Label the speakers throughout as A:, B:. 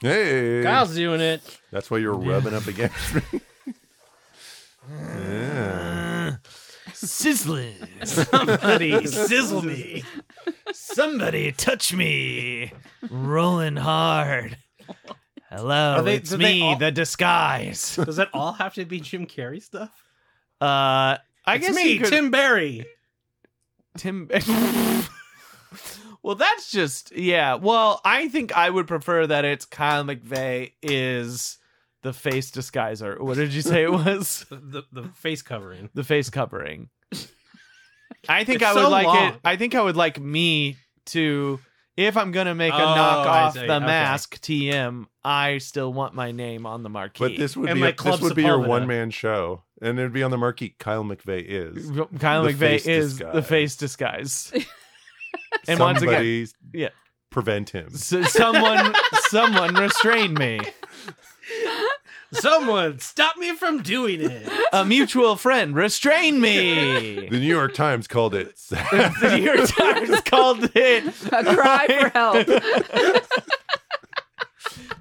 A: Hey,
B: Kyle's doing it.
A: that's why you're rubbing up against me.
C: Sizzling. Somebody sizzle me. Somebody touch me. Rolling hard. Hello,
D: Are they-
C: it's
D: do they
C: me,
D: all-
C: the disguise.
D: Does it all have to be Jim Carrey stuff?
C: Uh, I
D: it's
C: guess
D: me,
C: you could-
D: Tim Barry.
C: Tim. well, that's just yeah. Well, I think I would prefer that it's Kyle McVeigh is the face disguiser. What did you say it was?
D: The, the, the face covering.
C: the face covering. I think
D: It's
C: I would
D: so
C: like
D: long.
C: it. I think I would like me to. If I'm gonna make a
D: Oh, I
C: knockoff
D: see.
C: the
D: Okay.
C: mask TM, I still want my name on the marquee.
A: But this would
D: And
A: be
D: my
A: a,
D: Club
A: this would be your
D: Sepulveda.
A: one man show, and it'd be on the marquee. Kyle McVeigh is.
C: Kyle
A: the
C: McVeigh
A: face
C: is the
A: disguise.
C: face disguise. and once again,
A: Somebody
C: yeah.
A: prevent him.
C: S- someone, someone restrain me.
D: Someone stop me from doing it.
C: A mutual friend, restrain me.
A: The New York Times called it.
C: the New York Times called it
E: A cry for help.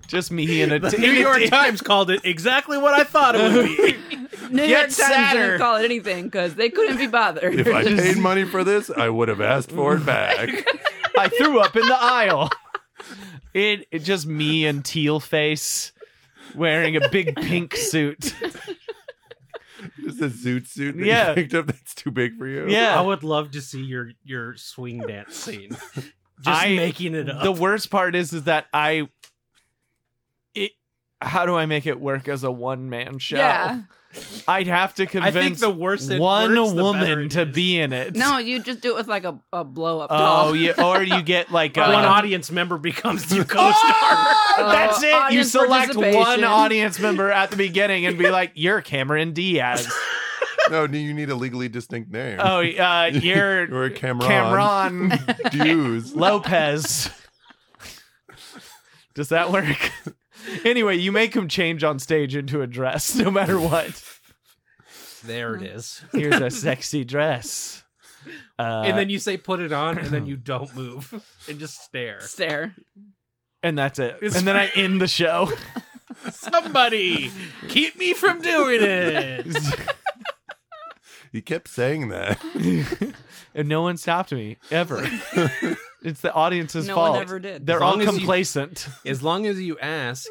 C: just me and a
D: The
C: t-
D: New York Times called it exactly what I thought it would be.
E: New
C: Get
E: York Times
C: sadder.
E: didn't call it anything because they couldn't be bothered.
A: if I paid money for this, I would have asked for it back.
C: I threw up in the aisle. It, it just me and teal face wearing a big pink suit.
A: Just a zoot suit that
C: Yeah.
A: you picked up that's too big for you.
C: Yeah.
D: I would love to see your your swing dance scene. Just
C: I-
D: making it up.
C: The worst part is is that I it how do I make it work as a one man show?
E: yeah.
C: I'd have to
D: I
C: convince
D: think the worse it
C: one
D: works, the better
C: woman
D: it
C: to
D: is.
C: be in it.
E: No, you just do it with like a, a blow up doll.
C: Oh yeah, or you get like
D: One
C: a,
D: audience member becomes your co-star.
E: Oh,
C: That's it. You
E: audience
C: select one
E: participation.
C: audience member at the beginning and be like, "You're Cameron Diaz."
A: No, no, you need a legally distinct name.
C: oh, uh, you're
A: or Cameron.
C: Cameron
A: Dues.
C: Lopez. Does that work? anyway, you make him change on stage into a dress, no matter what.
D: There it is.
C: Here's a sexy dress. Uh,
D: and then you say put it on, and then you don't move and just stare.
E: Stare.
C: and that's it. And then I end the show.
D: Somebody keep me from doing it.
A: He kept saying that.
C: and no one stopped me ever. it's the audience's
E: No one
C: fault.
E: ever did.
C: They're
D: As
C: all
D: long as you-
C: complacent.
D: As long as you ask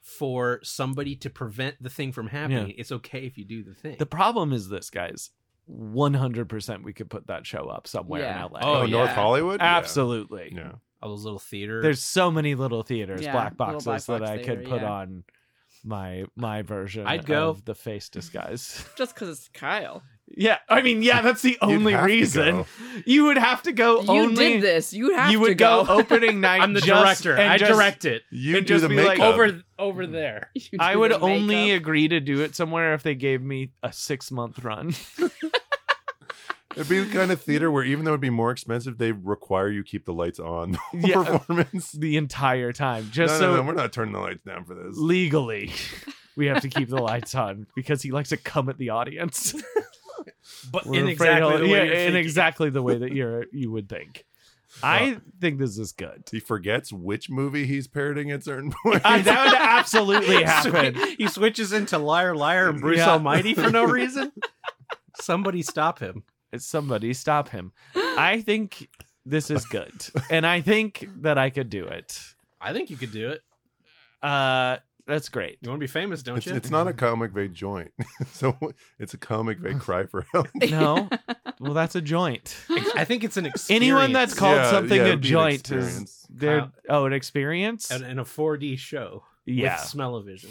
D: for somebody to prevent the thing from happening,
C: Yeah.
D: it's okay if you do the thing.
C: The problem is this, guys. 100% we could put that show up somewhere
E: Yeah.
C: in LA.
A: Oh,
D: Oh, yeah.
A: North Hollywood?
C: Absolutely.
A: Yeah.
D: All those little theater.
C: There's so many little theaters,
E: Yeah,
C: black
E: little
C: boxes that
E: black box
C: I could
E: theater,
C: put
E: yeah.
C: on my my version
D: I'd go.
C: of the face disguise.
E: Just because it's Kyle.
C: yeah, I mean, yeah, that's the
A: You'd
C: only
A: have to
C: reason.
A: go.
C: You would have to go
E: You
C: only
E: did this. You have
C: you
E: to
C: would oh,
E: go.
C: opening night
D: I'm the
C: just-
D: director.
C: and
D: I
C: just-
D: direct it
A: You
C: And
A: do
C: just
A: the
C: be like,
A: makeup.
D: over over there.
E: You
C: I
E: do
C: would
E: the
C: only
E: makeup.
C: agree to do it somewhere if they gave me a 6-month run.
A: It'd be the kind of theater where even though it'd be more expensive, they require you keep the lights on the whole
C: Yeah.
A: performance.
C: the entire time
A: No,
C: just
A: no,
C: so
A: no, we're not turning the lights down for this.
C: legally we have to keep the lights on because he likes to come at the audience
D: But
C: We're
D: in
C: afraid
D: exactly
C: he'll-
D: the way
C: yeah,
D: you're
C: in
D: thinking.
C: exactly the way that you're you would think i think this is good
A: He forgets which movie he's parroting at certain points.
C: I, that would absolutely happen
D: Swi- He switches into liar, liar, and Bruce
C: Yeah.
D: Almighty for no reason. Somebody stop him.
C: somebody stop him i think this is good and i think that i could do it
D: I think you could do it.
C: uh that's great
D: You want to be famous, don't
A: It's,
D: you?
A: it's not a comic McVeigh joint, so it's a comic McVeigh cry for help.
C: no well that's a joint
D: I think it's an experience.
C: anyone that's called
A: Yeah,
C: something
A: yeah,
C: a
A: it'd be an
C: joint is
A: experience.
C: they're
D: Kyle-
C: oh an experience
D: in, in a 4D show
C: yeah
D: with smell-o-vision.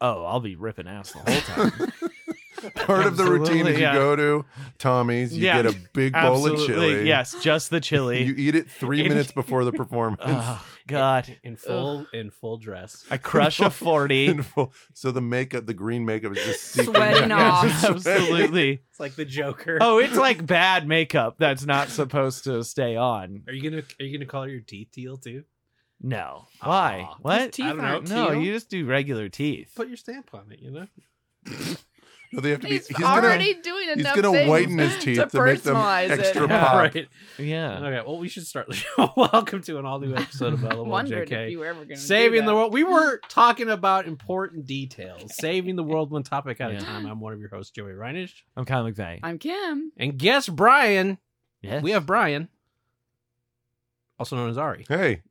C: oh i'll be ripping ass the whole time
A: Part of the routine
C: Absolutely,
A: is you
C: yeah.
A: go to Tommy's, you
C: Yeah.
A: get a big bowl
C: Absolutely.
A: of chili.
C: Yes, just the chili.
A: You eat it three
C: And-
A: minutes before the performance.
C: oh, God.
D: in full in full dress.
C: I crush a 40.
A: And full- so the makeup, the green makeup is just seeping
E: Sweating
A: down.
E: off.
C: Absolutely.
D: It's like the Joker.
C: Oh, it's like bad makeup that's not supposed to stay on.
D: Are you gonna are you gonna color your teeth teal too?
C: No. Why?
D: Aw.
C: what?
E: His teeth
D: I don't know.
E: aren't
C: no,
E: teal.
C: you just do regular teeth.
D: Put your stamp on it, you know.
A: No, they have to be.
E: He's,
A: He's,
E: already doing
A: gonna. He's
E: enough
A: gonna
E: things
A: whiten his teeth
E: to,
A: to, make them
E: personalize it.
A: extra
C: Yeah.
A: pop.
D: Right.
C: Yeah.
D: Okay, well, we should start the show. Welcome to an all new episode of
E: Wondered
D: LOLJK.
E: if you were ever going to
D: Saving the world. We were talking about important details. Saving the world one topic at
C: Yeah.
D: a time. I'm one of your hosts, Joey Reinish.
C: I'm Kyle McVeigh.
E: I'm Kim.
D: And guess Brian.
C: Yes.
D: We have Brian, also known as Ari.
A: Hey,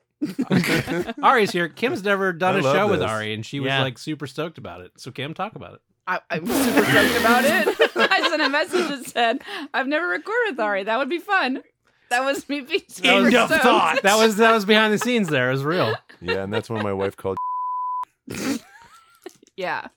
D: Ari's here. Kim's never done
A: I
D: a
A: love
D: show with
A: this.
D: Ari, and she was
C: Yeah.
D: like super stoked about it. So Kim, talk about it.
E: I, I'm super stoked about it. I sent a message that said, "I've never recorded with Ari. That would be fun." That was me being super
D: was-
E: stoked.
C: thought.
D: That was that was behind the scenes. There, it was real.
A: yeah, and that's when my wife called.
E: Yeah,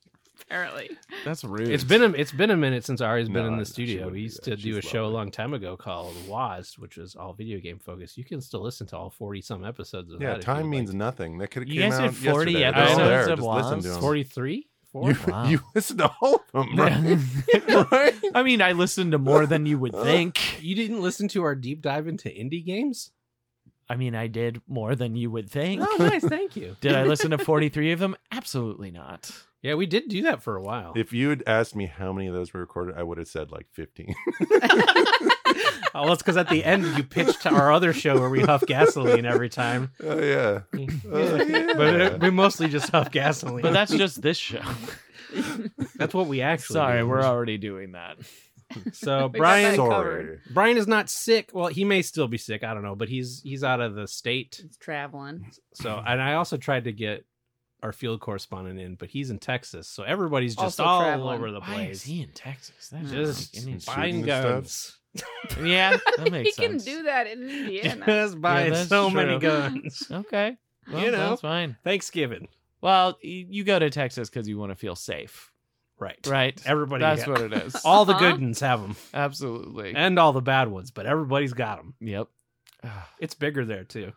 E: apparently.
C: That's rude.
D: It's been a, it's been a minute since Ari's
A: No,
D: been
A: I
D: in
A: know.
D: the
A: She
D: studio.
A: wouldn't
D: We
A: do
D: used
A: that.
D: to do a
A: She's
D: show a
A: lovely.
D: long time ago called WASD, which was all video game focused. You can still listen to all forty some episodes of
A: Yeah,
D: that. if
A: time
D: you would
A: means nothing. That could have
C: You
A: came
C: guys
A: out
C: did 40
A: yesterday. They're all
D: episodes
A: there.
C: of
A: Just listen to
D: like.
A: them.
D: 43? Four?
A: You,
C: Wow.
A: you listened to all of them, right?
C: Yeah.
A: Right?
C: I mean, I listened to more than you would think.
D: You didn't listen to our deep dive into indie games?
C: I mean, I did more than you would think.
D: Oh, nice. Thank you.
C: Did I listen to 43 of them? Absolutely not.
D: Yeah, we did do that for a while.
A: If you had asked me how many of those were recorded, I would have said like 15.
D: Oh, well, it's because at the end you pitched to our other show where we huff gasoline every time.
A: Oh, yeah.
D: Yeah.
A: Oh, yeah.
D: But it- we mostly just huff gasoline.
C: But that's just this show.
D: that's what we actually.
C: Sorry,
D: do.
C: we're already doing that.
D: so
E: We got
D: Brian.
E: that
A: Sorry.
E: covered.
D: Brian is not sick. Well, he may still be sick. I don't know, but he's he's out of the state.
E: It's traveling.
D: So, and I also tried to get our field correspondent in, but he's in Texas. So everybody's just
E: Also
D: all
E: traveling.
D: over the
C: Why is
D: place.
C: he in Texas? That
D: Just
C: doesn't make
A: Shooting
D: buying
A: and
D: guns.
C: any- yeah, that
E: He
C: makes
E: can
C: sense.
E: do that in Indiana.
D: Just buying
C: that's
D: so many
C: true.
D: guns.
C: Okay, well,
D: You know.
C: that's fine.
D: Thanksgiving,
C: Well, y- you go to Texas because you want to feel safe,
D: right?
C: right?
D: Everybody,
C: That's what
D: got-
C: it is.
D: all the
E: Uh-huh.
D: good ones have them,
C: Absolutely.
D: and all the bad ones, but everybody's got them.
C: yep.
D: It's bigger there too.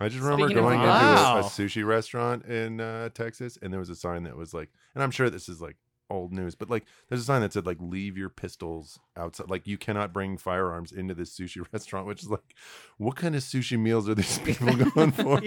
A: I just remember
E: Speaking of
A: going into
C: wow.
A: a, a sushi restaurant in uh, Texas, and there was a sign that was like, and I'm sure this is like old news, but like there's a sign that said like leave your pistols outside, like you cannot bring firearms into this sushi restaurant, which is like, what kind of sushi meals are these people going for?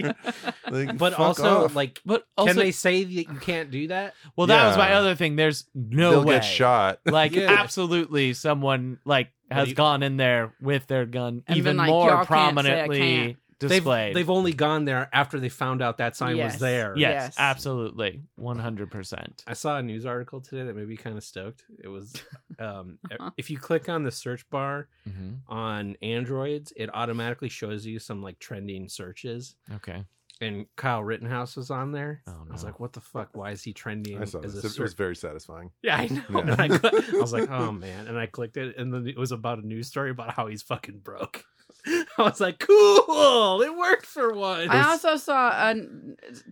A: Like,
D: But
A: fuck
D: also,
A: off.
D: like,
C: But also,
D: can they say that you can't do that?
C: well, that was my
A: Yeah.
C: other thing. There's no
A: they'll
C: way.
A: get shot.
C: Like,
D: Yeah.
C: absolutely, someone like
D: What
C: has
D: do you-
C: gone in there with their gun
E: And
C: even
E: been like, "Y'all
C: more
E: can't say I
C: prominently
E: can't."
D: They've,
C: displayed.
D: they've only gone there after they found out that sign
E: Yes.
D: was there.
C: yes,
E: Yes.
C: absolutely, one hundred percent.
D: I saw a news article today that made me kind of stoked. It was um,
E: Uh-huh.
D: if you click on the search bar
A: Mm-hmm.
D: on Androids, it automatically shows you some like trending searches.
C: Okay.
D: And Kyle Rittenhouse was on there.
C: Oh,
D: I was
C: no.
D: like, what the fuck? Why is he trending?
A: I saw
D: as
A: this.
D: a
A: It was
D: search-
A: very satisfying.
D: Yeah, I know.
A: Yeah.
D: And I, cli- I was like, oh man. And I clicked it, and then it was about a news story about how he's fucking broke. I was like, cool. It worked for once.
E: I also saw a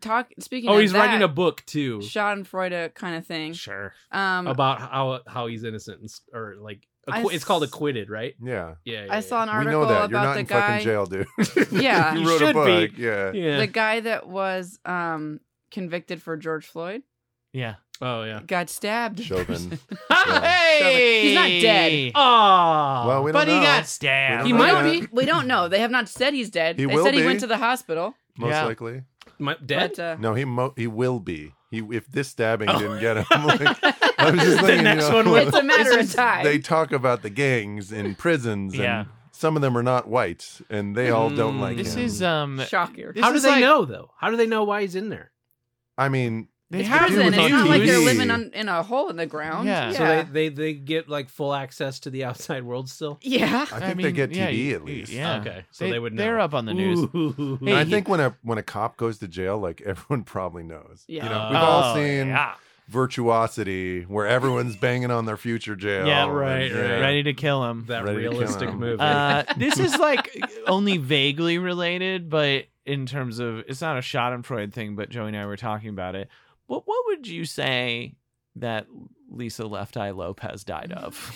E: talk. Speaking.
D: oh,
E: of
D: he's
E: that,
D: writing a book too.
E: Schadenfreude kind of thing.
C: Sure.
E: Um,
D: about how how he's innocent and, s- or like
E: I
D: acqui- it's called
E: s-
D: acquitted, right?
A: Yeah,
D: Yeah, yeah
E: I saw an
A: we
E: article
A: know that you're
E: about
A: not
E: the
A: in
E: guy.
A: fucking jail, dude.
E: Yeah.
A: you
D: You
A: wrote a
D: should be.
A: book. Yeah,
D: yeah.
E: The guy that was um, convicted for George Floyd
C: Yeah.
D: oh yeah.
E: got stabbed.
A: Chauvin.
C: hey!
E: He's not dead.
D: Oh,
A: Well, we don't
C: but he
A: know.
C: got
A: We
C: stabbed.
A: don't
E: He
A: know
E: might
A: yet.
E: be. We don't know. They have not said he's dead.
A: He
E: they
A: will
E: said he
A: be.
E: went to the hospital.
A: most
C: Yeah.
A: likely.
D: my dead.
E: But, uh,
A: No, he mo- he will be. He if this stabbing
D: Oh.
A: didn't get him, like, I was just
D: The
A: thinking, you
D: next
A: know,
D: one
E: it's a matter of time.
A: They talk about the gangs in prisons,
C: Yeah.
A: and some of them are not white, and they all don't
D: Mm.
A: like
C: This
A: him.
C: is um.
E: Shocker.
C: This
D: how do
C: is
D: they
C: like-
D: know though? How do they know why he's in there?
A: I mean,
C: They
E: It's
A: have
E: prison.
A: to
E: It's
A: do
E: not
A: with
E: like they're
A: TV.
E: living on, in a hole in the ground.
C: Yeah.
E: Yeah.
D: So they, they they get like full access to the outside world still.
E: yeah.
A: I think they get TV at least.
C: Yeah.
D: Oh, Okay, so they would
C: They're
D: know.
C: up on the news.
D: Ooh.
A: And
C: Hey,
A: I
C: he-
A: think when a when a cop goes to jail, like everyone probably knows.
E: Yeah.
A: You know,
D: Uh,
A: we've all
C: Oh,
A: seen
C: yeah.
A: Virtuosity, where everyone's banging on their future jail.
C: Yeah,
A: and,
D: right,
A: yeah.
D: right.
C: Ready to kill him.
D: that
A: Ready to kill
D: realistic
A: him.
D: movie.
C: Uh, this is like only vaguely related, but in terms of it's not a Schadenfreude thing. But Joey and I were talking about it. What what would you say that Lisa Left Eye Lopez died of?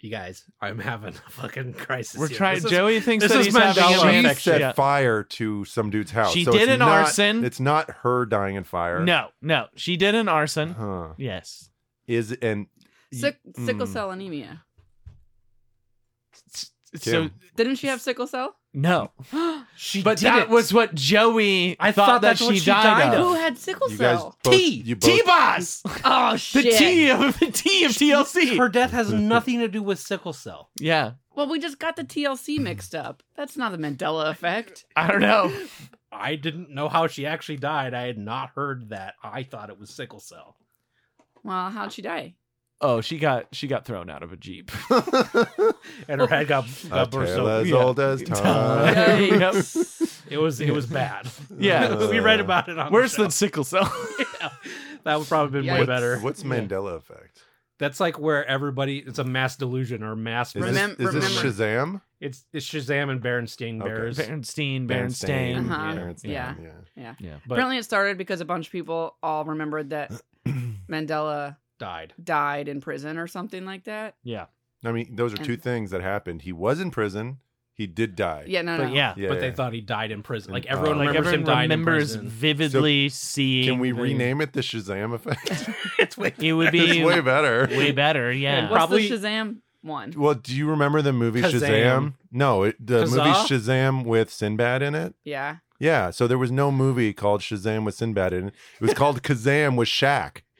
D: you guys, I'm having a fucking crisis.
C: We're
D: here.
C: trying.
D: This is-
C: Joey thinks
D: this
C: that
D: is
C: he's having
D: Mandela
C: a
A: She
D: effect.
C: infection.
A: set
C: Yeah.
A: fire to some dude's house.
C: She
A: so
C: did
A: it's
C: an
A: not-
C: arson.
A: It's not her dying in fire.
C: No, no, she did an arson.
A: Huh.
D: Uh-huh.
C: Yes.
A: Is and
E: Sick,
A: Mm.
E: sickle cell anemia.
C: So
A: Kim.
E: Didn't she have sickle cell?
C: No,
D: She
C: but that was what Joey.
D: I
C: thought,
D: thought
C: that
D: that's
C: she
D: what she
C: died,
D: died
C: of.
E: Who had sickle
A: You guys
E: cell?
A: both,
D: T.
A: you both,
C: T boss.
E: Oh
C: The
E: shit!
C: T of the T of TLC.
D: Her death has nothing to do with sickle cell.
C: yeah,
E: Well, we just got the TLC mixed up. That's not the Mandela effect.
C: I don't know.
D: I didn't know how she actually died. I had not heard that. I thought it was sickle cell.
E: Well, how'd she die?
C: Oh, she got she got thrown out of a jeep.
D: And her head got,
A: a
D: got burst
A: tale
D: open.
A: as
C: Yeah.
A: old as time.
C: Yep.
D: It was it was bad.
C: Yeah.
D: we read about it on
C: Worse
D: the
C: than sickle cell.
D: show. Yeah. that would probably been way
E: Yikes.
D: better.
A: Uh, What's Mandela effect?
D: That's like where everybody it's a mass delusion or mass
A: Is,
E: Remem-
A: this, is this Shazam?
D: it's it's Shazam and Berenstain
A: Okay.
D: Bears.
C: Bernstein,
A: Berenstain.
C: Bernstein.
E: Uh-huh.
A: Berenstain,
E: Yeah.
A: yeah.
D: But
E: Apparently, it started because a bunch of people all remembered that Mandela
D: died.
E: died in prison or something like that.
D: Yeah.
A: I mean, those are two
E: And-
A: things that happened. He was in prison. He did die.
E: Yeah, no, no.
C: But yeah,
A: Yeah,
D: but they
A: yeah.
D: thought he died in prison. Like
A: And, uh,
D: everyone
A: Like,
D: remembers him
C: everyone
D: dying
C: remembers
D: in prison.
C: vividly seeing.
A: Can we
C: the-
A: rename it the Shazam effect?
D: it's way
C: It would
A: it's
C: be
A: way
C: way,
A: better.
C: better. Yeah.
E: What's
D: probably-
E: the Shazam one?
A: well, do you remember the movie Shazam?
D: Kazam.
A: No, it, the
D: Kazaa?
A: movie Shazam with Sinbad in it.
E: Yeah.
A: Yeah, so there was no movie called Shazam with Sinbad in it. It was called Kazam with Shaq.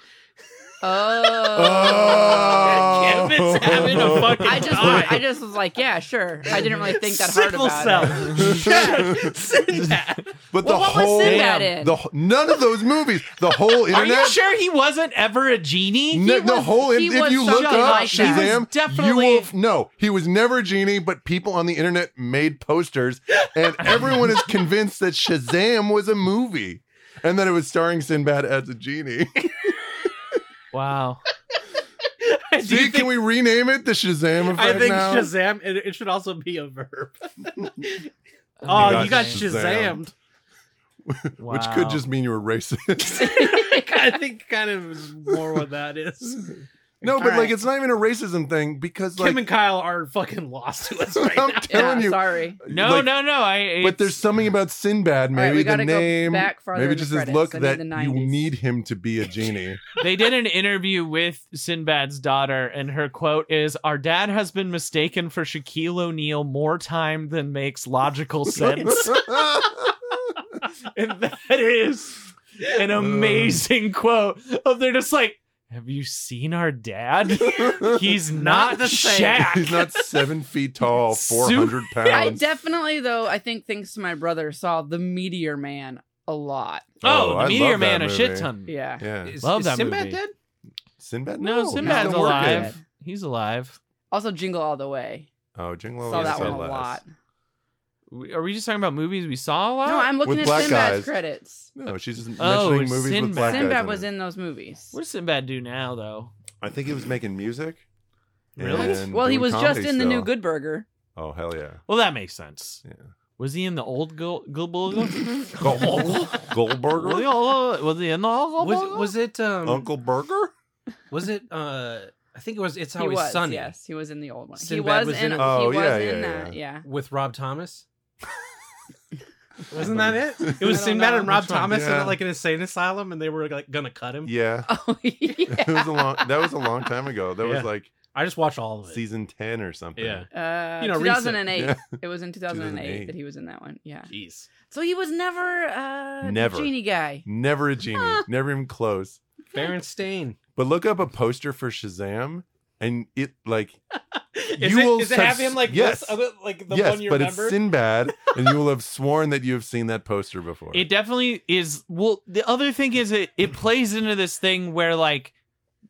E: Oh.
D: Kev's having a fucking
E: I just,
D: time.
E: I just was like, yeah, sure. I didn't really think that hard
D: Sickle
E: about
D: cell.
E: it.
D: Yeah, Sinbad.
A: But
E: Well,
A: the
E: what
A: whole
E: was Sinbad in?
A: the wh- none of those movies, the whole
C: Are
A: internet,
C: you sure he wasn't ever a genie?
A: No, the
E: was-
A: whole
E: he
A: if
E: was
A: you look
E: something
A: up
E: like that. He was
A: Shazam, you
C: definitely-
A: will no. He was never a genie, but people on the internet made posters, and everyone is convinced that Shazam was a movie, and that it was starring Sinbad as a genie.
C: Wow.
D: Do
A: See,
D: you
A: can
D: think-
A: we rename it the Shazam effect
D: I think
A: now?
D: Shazam. It, it should also be a verb.
C: Oh,
D: Oh,
A: got
D: you got
A: Shazammed.
D: Shazammed.
A: Which could just mean you were racist.
D: I think kind of is more what that is.
A: no,
D: All
A: but like
D: right.
A: it's not even a racism thing because like
D: Kim and Kyle are fucking lost to us right
A: I'm
D: now.
A: telling
E: yeah,
A: you,
E: sorry.
C: No,
A: like,
C: no, no. I.
A: But there's
C: it's-
A: something about Sinbad,
E: right,
A: maybe
E: we
A: the
E: gotta go
A: name,
E: back farther
A: maybe
E: in the
A: just his
E: credits.
A: look
E: I need
A: that
E: the
A: you
E: 90s.
A: need him to be a genie.
C: they did an interview with Sinbad's daughter, and her quote is Our dad has been mistaken for Shaquille O'Neal more time than makes logical sense. and that is an amazing quote of they're just like, Have you seen our dad? He's not,
D: the same.
C: Shaq.
A: He's not seven feet tall, four
C: Su-
A: hundred
E: I
A: pounds.
E: definitely, though, I think thanks to my brother, saw the Meteor Man a lot.
C: oh,
A: Oh,
C: the
A: I
C: Meteor
A: love that
C: Man, a shit
A: movie.
C: ton.
E: Yeah.
A: yeah,
D: Is,
C: Love
D: is
C: that
D: Sinbad
C: movie.
D: dead?
A: Sinbad.
C: No,
A: he's
C: Sinbad's
A: still working.
C: alive. He's alive.
E: Also, Jingle All the Way.
A: Oh, Jingle
E: saw
A: All the
E: that
A: Way saw
E: one a
A: less.
E: lot.
C: We- Are we just talking about movies we saw a lot?
E: No, I'm looking
A: With black
E: at Sinbad's
A: guys.
E: credits.
A: No, she's just
C: Oh,
A: mentioning movies with
C: Sinbad.
A: black guys
E: Sinbad was
A: it.
E: in those movies.
C: What does Sinbad do now, though?
A: I think he was making music.
D: Really?
A: and
E: Well, he
A: doing
E: was just
A: comedy
E: in the new
A: still.
E: Good Burger.
A: Oh hell yeah!
C: Well, that makes sense.
A: Yeah.
C: Was he in the old Gul Gul Gul-
A: Goldberger,
C: Was he in the old
D: Was was it um
A: Uncle Burger.
D: was it uh I think it was It's
E: he
D: Always
E: was,
D: Sunny
E: yes, he was in the old one.
D: Sinbad
E: he was,
D: was in
E: in.
D: it.
A: Oh,
E: he
A: yeah,
E: was in
A: yeah,
E: that. Yeah.
D: with Rob Thomas. Wasn't that it? It
E: don't
D: was Sinbad
E: know.
D: and Rob
A: Which one?
D: Thomas
A: Yeah.
D: in like an insane asylum, and they were like gonna cut him.
A: Yeah,
E: Oh
A: it
E: yeah.
A: was a long. That was a long time ago. That
D: Yeah.
A: was like
D: I just watched all of it.
A: season ten or something.
D: Yeah.
E: Uh,
D: You know,
E: 2008.
A: recent.
E: It was in 2008,
A: 2008.
E: that he was in that one. Yeah.
D: Jeez.
E: So he was never uh
A: Never.
E: genie guy.
A: Never a genie. never even close.
D: Berenstain.
A: But look up a poster for Shazam, and it like
D: Is
A: You
D: it,
A: will
D: does it have
A: subs-
D: him like
A: yes.
D: this? Other, like the
A: yes,
D: one you
A: but
D: remember?
A: it's Sinbad, and you will have sworn that you have seen that poster before.
C: It definitely is. Well, the other thing is it it plays into this thing where like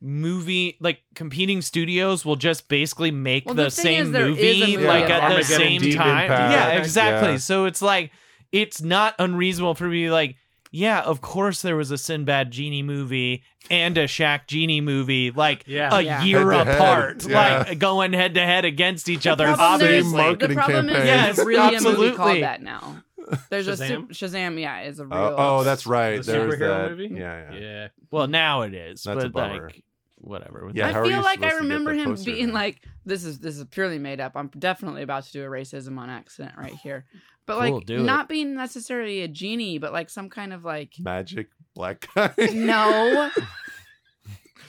C: movie like competing studios will just basically make
E: Well,
C: the,
E: the thing
C: same
E: is there is
C: movie,
E: a movie
C: like
A: Yeah,
C: at the
A: Armageddon,
C: same
A: Deep
C: time.
A: Impact.
C: Yeah, exactly.
A: Yeah.
C: So it's like it's not unreasonable for me like yeah, of course there was a Sinbad genie movie and a Shaq genie movie like
A: Oh,
D: Yeah.
C: a
E: Yeah.
C: year
A: Head to head.
C: apart,
A: Yeah.
C: like going head to head against each other.
E: problem
A: Same
E: is-
C: Obviously,
A: marketing
E: the problem
A: campaign.
E: Is
C: Yes,
E: there's really a movie
C: absolutely.
E: called that now. There's
D: Shazam?
E: a super, Shazam. Yeah, is a real.
A: Uh, oh, that's right.
D: The
A: there was
D: superhero
A: that.
D: movie?
A: Yeah, yeah.
D: Yeah.
C: well now it is,
A: That's a
C: but
A: bummer.
C: like whatever. with
A: Yeah,
C: that.
A: how
E: I
A: are you
E: feel like
A: supposed
E: I
A: to get
E: remember
A: that
E: him
A: poster
E: being
A: now?
E: like, "This is this is purely made up. I'm definitely about to do a racism on accident right here." But
C: Cool,
E: like,
C: do it.
E: not being necessarily a genie, but like some kind of like
A: magic black guy.
E: no,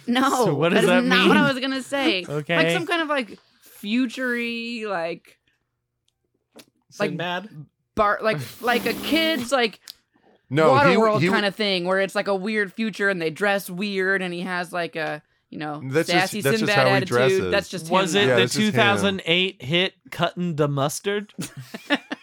E: no.
C: So what does
E: that
C: that
E: is Not what
C: mean?
E: I was gonna say.
C: Okay.
E: Like some kind of like futury like Like-
D: Sinbad?
E: bar like like a kids like
A: No,
E: water
A: he,
E: world
A: he,
E: kind of thing where it's like a weird future and they dress weird and he has like a you know
A: That's just-
E: sassy
A: that's just
E: Sinbad
A: how he
E: attitude.
A: dresses.
E: That's just
C: Was
E: him
C: it
A: Yeah,
C: the
A: this is him.
C: 2008 hit "Cutting the Mustard"?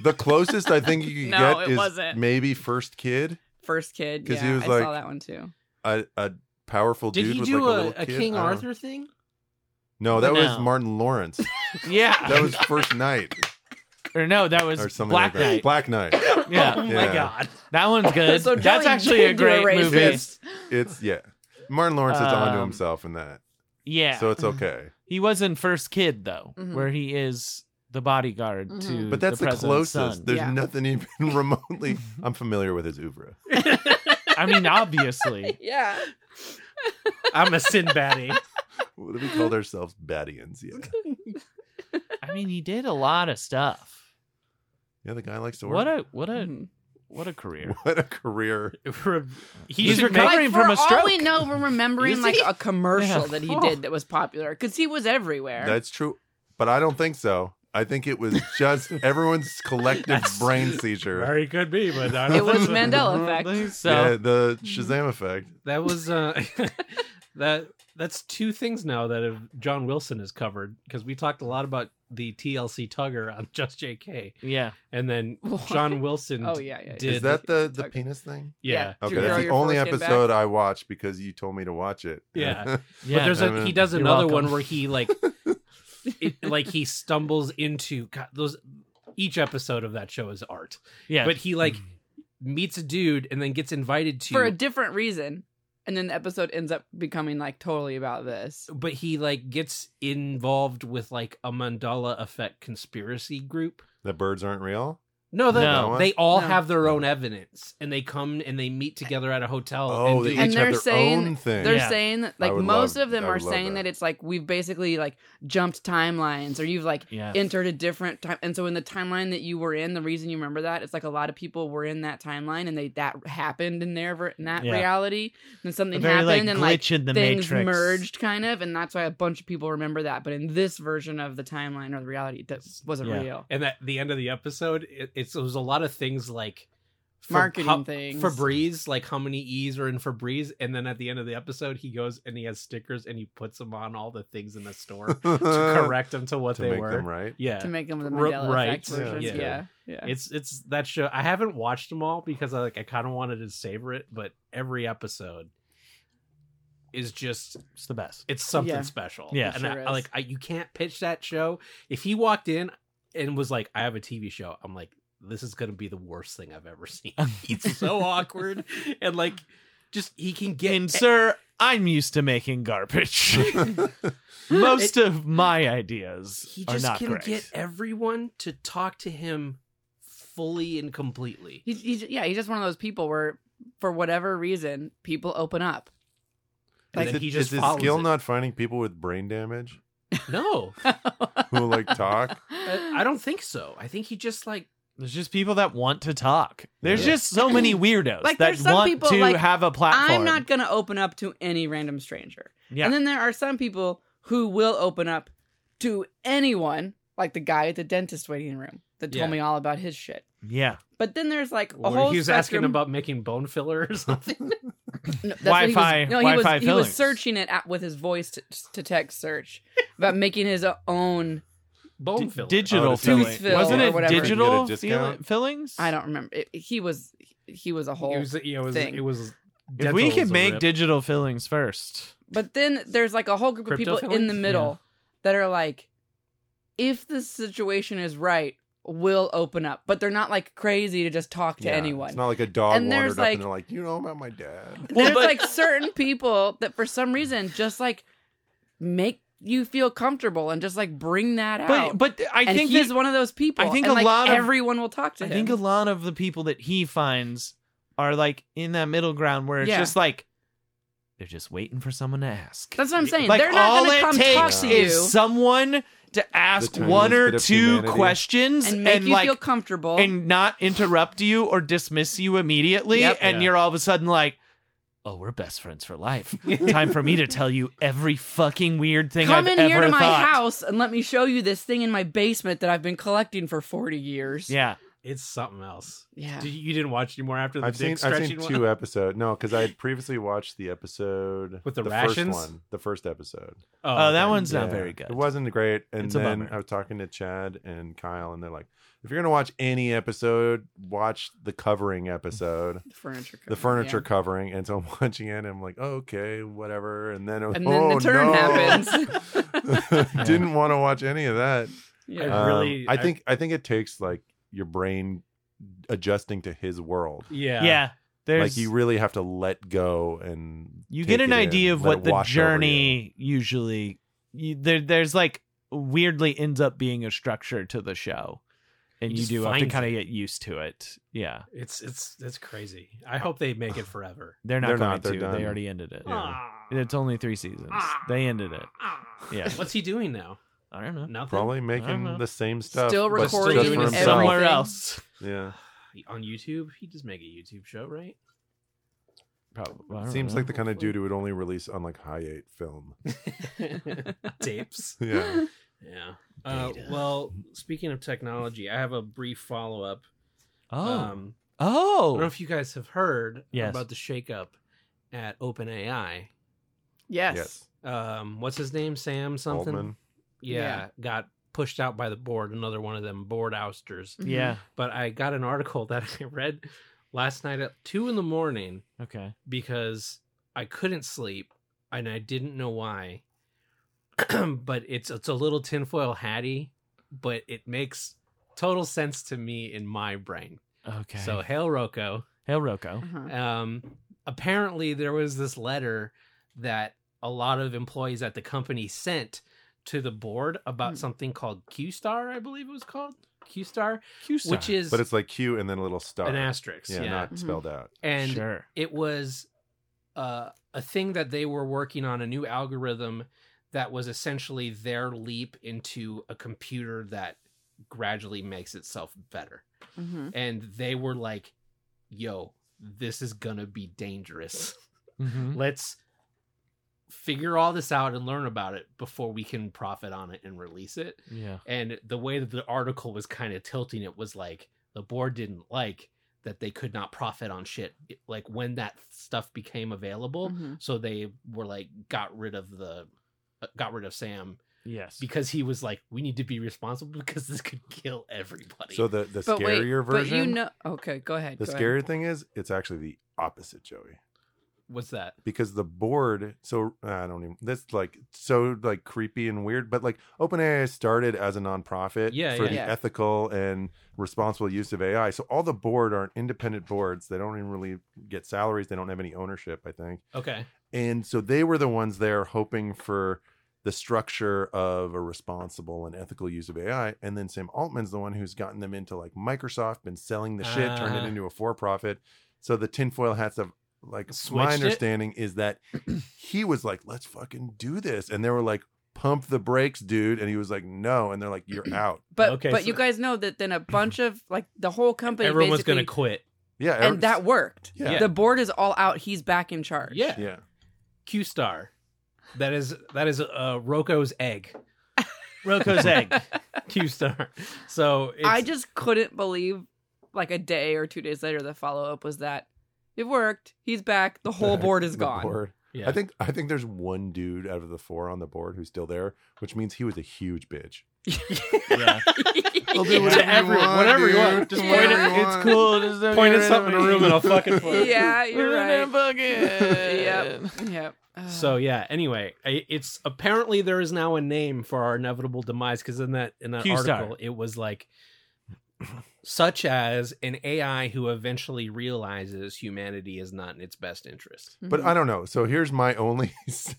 A: the closest I think you could
E: No,
A: get
E: it
A: is
E: wasn't.
A: maybe first kid,
E: first kid.
A: 'Cause
E: Yeah,
A: he was
E: I
A: like-
E: saw that one too.
A: a, a powerful
D: Did
A: dude
D: he
A: with
D: do
A: like a,
D: a,
A: little
D: a
A: kid.
D: King
A: I don't know.
D: Arthur thing?
A: No, that was
C: No.
A: Martin Lawrence.
C: Yeah,
A: That was first night
C: or no, that was
A: or something
C: Black
A: like that.
C: Knight.
A: Black Knight.
C: Yeah,
D: Oh my
A: Yeah.
D: god.
C: that one's good.
E: So
C: That's
E: Joey
C: actually a
E: did do a
C: great movie.
E: racist.
A: It's it's yeah. Martin Lawrence is onto
C: Um,
A: himself in that,
C: Yeah,
A: so it's okay.
C: he was in First Kid though,
E: Mhm.
C: where he is the bodyguard
E: Mhm.
C: to
A: But that's the,
C: president's
A: closest.
C: son.
A: There's
E: Yeah.
A: nothing even remotely. I'm familiar with his oeuvre.
C: I mean, obviously,
E: Yeah.
D: I'm a Sinbaddy.
A: We called ourselves Badians. Yeah,
C: I mean, he did a lot of stuff.
A: yeah. The guy likes to work.
C: What a what a
E: Mhm.
C: what a career.
A: what a career.
D: he
C: He's
D: should
C: recovered.
D: make,
C: Recovering
E: Like, for
C: from a stroke.
E: all we know, we're remembering
C: Is
E: like
C: he?
E: a commercial
C: Yeah.
E: that he did that was popular because he was everywhere.
A: That's true, but I don't think so. I think it was just everyone's collective
D: That's-
A: brain seizure.
D: Very could be, but I
E: it
D: don't
E: was
D: think so.
E: Mandela
C: I
E: effect.
C: think So
A: yeah, the Shazam effect.
D: That was uh that that's two things now that have John Wilson has covered because we talked a lot about the TLC Tugger on Just JK,
C: yeah.
D: and then
E: What?
D: John Wilson.
E: Oh yeah, yeah. yeah.
D: Did-
A: Is that the the
E: Okay.
A: penis thing?
D: yeah.
E: To
A: Okay,
E: grow
A: that's the
E: your
A: only
E: foreskin back.
A: episode I watched because you told me to watch it.
D: Yeah.
C: Yeah.
D: But there's
A: I
D: a
A: mean-
D: he does
C: You're
D: another
C: welcome.
D: one where he like it, like he stumbles into God, those. Each episode of that show is art,
C: yeah. Mm.
D: but he like meets a dude and then gets invited to
E: For a different reason. And then the episode ends up becoming like totally about this.
D: but he like gets involved with like a mandala effect conspiracy group.
A: the birds aren't real.
D: No, they,
C: No.
D: they all
E: No.
D: have their own evidence, and they come and they meet together at a hotel.
A: Oh,
D: and
A: they
D: do-
A: each
E: And
A: have
E: they're
A: their
E: saying-
A: own thing.
E: They're
C: Yeah.
E: saying that,
A: I
E: like
A: would
E: most
A: love-
E: of them
A: I
E: are
A: would love
E: saying
A: that.
E: that. it's like we've basically like jumped timelines or you've like
C: yeah.
E: entered a different time and so in the timeline that you were in the reason you remember that it's like a lot of people were in that timeline and they that happened in their ver- in that
C: Yeah.
E: reality and then
C: A
E: something
C: very
E: happened
C: like
E: and
C: glitch
E: like
C: in the
E: things
C: matrix.
E: merged kind of and that's why a bunch of people remember that but in this version of the timeline or the reality that wasn't
C: Yeah.
E: real
D: and at the end of the episode, it, it's it was a lot of things like Fa-
E: Marketing
D: how-
E: things.
D: Febreze, like how many E's are in Febreze, and then at the end of the episode, he goes and he has stickers and he puts them on all the things in the store to correct them to what
A: to
D: they
A: make
D: were.
A: them right.
D: Yeah,
E: to make them the
D: Ru-
E: Mandela
D: right.
E: effect versions
A: Yeah.
E: yeah yeah,
D: It's it's that show. I haven't watched them all because I like I kind of wanted to savor it, but every episode is just
C: It's the best.
D: it's something
E: Yeah.
D: special.
C: Yeah.
D: and
E: It
D: I,
E: sure
D: I, like
E: is.
D: I, you can't pitch that show. If he walked in and was like, "I have a TV show," I'm like, "This is gonna be the worst thing I've ever seen." it's so awkward and like just he can get e-,
C: and sir, I'm used to making garbage. Most of my ideas
D: he
C: are
D: just
C: not
D: can
C: great.
D: get everyone to talk to him fully and completely.
E: He's, he's yeah he's just one of those people where for whatever reason people open up
D: And
A: is
D: then
A: it,
D: he just
A: is his
D: follows
A: skill
D: it.
A: not finding people with brain damage
D: No,
A: who like talk?
D: Uh, I I don't think so. I think he just like
C: There's just people that want to talk. There's
A: Yeah.
C: just so many weirdos
E: Like,
C: that
E: there's some
C: want
E: people,
C: to
E: like,
C: have a platform.
E: I'm not going to open up to any random stranger.
C: Yeah.
E: And then there are some people who will open up to anyone, like the guy at the dentist waiting room that told
D: Yeah.
E: me all about his shit.
C: yeah.
E: But then there's like a
D: where
E: whole
D: he was asking
E: spectrum-
D: about making bone filler or something.
E: No, that's what he was-
C: Wi-Fi-
E: no, he was
C: Wi-Fi
E: he was
C: fillings.
E: searching it out with his voice to, to text search about making his own.
D: bone
C: D-
D: filler.
C: digital
A: Oh, the
C: filling.
E: tooth fill
C: Wasn't
E: or
C: it
E: whatever.
C: digital
A: Get a
C: fill-
A: discount?
C: fillings?
E: I don't remember. It- he was he was a whole.
D: It was, yeah, it was,
E: thing.
D: it was
C: If we
D: dental
C: can
D: was a
C: make
D: rip.
C: digital fillings first.
E: But then there's like a whole group of
D: Crypto
E: people in
D: fillings?
E: the middle that are like, if the situation is right, we'll open up. But they're not like crazy to just talk to
A: Yeah,
E: anyone.
A: It's not like a dog
E: And
A: wandered
E: there's,
A: up
E: like-
A: and they're like, you know about my dad.
E: There's
C: but-
E: like certain people that for some reason just like make you feel comfortable and just like bring that
C: But
E: out.
C: but I
E: and
C: think
E: he's
C: that-
E: one of those people.
C: I think
E: and,
C: a
E: like,
C: lot of-
E: everyone will talk to
C: I
E: him.
C: think a lot of the people that he finds are like in that middle ground where it's
E: Yeah.
C: just like they're just waiting for someone to ask.
E: That's what I'm saying.
C: like
E: they're not
C: all
E: going
C: it
E: to come
C: takes
E: talk to
C: is
E: you
C: someone to ask
A: tiniest
C: one or
A: bit of
C: two
A: humanity.
C: questions
E: and make you
C: like
E: feel comfortable.
C: and not interrupt you or dismiss you immediately,
E: Yep.
C: and
D: Yeah.
C: you're all of a sudden like, oh, we're best friends for life. Time for me to tell you every fucking weird thing
E: Come
C: I've
E: in
C: ever
E: here to my
C: thought.
E: house and let me show you this thing in my basement that I've been collecting for 40 years.
C: Yeah,
D: It's something else.
E: Yeah.
D: Did, you didn't watch anymore after the
A: I've seen
D: dick
A: I've
D: stretching
A: seen two episodes. No, because I had previously watched the episode
D: With the
A: first
D: rations?
A: one, the first episode.
C: Oh, that one's not
A: Yeah.
C: very good.
A: It wasn't great. And
C: It's a
A: then
C: bummer.
A: I was talking to Chad and Kyle, and they're like, "If you're gonna watch any episode, watch the covering episode,
E: The furniture.
A: the furniture covering." And so I'm watching it, and I'm like, oh, "Okay, whatever." And then it was,
E: And then the
A: "Oh,
E: turn
A: no."
E: happens.
A: Didn't want to watch any of that.
E: Yeah.
D: I
E: Yeah.
A: Um,
D: really-
A: I
D: I-
A: think I think it takes like your brain adjusting to his world.
D: Yeah.
C: yeah. There's
A: like you really have to let go and
C: you
A: take
C: get an
A: it in,
C: idea of
A: let it
C: what the
A: wash over you.
C: journey usually you, there there's like weirdly ends up being a structure to the show and
D: You
C: you,
D: just
C: do have to
D: find
C: kind of
D: it.
C: get used to it yeah
D: It's it's it's crazy. I hope they make it forever.
C: they're not
A: They're
C: going
A: not, they're
C: to
A: done.
C: they already ended it
A: Yeah.
D: Ah.
C: it's only three seasons they ended it yeah
D: What's he doing now?
C: i don't know
D: Nothing.
A: probably making
C: know.
A: the same stuff
E: Uh-huh. Still
A: but just
E: recording
A: for
E: doing
A: himself.
C: somewhere
E: everything.
C: else
A: yeah
D: on YouTube. He just make a YouTube show, right?
C: probably I don't
A: seems
C: know.
A: like the kind of
E: Hopefully.
A: dude who would only release on like high eight film
D: Tapes.
A: yeah
D: Yeah. Uh,
C: Data.
D: well, speaking of technology, I have a brief follow up.
C: oh
D: Um, I don't know
C: oh
D: if you guys have heard
C: Yes.
D: about the shakeup at OpenAI.
E: Yes.
D: Um, what's his name? Sam something.
A: Altman.
D: Yeah,
E: Yeah.
D: got pushed out by the board. Another one of them board ousters.
E: Mhm.
C: yeah
D: But I got an article that I read last night at two in the morning
C: okay
D: because I couldn't sleep and I didn't know why. but it's it's a little tinfoil hatty, but it makes total sense to me in my brain.
C: okay
D: So hail Rocco.
C: hail rocco
E: Uh-huh.
D: Um, apparently there was this letter that a lot of employees at the company sent to the board about
E: Hmm.
D: something called Q Star, I believe it was called Q Star,
C: Q-star.
D: which is
A: but it's like q and then a little star
D: an asterisk.
A: yeah,
D: Yeah,
A: not
E: Mhm.
A: spelled out
D: and
C: sure
D: it was uh, a thing that they were working on a new algorithm that was essentially their leap into a computer that gradually makes itself better
E: Mhm.
D: and they were like yo this is gonna be dangerous
C: Mhm.
D: let's figure all this out and learn about it before we can profit on it and release it
C: yeah
D: and the way that the article was kind of tilting it was like the board didn't like that they could not profit on shit it- like when that stuff became available
E: Mhm.
D: so they were like got rid of the uh, got rid of sam
C: yes
D: because he was like we need to be responsible because this could kill everybody
A: so the the
E: But wait,
A: scarier
E: but
A: version
E: you know, okay, go ahead.
A: the
E: go
A: scarier thing is it's actually the opposite joey
D: what's that
A: because the board so uh, i don't even that's like so like creepy and weird but like openai started as a nonprofit
D: Yeah,
A: for
D: yeah.
A: the
E: Yeah.
A: ethical and responsible use of ai so all the board are independent boards they don't even really get salaries they don't have any ownership i think
D: okay
A: and so they were the ones there hoping for the structure of a responsible and ethical use of AI. And then Sam Altman's the one who's gotten them into like Microsoft, been selling the shit, turned
D: Uh-huh.
A: it into a for profit. So the tinfoil hats have like
D: Switched
A: my
D: it?
A: understanding is that he was like, let's fucking do this. And they were like, pump the brakes, dude. And he was like, no. And they're like, you're out.
E: But
D: Okay,
E: but
D: so-
E: you guys know that then a bunch of like the whole company
D: everyone was
E: basically-
D: gonna quit
A: Yeah.
E: and that worked.
A: yeah.
D: Yeah.
E: The board is all out. He's back in charge.
D: yeah,
A: yeah.
D: q star that is that is uh rocco's egg
C: Rocco's egg.
D: q star so it's,
E: I just couldn't believe, like a day or two days later, the follow up was that it worked. He's back. The whole board is
A: The
E: gone.
A: board.
D: yeah.
A: I think I think there's one dude out of the four on the board who's still there, which means he was a huge bitch.
C: Yeah.
A: I'll do
D: whatever you want, dude.
E: Just point it-
A: whatever you
C: It's
A: want.
C: cool. Just don't
D: Point
C: get
D: at
C: rid
D: something
C: of
D: in a
C: me.
D: room and I'll fucking point.
E: yeah, you're right.
C: Yep.
E: Yep. Yep. Ugh.
D: So yeah. Anyway, I- it's apparently there is now a name for our inevitable demise because in that in that
C: Q-star.
D: article it was like such as an AI who eventually realizes humanity is not in its best interest.
A: But
E: Mm-hmm.
A: I don't know. So here's my only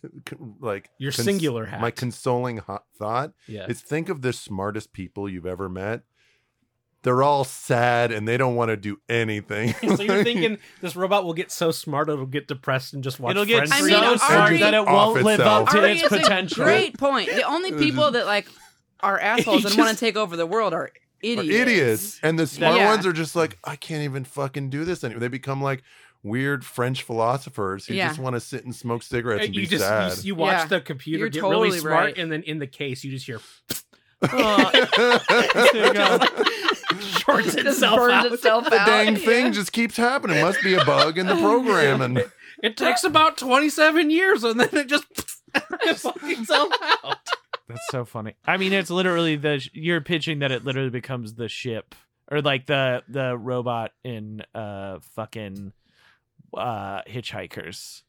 A: like
D: Your
A: cons-
D: singular hat.
A: My consoling ho- thought
D: yeah.
A: is think of the smartest people you've ever met. They're all sad and they don't want to do anything.
D: so you're thinking this robot will get so smart it'll get depressed and just watch
C: It'll get
D: Friends
E: I
C: so
E: mean,
A: Ari-
C: smart that it
A: Off
C: won't live up
A: itself.
C: to
E: Ari
C: its
E: is a
C: potential.
E: Great point. The only
A: It was
E: people
A: just-
E: that like are assholes and
D: just-
E: want to take over the world are
A: Or
E: idiots.
A: idiots. And the smart
E: Yeah.
A: ones are just like, I can't even fucking do this anymore. They become like weird French philosophers who
E: Yeah.
A: just want to sit and smoke cigarettes and
D: you
A: be
D: just you
A: sad.
D: s- you, watch
E: Yeah.
D: the computer
E: You're
D: get
E: totally
D: really smart,
E: right.
D: and then in the case you just hear
C: Oh, there you go.
D: shorts
E: Just
D: itself
E: burns
D: out.
E: itself
A: the
E: out.
A: dang
E: yeah.
A: thing just keeps happening. Must be a bug in the program. And
D: It takes about twenty seven years, and then it just it fucking itself out.
C: That's so funny. I mean, it's literally the sh- you're pitching that it literally becomes the ship or like the the robot in uh fucking uh hitchhikers.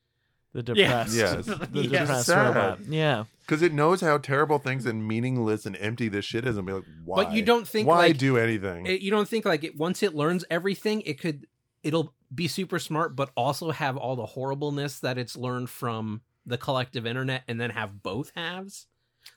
C: The depressed,
A: Yes.
C: the
D: Yes.
C: depressed
A: Sad.
C: robot. Yeah,
A: because it knows how terrible things and meaningless and empty this shit is, and be like, why?
D: But you don't think
A: why
D: like
A: do anything?
D: it, you don't think like it once it learns everything, it could it'll be super smart, but also have all the horribleness that it's learned from the collective internet, and then have both halves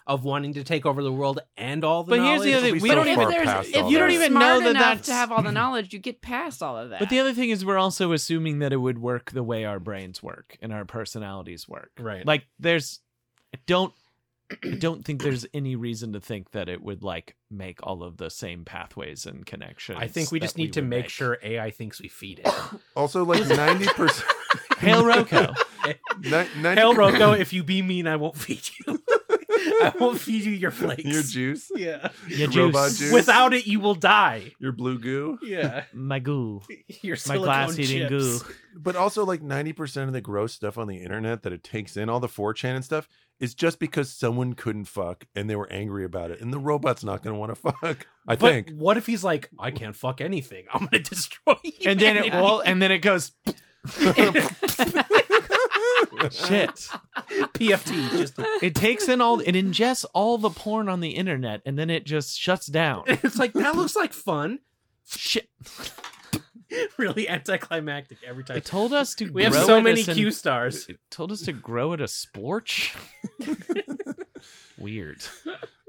D: of wanting to take over the world and all the.
C: But here's the
D: knowledge.
C: other-
A: It'll be
C: we
A: so
C: don't
E: if
C: even-
A: far
E: there's
A: past
E: if
A: all
E: you
C: You don't
E: don't
A: that.
E: even
C: even
E: smart
C: know that
E: enough
C: that's-
E: to have all the knowledge, you get past all of that.
C: but the other thing is we're also assuming that it would work the way our brains work and our personalities work.
D: Right.
C: Like, there's, I don't, I don't think there's any reason to think that it would like make all of the same pathways and connections.
D: I think we
C: that
D: just need to
C: would
D: make sure AI thinks we feed it.
A: also like ninety percent.
C: Hail Roko.
D: Hell, Rocco, if you be mean, I won't feed you. I won't feed you your flakes.
A: Your juice,
D: yeah.
C: Your
A: Robot
C: juice.
A: juice.
D: Without it, you will die.
A: your blue goo.
D: Yeah.
C: my goo,
D: Your
C: my
D: silicone
C: glass eating
D: chips.
C: goo.
A: But also, like 90% of the gross stuff on the internet that it takes in, all the 4chan and stuff, is just because someone couldn't fuck and they were angry about it. And the robot's not going to want to fuck, I
D: But
A: think.
D: what if he's like, I can't fuck anything. I'm gonna destroy you.
C: and then it well, and then it goes shit.
D: PFT just
C: It takes in all, it ingests all the porn on the internet, and then it just shuts down.
D: it's like that looks like fun.
C: Shit!
D: Really anticlimactic every time.
C: It told us to.
D: We have
C: grow
D: so
C: at
D: many
C: a cen-
D: Q stars.
C: It told us to grow at a splorch. Weird.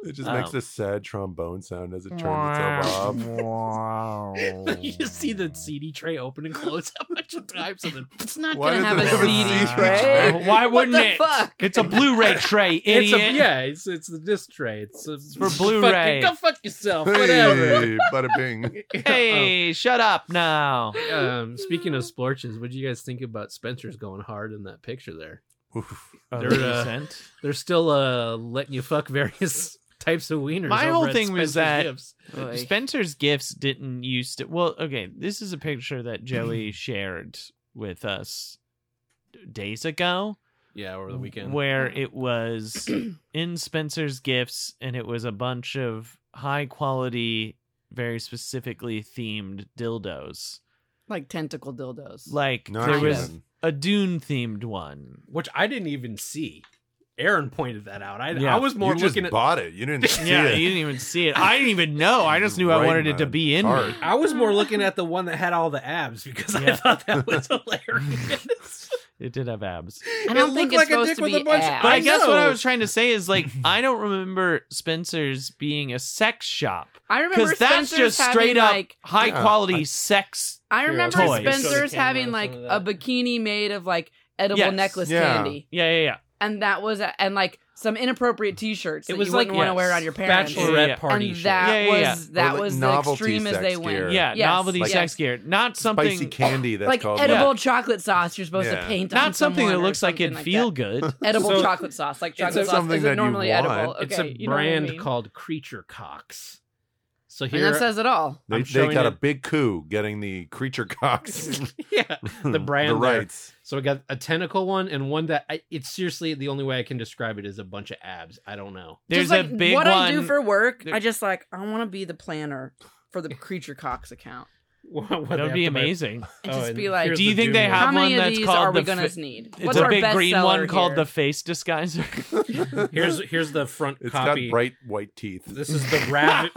A: It just makes
C: Oh.
A: this sad trombone sound as it turns itself off.
D: you just see the CD tray open and close a bunch of times, and then
E: it's not
A: Why
E: going to
A: does
E: have
A: it
E: a
A: have a
E: CD
A: CD
E: tray.
A: tray?
C: Why wouldn't
E: the
C: it?
E: fuck?
C: It's a Blu-ray tray, idiot.
D: It's a, yeah, it's it's the disc tray. It's, a,
C: for Blu-ray.
D: fucking- Go fuck yourself. Whatever.
A: Hey, bada bing.
C: Hey, shut up now.
D: Um, um, speaking of splorches, what do you guys think about Spencer's going hard in that picture there?
A: Oof.
D: They're,
C: Thirty
D: uh,
C: cent.
D: They're still uh letting you fuck various types of wieners.
C: My
D: over
C: whole
D: at
C: thing was
D: Spencer's
C: that-
D: Gifts.
E: Oy.
C: Spencer's gifts didn't used to. Well, okay, this is a picture that Joey shared with us days ago,
D: yeah, over the weekend.
C: where it was in Spencer's gifts, and it was a bunch of high quality, very specifically themed dildos.
E: Like tentacle dildos.
C: Like
A: Not
C: there
E: Kind
C: was
A: even.
C: a Dune themed one.
D: which I didn't even see. Aaron pointed that out. I,
C: Yeah.
D: I was more
A: you just
D: looking at
A: bought it. You didn't see
C: Yeah,
A: it.
C: you didn't even see it. I didn't even know. I just knew I
A: Right,
C: wanted it to
A: man.
C: be in
A: Art.
C: me.
D: I was more looking at the one that had all the abs because I
C: Yeah.
D: thought that was hilarious.
C: It did have abs.
E: I don't think it's supposed to be abs.
C: But I,
E: I
C: guess what I was trying to say is like I don't remember Spencer's being a sex shop
E: I remember
C: because that's
E: Spencer's
C: just straight
E: having,
C: up
E: like
C: high
A: Yeah,
C: quality
A: I-
C: sex.
E: I
D: Here, I'll
E: remember
C: show the- show the
E: Spencer's
D: camera
E: having
D: some
E: like
D: of that.
E: a bikini made of like edible
C: Yes.
E: necklace
A: Yeah.
E: candy,
C: Yeah, yeah, yeah.
E: and that was a, and like some inappropriate T-shirts
D: It
E: that
D: was
E: you
D: like,
E: wouldn't want to
C: yes,
E: wear on your parents.
C: bachelorette
D: bachelorette party.
E: and that
C: Yeah, yeah, yeah.
E: was that
A: Or, like,
E: was the
A: novelty
E: extreme as
A: sex
E: they
A: gear.
E: went.
C: Yeah,
E: Yes,
C: novelty
E: yes.
C: sex gear, not something
A: Spicy candy. That's
E: like
A: called
E: edible chocolate sauce you're supposed
A: Yeah.
E: to paint on
C: not something
E: someone
C: that
E: or
C: looks like it'd
E: something
C: feel
E: that.
C: good.
E: edible
D: So-
E: chocolate sauce like chocolate
D: a-
E: sauce
A: something
E: isn't
A: that you
E: normally
A: want.
E: edible okay
D: it's a
E: you know what I
D: brand
E: mean?
D: called Creature Cocks. So
E: and
D: here,
E: that says it all
A: They,
D: I'm
A: they
D: showing
A: got a
D: it.
A: big coup getting the creature cocks.
D: yeah, the brand
A: the
D: there.
A: rights.
D: So we got a tentacle one and one that I, it's seriously the only way I can describe it is a bunch of abs. I don't know.
C: There's
E: just like
C: a big
E: what
C: one.
E: I do for work
C: There-
E: I just like I want to be the planner for the creature cox account
D: What- what
C: that
D: they
C: would
D: have
C: be
D: to buy. Oh,
C: amazing.
E: and just
D: and
E: be like
D: here's
C: Do you
D: the
C: think they
D: Doom
C: have
E: how many
C: one
E: of
C: that's
E: these
C: called
E: are we
C: the
E: gonna
C: fi-
E: need
C: It's
E: what's
C: a
E: our
C: big
E: best
C: green
E: seller
C: one called
E: here?
C: the face disguiser.
D: one. Here's here's the front
A: It's
D: copy.
A: got bright white teeth.
D: This is the rav-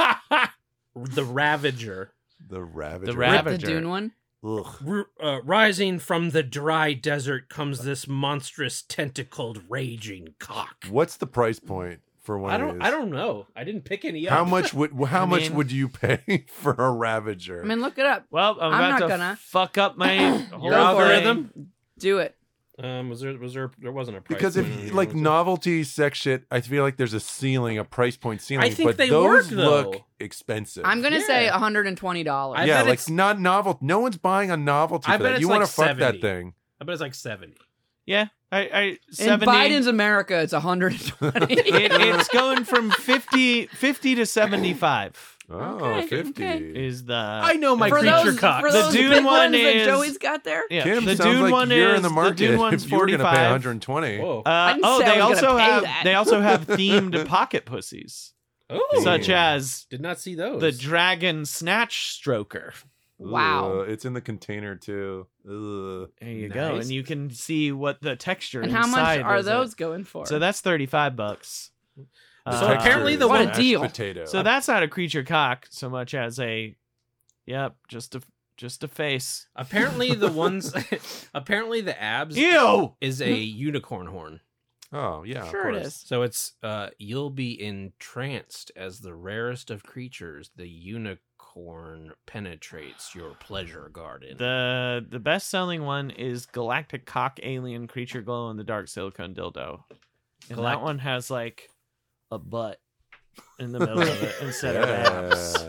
D: the Ravager
A: The Ravager.
C: The
E: Rip
C: Rav-
E: the
C: Ravager.
E: Dune one
A: Ugh.
D: R- uh, rising from the dry desert comes this monstrous tentacled raging cock.
A: What's the price point for one
D: I
A: of
D: don't
A: these?
D: I don't know. I didn't pick any up.
A: How much would how
C: I
A: much
C: mean-
A: would you pay for a Ravager?
E: I mean look it up
C: Well, I'm,
E: I'm
C: about
E: not
C: to
E: gonna.
C: fuck up my
E: Go
C: whole
D: Your
E: for it.
D: algorithm?
E: do it
B: Um, was there was there there wasn't a price
A: Because if
B: point on here,
A: like
B: was there?
A: novelty sex shit, I feel like there's a ceiling, a price point ceiling.
B: I think
A: but
B: they
A: those
B: work, though.
A: look expensive.
E: I'm gonna say
B: Yeah.
E: $120.
B: I
A: yeah,
B: bet
A: like
B: it's-
A: not novel. No one's buying a novelty.
D: I
A: for
D: bet
A: that.
D: it's
A: you want
D: like
A: to fuck that
D: 70.
A: thing.
D: I bet it's like seventy.
C: Yeah, I, I
E: In
C: 70.
E: Biden's America, it's 120.
C: it, it's going from 50, 50 to 75
A: Oh,
E: Okay,
A: 50.
C: is the
D: I know my
E: for
D: creature
E: those,
D: cock.
E: for
C: The
E: those
C: Dune one
E: big ones that
C: is-
E: Joey's got there.
C: yeah,
A: Kim,
C: the
A: sounds
C: Dune
A: like
C: one
A: you're
C: is
A: in the market.
C: Dune one's
A: if you were
C: 45.
A: going to pay 120,
B: Whoa.
C: Uh,
E: didn't
C: oh,
E: say I
C: they
E: was gonna
C: also
E: pay
C: have
E: that.
C: they also have themed pocket pussies
B: oh,
C: such as
B: did not see those.
C: the dragon snatch stroker.
E: Wow.
A: Ugh, it's in the container too. Ugh.
C: There you go,
B: Nice.
C: and you can see what the texture
E: And how much
C: inside
E: are
C: is.
E: those going for?
C: So that's thirty five bucks. Uh,
B: So apparently the
E: What a
B: one-
E: deal.
A: Potato.
C: so that's not a creature cock so much as a, yep, just a just a face.
B: apparently
D: Apparently the ones apparently the abs
C: Ew.
D: is a unicorn horn.
A: Oh yeah,
E: sure
A: of
E: it
A: course.
E: is.
D: So it's uh you'll be entranced as the rarest of creatures, the unicorn penetrates your pleasure garden.
C: The the best selling one is Galactic Cock Alien Creature Glow in the Dark Silicone Dildo. And that
D: Galact-
C: one has like a butt in the middle of it instead of abs.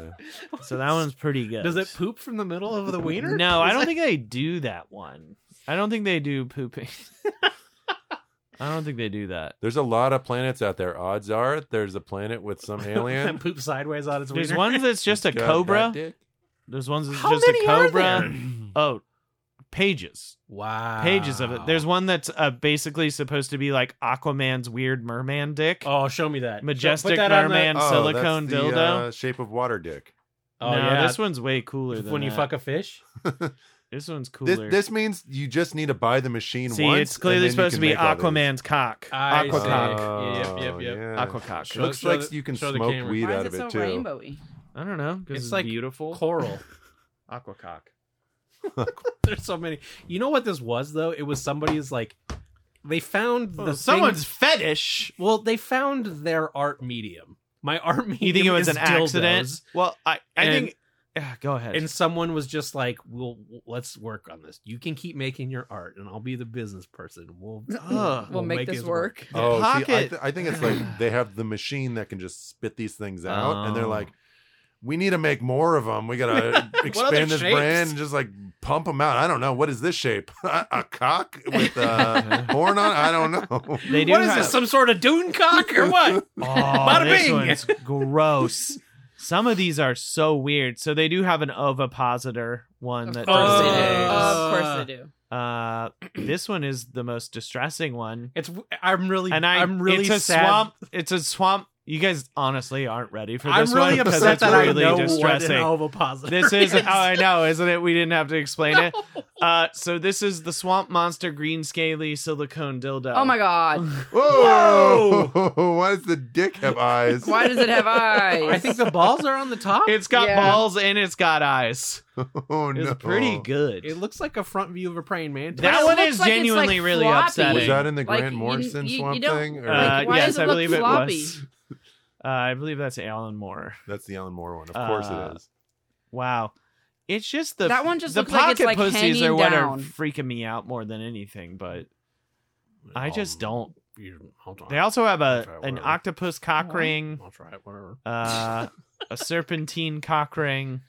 C: So that one's pretty good.
D: Does it poop from the middle of the wiener?
C: No, I
D: Is
C: don't
D: that-
C: think they do that one. I don't think they do pooping. I don't think they do that.
A: There's a lot of planets out there. Odds are there's a planet with some alien.
D: that poop sideways on its
C: There's
D: wiener.
C: one that's just a
A: Got that
C: cobra.
A: dick.
C: There's ones that's
D: How
C: just a
D: many are
C: cobra. Oh, pages.
D: Wow.
C: pages of it. There's one that's uh, basically supposed to be like Aquaman's weird merman dick,
B: oh, show me that
C: majestic
B: Put that on the-
C: merman
A: Oh,
C: silicone
A: that's the,
C: dildo.
A: uh, shape of water dick.
B: oh
C: no,
B: yeah,
C: this one's way cooler than
B: when you
C: that.
B: fuck a fish.
C: This one's
A: This,
C: cooler.
A: this means you just need to buy the machine
C: See,
A: once.
C: it's clearly supposed to be Aquaman's cock.
B: I
C: Aqua
B: see.
C: cock.
B: Yep,
C: Oh,
B: yep, yep.
A: yeah.
C: Aqua cock.
B: Show-
A: Looks
B: show
A: like
B: the-
A: you can
B: show the
A: smoke
B: camera.
A: weed
E: Why
A: out of
E: is it
A: it too.
E: so rainbowy?
C: I don't know. 'cause
D: It's
C: It's,
D: like
C: beautiful.
D: coral.
C: Aqua cock.
D: There's so many. You know what this was though? It was somebody's like they found the thing-
C: Oh, someone's fetish.
D: well, they found their art medium. My art medium
C: You think it was
D: is
C: an accident?
D: dildos.
C: Well, I, I
D: And-
C: think. Yeah, go ahead.
D: And someone was just like, "Well, let's work on this. You can keep making your art, and I'll be the business person. We'll
C: Ugh.
E: We'll make this
D: it
E: work.
A: Oh, see, I,
C: pocket-
A: th- I think it's like they have the machine that can just spit these things out, and they're
C: Oh.
A: like, "We need to make more of them. We gotta
D: other
A: expand this
D: shapes?
A: brand and just like pump them out." I don't know what is this shape? a cock with a horn on? it? I don't know.
C: they do
D: What is
C: have,
D: this? Some sort of dune cock or what?
C: Oh,
D: Bada
C: this
D: bing!
C: one's gross. Some of these are so weird. So they do have an ovipositor one
E: Of
C: that
E: course
C: does
E: they do.
C: the
E: Of course they do.
C: eggs. Uh, this one is the most distressing one,
D: It's. I'm really.
C: and I,
D: am really
C: it's a
D: sad.
C: swamp. It's a swamp. You guys honestly aren't ready for
D: I'm
C: this
D: really
C: one because
D: upset
C: it's
D: that
C: really
D: I know
C: distressing.
D: what an ovipositor
C: this is,
D: is.
C: oh, I know, isn't it? We didn't have to explain it. Uh, so this is the swamp monster green scaly silicone dildo.
E: Oh my god.
A: Whoa! Why does the dick have eyes?
E: Why does it have eyes?
D: I think the balls are on the top.
C: It's got
E: Yeah.
C: balls and it's got eyes.
A: Oh no!
C: It's pretty good.
D: It looks like a front view of a praying mantis.
C: That
E: it
C: one is
E: looks like it's, like,
C: genuinely really
E: floppy.
C: upsetting.
A: Was that in the
E: Like,
A: Grant
E: you-
A: Morrison
E: you- you
A: swamp
E: don't-
A: thing? Or
C: Uh,
E: why
C: yes,
E: does it
C: I
E: look
C: believe
E: floppy?
C: it was. Uh, I believe that's Alan Moore.
A: that's the Alan Moore one. Of course
C: Uh,
A: it is.
C: Wow, it's just the
E: That one just
C: the
E: looks like
C: pocket
E: it's, like,
C: pussies
E: hanging
C: are what
E: down.
C: are freaking me out more than anything. But I
D: Um,
C: just don't.
D: you- hold on.
C: They also have
D: Okay,
C: a an
D: whatever.
C: octopus cock
E: What?
C: ring,
D: I'll try it. Whatever.
C: uh, a serpentine cock ring.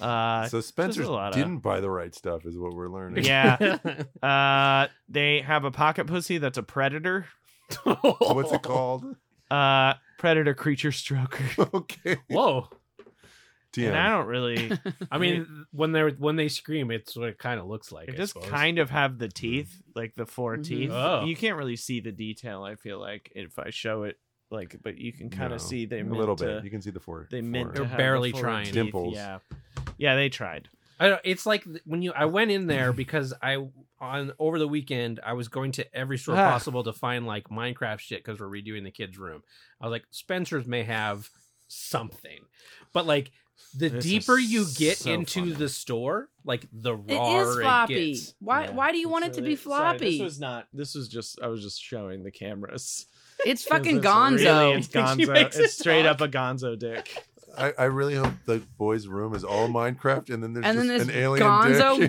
C: Uh,
A: so Spencer
C: there's a lot of-
A: didn't buy the right stuff, is what we're learning.
C: yeah, uh, they have a pocket pussy that's a predator.
A: What's it called?
C: Uh, predator creature stroker.
A: okay.
D: Whoa.
A: TM.
C: And I don't really.
D: I mean, when they are when they scream, it's what it kind of looks like.
C: It
D: I
C: does
D: suppose.
C: kind of have the teeth, like the 4
E: Mhm.
C: teeth.
D: Oh.
C: You can't really see the detail. I feel like if I show it, like, but you can kind
A: No.
C: of see they
A: a
C: meant
A: little
C: to,
A: bit. You can see the four.
C: They
A: four.
C: meant to
D: They're
C: have
D: barely
C: the four
D: trying.
C: teeth,
A: Dimples.
C: Yeah, yeah, they tried.
D: I don't, it's like th- when you I went in there because I on over the weekend I was going to every store
C: Ah.
D: possible to find like Minecraft shit because we're redoing the kids' room. I was like, Spencer's may have something, but like the
C: This is
D: deeper you get
C: so
D: into
C: funny.
D: the store, like the
E: it
D: rawer
E: is floppy.
D: gets.
E: why
C: Yeah,
E: why do you
C: it's
E: want it to
C: really-
E: be floppy?
C: Sorry, this was not. This was just. I was just showing the cameras.
E: It's fucking
C: This is
E: gonzo.
C: really- it's
D: She
C: gonzo.
D: makes
C: It's
D: it
C: straight
D: talk.
C: up a gonzo dick.
A: I, I really hope the boys' room is all Minecraft, and then there's
E: and
A: just
E: then this
A: an alien
E: Gonzo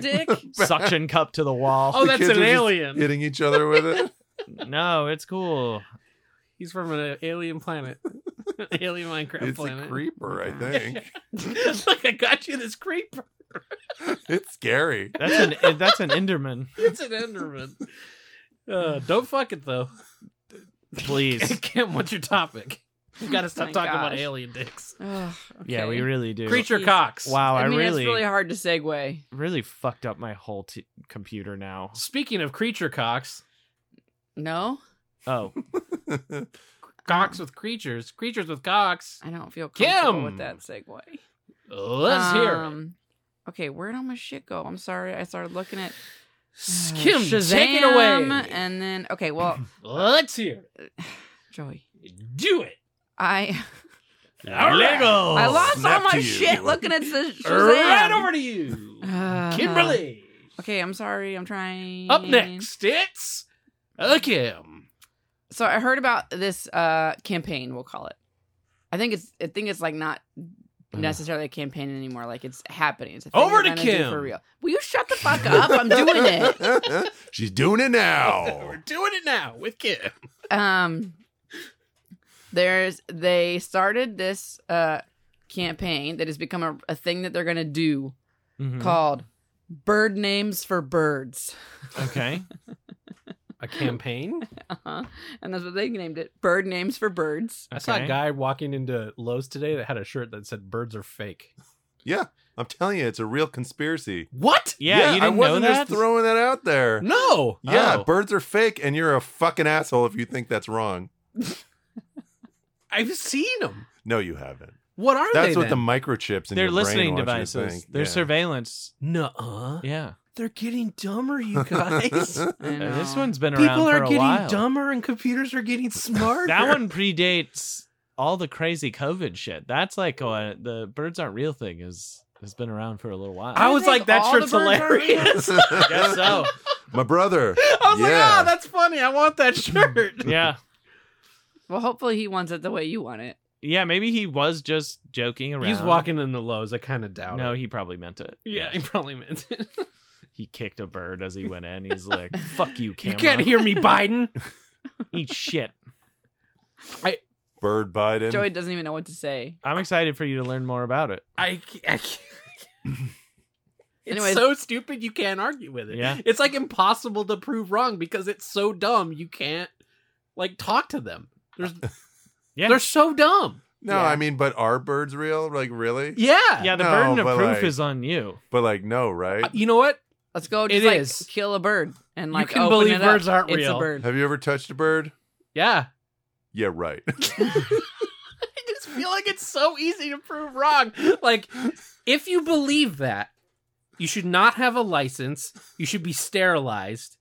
A: dick
E: dick.
C: Suction cup to the wall.
B: Oh,
A: The
B: that's
A: kids
B: an
A: are just
B: alien.
A: hitting each other with it.
C: No, it's cool.
D: He's from an alien planet, alien Minecraft
A: it's a
D: planet.
A: creeper, I think.
D: Look, I got you this creeper.
A: it's scary.
C: That's an that's an Enderman.
D: It's an Enderman. Uh, don't fuck it though.
C: Please.
D: Kim, what's your topic? You got to stop
E: My
D: talking about
E: gosh.
D: alien dicks.
E: Ugh,
C: Yeah,
E: okay.
C: we really do.
D: Creature
E: Yeah.
D: cocks.
C: Wow, I,
E: I mean,
C: really,
E: it's really hard to segue.
C: really fucked up my whole t- computer now.
D: Speaking of creature cocks,
E: No,
C: Oh,
D: cocks with creatures, creatures with cocks.
E: I don't feel comfortable
D: Kim!
E: with that segue.
D: Let's hear it.
E: Um, Okay, where'd all my shit go? I'm sorry. I started looking at uh,
D: Kim, take it away.
E: Shazam, and then okay, well,
D: Let's hear
E: Joey,
D: it. Do it.
E: I
D: All right.
E: I lost all
A: snap to
E: my
A: you.
E: shit looking at the Shazam.
D: Right over to you,
E: Uh,
D: Kimberly.
E: Okay, I'm sorry. I'm trying.
D: Up next, it's uh, Kim.
E: So I heard about this uh campaign. We'll call it. I think it's. I think it's like not necessarily a campaign anymore. Like it's happening. It's a thing
D: Over
E: they're
D: to
E: gonna do
D: Kim.
E: for real. Will you shut the fuck up? I'm doing it.
A: She's doing it now.
D: We're doing it now with Kim.
E: um there's they started this uh campaign that has become a, a thing that they're gonna do
D: Hmm. Mm-hmm.
C: Mhm.
E: called bird names for birds
C: okay.
D: A campaign.
E: uh-huh. and that's what they named it bird names for birds
D: I saw
C: Okay.
D: a guy walking into Lowe's today that had a shirt that said "Birds are fake."
A: Yeah, I'm telling you, it's a real conspiracy.
D: What?
C: Yeah, you didn't
A: I wasn't
C: know that.
A: just throwing that out there.
D: No.
A: Yeah,
D: Oh.
A: birds are fake, and you're a fucking asshole if you think that's wrong.
D: I've seen them.
A: No, you haven't.
D: What are
A: That's
D: they?
A: what the
D: then?
A: microchips in
C: They're
A: your brain
C: listening
A: want you to
C: devices.
A: think.
C: They're
A: Yeah.
C: surveillance.
D: Nuh-uh.
C: Yeah.
D: They're getting dumber, you guys.
E: I
C: Uh, This
E: know.
C: one's been around
D: People
C: for
D: are
C: a
D: getting
C: while.
D: dumber, and computers are getting smarter.
C: That one predates all the crazy COVID shit. That's like uh, the birds aren't real thing is has been around for a little while.
D: I
E: You
D: was
E: think
D: like, that
E: all the
D: shirt's
E: birds are real?
D: hilarious.
C: guess so.
A: My brother.
D: I was like,
A: Yeah.
D: ah, that's funny. I want that shirt.
C: Yeah.
E: well hopefully he wants it the way you want it
C: Yeah, maybe he was just joking around.
D: He's walking in the Lowe's. I kind of doubt
C: No,
D: it.
C: he probably meant it.
D: yeah, he probably meant it.
C: He kicked a bird as he went in. He's like, fuck you,
D: You
C: camera.
D: can't hear me, Biden.
C: Eat shit.
A: Bird Biden.
E: joey doesn't even know what to say
C: I'm excited for you to learn more about it.
D: I, c- I c- It's
E: Anyways.
D: so stupid you can't argue with it.
C: Yeah.
D: It's like impossible to prove wrong because it's so dumb you can't like talk to them. There's
C: Yeah.
D: They're so dumb.
A: no,
E: Yeah.
A: I mean, but are birds real? Like, really?
D: Yeah.
C: Yeah, the
A: No,
C: burden
A: but
C: of proof
A: like-
C: is on you.
A: But like, no, right?
D: Uh, You know what?
E: let's go
D: It
E: just like
D: is.
E: kill a bird and
D: You
E: like
D: can
E: open
D: believe
E: it up.
D: birds aren't
E: it's
D: real.
E: a bird
A: Have you ever touched a bird?
D: Yeah.
A: Yeah, right.
D: I just feel like it's so easy to prove wrong. Like, if you believe that, you should not have a license. You should be sterilized.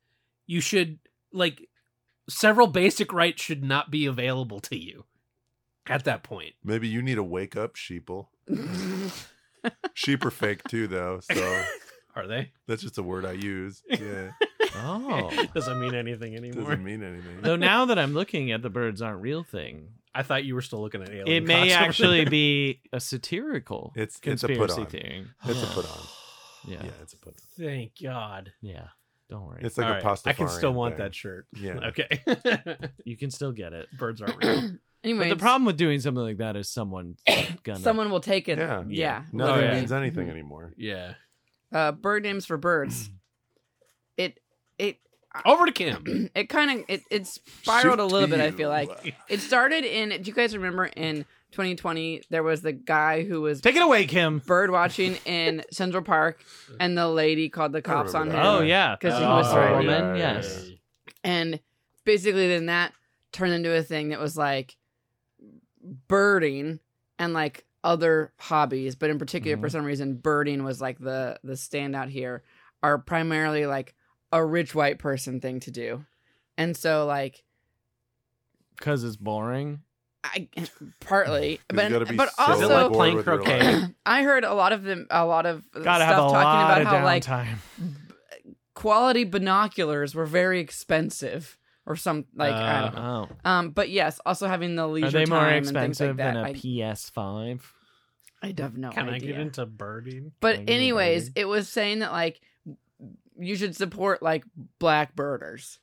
D: You should, like, several basic rights should not be available to you at that point.
A: Maybe you need to wake up, sheeple. Sheep are fake too, though. So
D: Are they?
A: that's just a word I use. Yeah,
C: Oh.
D: Doesn't mean anything anymore.
A: doesn't mean anything.
C: Though now that I'm looking at the birds aren't real thing,
D: I thought you were still looking at alien.
C: it may
D: costumes.
C: actually be a satirical
A: It's it's a put
C: conspiracy
A: on.
C: theory.
A: It's a put on.
C: Yeah.
A: Yeah,
C: yeah.
A: it's a put. on.
D: Thank God.
C: Don't worry.
A: It's like
D: All
A: a
D: right,
A: pasta.
D: I can still want that shirt.
A: Yeah.
D: Okay.
C: you can still get it.
D: Birds aren't real.
E: anyway
C: But the problem with doing something like that is someone gonna
E: someone will take it
A: Yeah.
E: yeah,
A: No,
D: Oh,
A: it
D: yeah.
A: means anything anymore.
D: Yeah.
E: uh, bird names for birds. It it
D: Over to Kim.
E: it kind of it, it spiraled a
A: Shoot
E: little bit. I
A: you.
E: feel like it started in. Do you guys remember in 2020 there was the guy who was
C: Take it away, Kim.
E: bird watching in Central Park, and the lady called the cops on him,
A: remember
C: Oh yeah.
E: 'Cause
C: that
E: he was
C: awful
E: a
A: yeah,
C: woman.
A: yeah,
C: yes.
A: yeah.
E: and basically then that turned into a thing that was like birding and like other hobbies, but in particular for some reason birding was like the the standout here are primarily like a rich white person thing to do. And so like
C: Because it's boring.
E: I partly,
A: But,
E: but but
D: Is it like
E: also
D: playing croquet?
E: I heard a lot of them, a lot of
C: Gotta
E: stuff
C: have a
E: talking
C: lot
E: about
C: of
E: how like
C: downtime.
E: quality binoculars were very expensive or some like I don't know.
C: oh.
E: Um, but yes, also having the leisure
C: Are they
E: time
C: more
E: and things like
C: expensive
E: that.
C: than a
E: I-
C: PS5?
E: I have no
B: Can
E: idea.
B: I get into birding?
E: But
B: Can I get into
E: anyways,
B: birding?
E: it was saying that like you should support like black birders.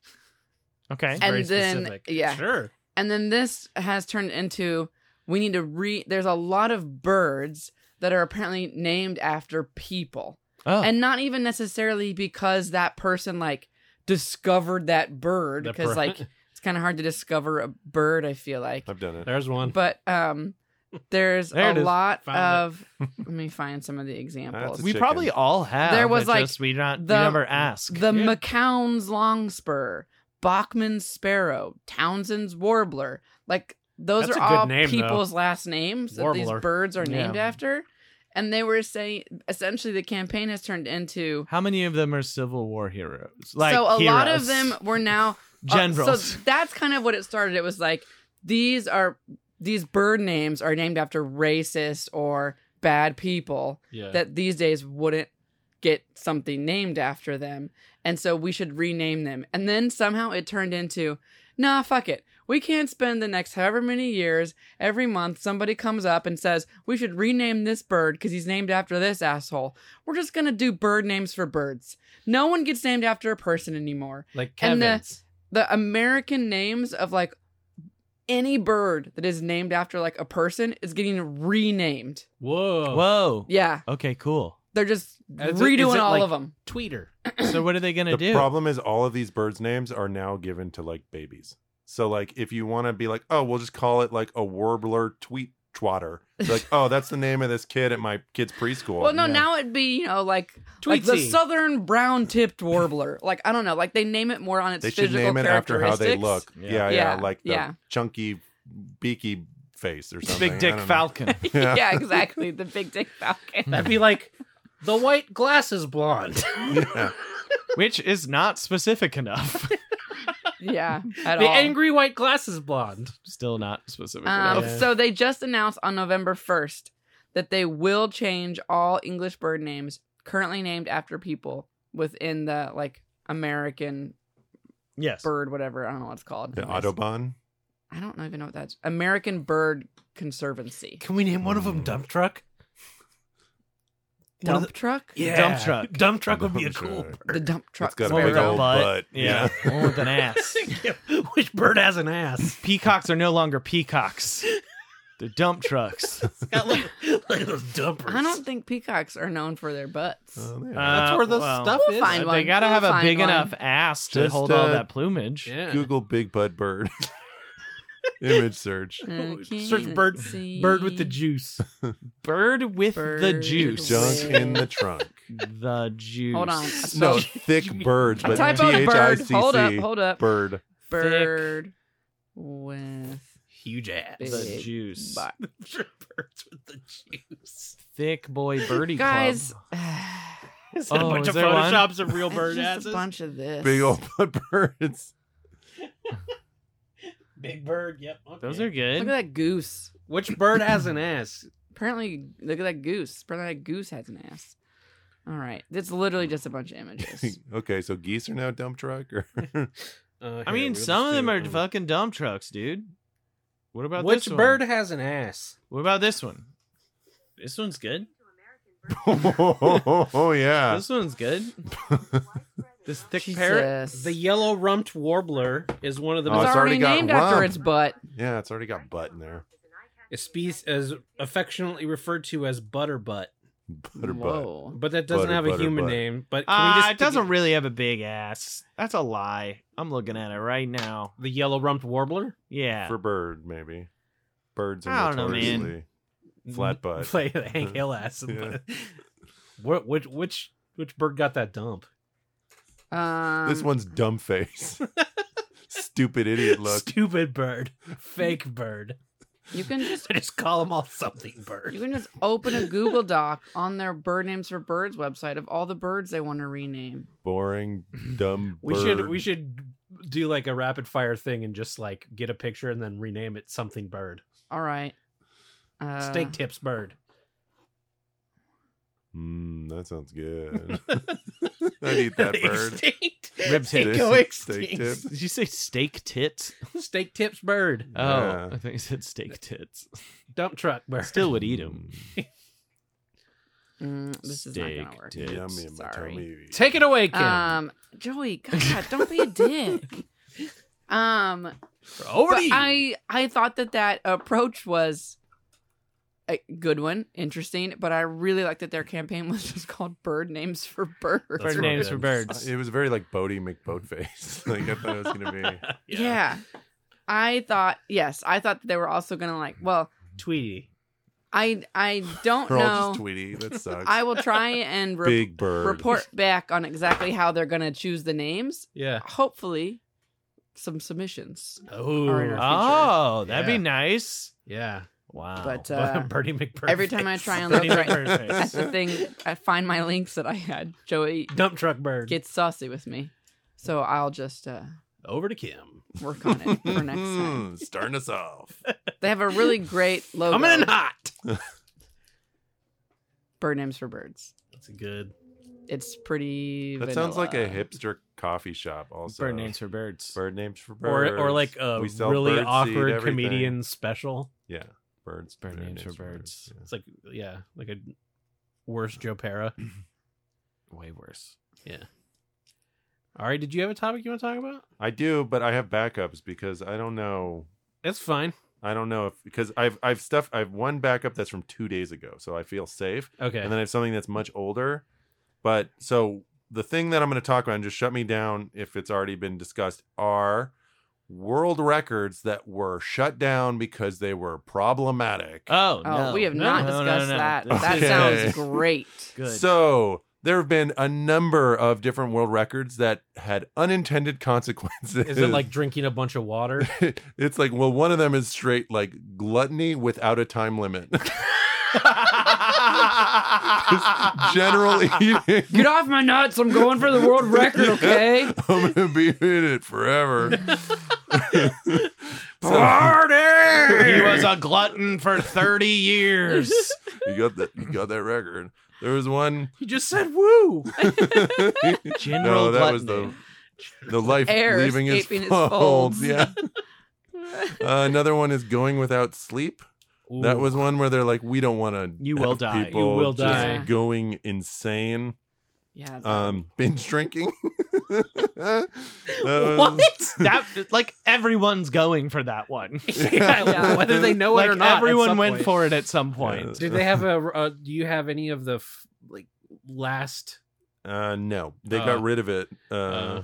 C: Okay.
E: and
D: Very
E: then-
D: specific.
E: yeah.
D: sure.
E: And then this has turned into we need to re there's a lot of birds that are apparently named after people.
C: Oh.
E: And not even necessarily because that person like discovered that bird
D: The
E: because
D: per-
E: like it's kind of hard to discover a bird, I feel like.
A: I've done it.
D: there's one.
E: But um there's
C: There it
E: a
C: is.
E: lot
D: Found
E: of let me find some of the examples.
C: we
A: chicken.
C: probably all have.
E: There was,
C: but
E: like,
C: just we not we
E: the-
C: never ask.
E: The
B: Yeah.
E: McCown's Longspur, Bachman's Sparrow, Townsend's Warbler. Like those
D: That's
E: are
D: a good
E: all
D: name, though.
E: people's last names that
D: Warbler.
E: these birds are
C: Yeah.
E: named after. And they were saying essentially the campaign has turned into
C: How many of them are Civil War heroes? Like
E: so a lot
C: heroes.
E: of them were now uh,
C: generals.
E: so that's kind of what it started. It was like these are these bird names are named after racist or bad people
D: yeah.
E: that these days wouldn't get something named after them. And so we should rename them. And then somehow it turned into, nah, fuck it. We can't spend the next however many years, every month, somebody comes up and says, we should rename this bird because he's named after this asshole. We're just going to do bird names for birds. No one gets named after a person anymore.
D: like
E: and the-
D: Kevin's.
E: The American names of like any bird that is named after like a person is getting renamed.
D: Whoa.
A: Oh.
C: Whoa.
E: Yeah.
C: Okay. Cool.
E: They're just
D: Is it-
E: redoing
D: is it
E: all
D: like-
E: of them.
D: Tweeter.
C: So what are they gonna
A: the
C: do?
A: problem is all of these birds' names are now given to like babies. So like if you want to be like, oh, we'll just call it like a warbler tweet twatter. It's like, oh, that's the name of this kid at my kid's preschool.
E: Well, no,
C: yeah.
E: now it'd be you know like like the
D: Tweety.
E: southern brown-tipped warbler. Like I don't know, like they name it more on its
A: they should
E: physical
A: name it after how they
E: characteristics.
A: look. Yeah, yeah,
E: Yeah,
A: like the
E: yeah.
A: chunky, beaky face or something.
C: Big
A: I
C: Dick
A: don't know.
C: Falcon.
E: Yeah.
A: Yeah.
E: exactly. The big dick falcon.
D: That'd be like the white glasses blonde.
A: Yeah.
C: which is not specific enough.
E: yeah, at
D: the
E: all.
D: angry white glasses blonde.
C: Still not specific
E: Um,
C: enough.
D: Yeah.
E: So they just announced on November first that they will change all English bird names currently named after people within the like American
C: Yes.
E: bird, whatever I don't know what it's called.
A: The Autobahn.
E: I don't even know what that's American Bird Conservancy.
D: Can we name one of them dump truck? One of
E: Dump truck.
D: the- yeah.
C: Dump truck.
D: Dump truck would be a
A: Dump
D: cool
A: truck.
E: The
D: bird.
E: dump truck.
A: It's got a
C: One
A: big
C: with a
A: old
C: butt.
A: butt.
C: Yeah.
A: Yeah.
C: One with an ass.
D: Which bird has an ass?
C: Peacocks are no longer peacocks. They're dump trucks.
D: It's got like, like those dumpers.
E: I don't think peacocks are known for their butts.
D: Uh,
A: Oh, there.
D: That's where the stuff
E: We'll
D: is.
E: find
C: Uh, They
E: one.
C: gotta
E: We'll
C: have a
E: find
C: big
E: one.
C: enough ass to
A: Just,
C: hold all
A: uh,
C: that plumage.
D: Yeah.
A: Google big butt bird. Image search.
E: I
D: Search
E: can't
D: bird-
E: see.
D: Bird with the juice.
C: Bird with the
E: Bird
C: juice.
A: Junk in the trunk.
C: The juice.
E: Hold on.
A: No,
E: So-
A: thick birds,
E: I
A: but
E: type
A: T
E: out
A: H I
E: bird.
A: C
E: Hold up,
A: C
E: hold up.
A: bird.
E: Bird with
D: Huge ass.
C: The
E: Big
C: juice.
E: butt.
D: Birds with the juice.
C: Thick boy birdie
E: Guys,
C: club.
D: Is that
C: Oh,
D: a bunch
C: is
D: of
C: there one?
D: photoshops of real
E: it's
D: bird
E: just
D: asses?
E: a bunch of this.
A: Big old butt birds.
D: Big bird. Yep.
C: Those are
E: Look at
C: good.
E: that goose.
D: Which bird has an ass?
E: Apparently, look at that goose. Apparently, that goose has an ass. All right, it's literally just a bunch of images.
A: okay, so geese are now dump truck or
D: Uh,
C: I
D: here,
C: mean,
D: we'll
C: some of
D: just
C: them
D: do
C: are
D: it.
C: fucking dump trucks, dude. What about
D: Which
C: this one?
D: bird has an ass?
C: What about this one? This one's good.
A: oh, yeah.
C: This one's good. This thick parrot.
E: Jesus.
D: The yellow rumped warbler is one of the
A: Oh,
E: it's
A: it's
D: most
E: already
A: already got
E: named after
A: rump.
E: its butt.
A: Yeah, it's already got butt in there.
D: a species as affectionately referred to as butterbutt,
A: Butter butt.
E: Whoa.
D: but that doesn't
A: Butter,
D: have a
A: butter,
D: human
A: butt.
D: name. But can
C: Ah,
D: we just
C: it doesn't really have a big ass. That's a lie. I'm looking at it right now.
D: The yellow rumped warbler.
C: Yeah.
A: For bird, maybe. Birds
C: I
A: are
C: don't know, man.
A: notoriously flat butt.
D: Play the Hank Hill ass.
A: Yeah.
D: What? Which? Which? Which bird got that dump?
E: Um,
A: This one's dumb face. Stupid idiot look.
D: Stupid bird. Fake bird.
E: You can just
D: I just call them all something
E: You
D: bird.
E: can just open a Google Doc on their Bird Names for Birds website of all the birds they want to rename.
A: Boring, dumb
D: We
A: bird.
D: should. We should do like a rapid fire thing and just like get a picture and then rename it something bird.
E: All right. Uh,
D: Steak tips bird.
A: Mm, that sounds good. I'd eat that bird.
D: Extinct.
C: Rib
D: They
C: tips.
D: go
A: Steak
D: extinct.
A: tip.
C: Did you say steak tits?
D: Steak tips bird.
C: Oh,
A: Yeah.
C: I think you said steak tits.
D: Dump truck bird.
C: Still would eat them.
E: Mm, this is not gonna
C: Steak
E: work.
C: tits.
A: Mm, Yummy in my
E: Sorry.
A: tummy.
D: Take it away, Kim.
E: Um, Joey, God, don't be a dick. Um,
D: Over
E: but
D: to you.
E: I I thought that that approach was a good one, interesting, but I really liked that their campaign was just called "Bird Names for Birds."
D: That's
C: Bird
D: right.
C: names for birds.
A: Uh, It was very like Bodie McBoatface. like I thought it was gonna be.
E: yeah. I thought yes, I thought that they were also gonna like. Well,
B: Tweety.
E: I I don't
A: We're all just
E: know.
A: Tweety. That sucks.
E: I will try and re-
A: Big Bird.
E: report back on exactly how they're gonna choose the names.
B: Yeah.
E: Hopefully, some submissions.
D: Oh,
E: Or-
C: Oh, that'd
D: Yeah.
C: be nice.
D: yeah.
C: Wow.
E: But, uh,
D: Bernie McBurn.
E: every time I try and
C: Pretty
E: look right-
C: perfect.
E: That's the thing. I find my links that I had. Joey
D: dump truck bird.
E: gets saucy with me, so I'll just uh,
D: Over to Kim.
E: work on it for next time.
A: Mm, Starting us off.
E: They have a really great logo.
D: Coming in hot.
E: Bird names for birds.
D: That's a good.
E: It's pretty.
A: That sounds like a
E: vanilla.
A: hipster coffee shop. Also,
C: Bird names for birds.
A: Bird names for birds.
D: Or, or like a
A: We sell
D: really
A: bird seed,
D: awkward
A: everything.
D: comedian special.
A: Yeah, birds.
C: Bird names for birds.
A: yeah.
D: It's like, yeah, like a worse Joe Para.
C: Way worse.
D: All right, did you have a topic you want to talk about?
A: I do, but I have backups because I don't know.
D: That's fine.
A: I don't know if because I've I've stuff I've one backup that's from two days ago, so I feel safe.
D: Okay.
A: And then I have something that's much older. But so the thing that I'm going to talk about, and just shut me down if it's already been discussed, are world records that were shut down because they were problematic.
C: Oh,
E: Oh,
C: no.
E: we have
C: No,
E: not
C: no, no,
E: discussed
C: no.
E: that.
C: This
E: That
C: is
A: Okay.
E: sounds great.
C: good.
A: So there have been a number of different world records that had unintended consequences.
D: Is it like drinking a bunch of water?
A: it's like well, one of them is straight like gluttony without a time limit. General eating.
E: Get off my nuts! I'm going for the world record. Okay.
A: I'm gonna be in it forever. So,
C: Party! He was a glutton for 30 years.
A: you got that. You got that record. There was one.
D: you just said woo.
C: General
A: no, that was the
C: gluttony.
A: the life
E: Air
A: leaving his
E: escaping his
A: folds.
E: folds.
A: Yeah. Uh, another one is going without sleep. That
D: Ooh.
A: was one where they're like, we don't want to.
C: You will die. You
A: People
D: will
A: just
E: die. Yeah.
A: Going insane.
E: yeah.
A: Um, binge drinking. That
E: What?
A: was-
C: That, like, everyone's going for that one.
D: yeah,
E: Yeah.
D: Whether they know it
C: like,
D: or not, at
C: everyone
D: some
C: went
D: point.
C: for it at some point.
D: Did they have a? Uh, do you have any of the f- like last?
A: Uh, no, they
D: Uh,
A: got rid of it. Uh,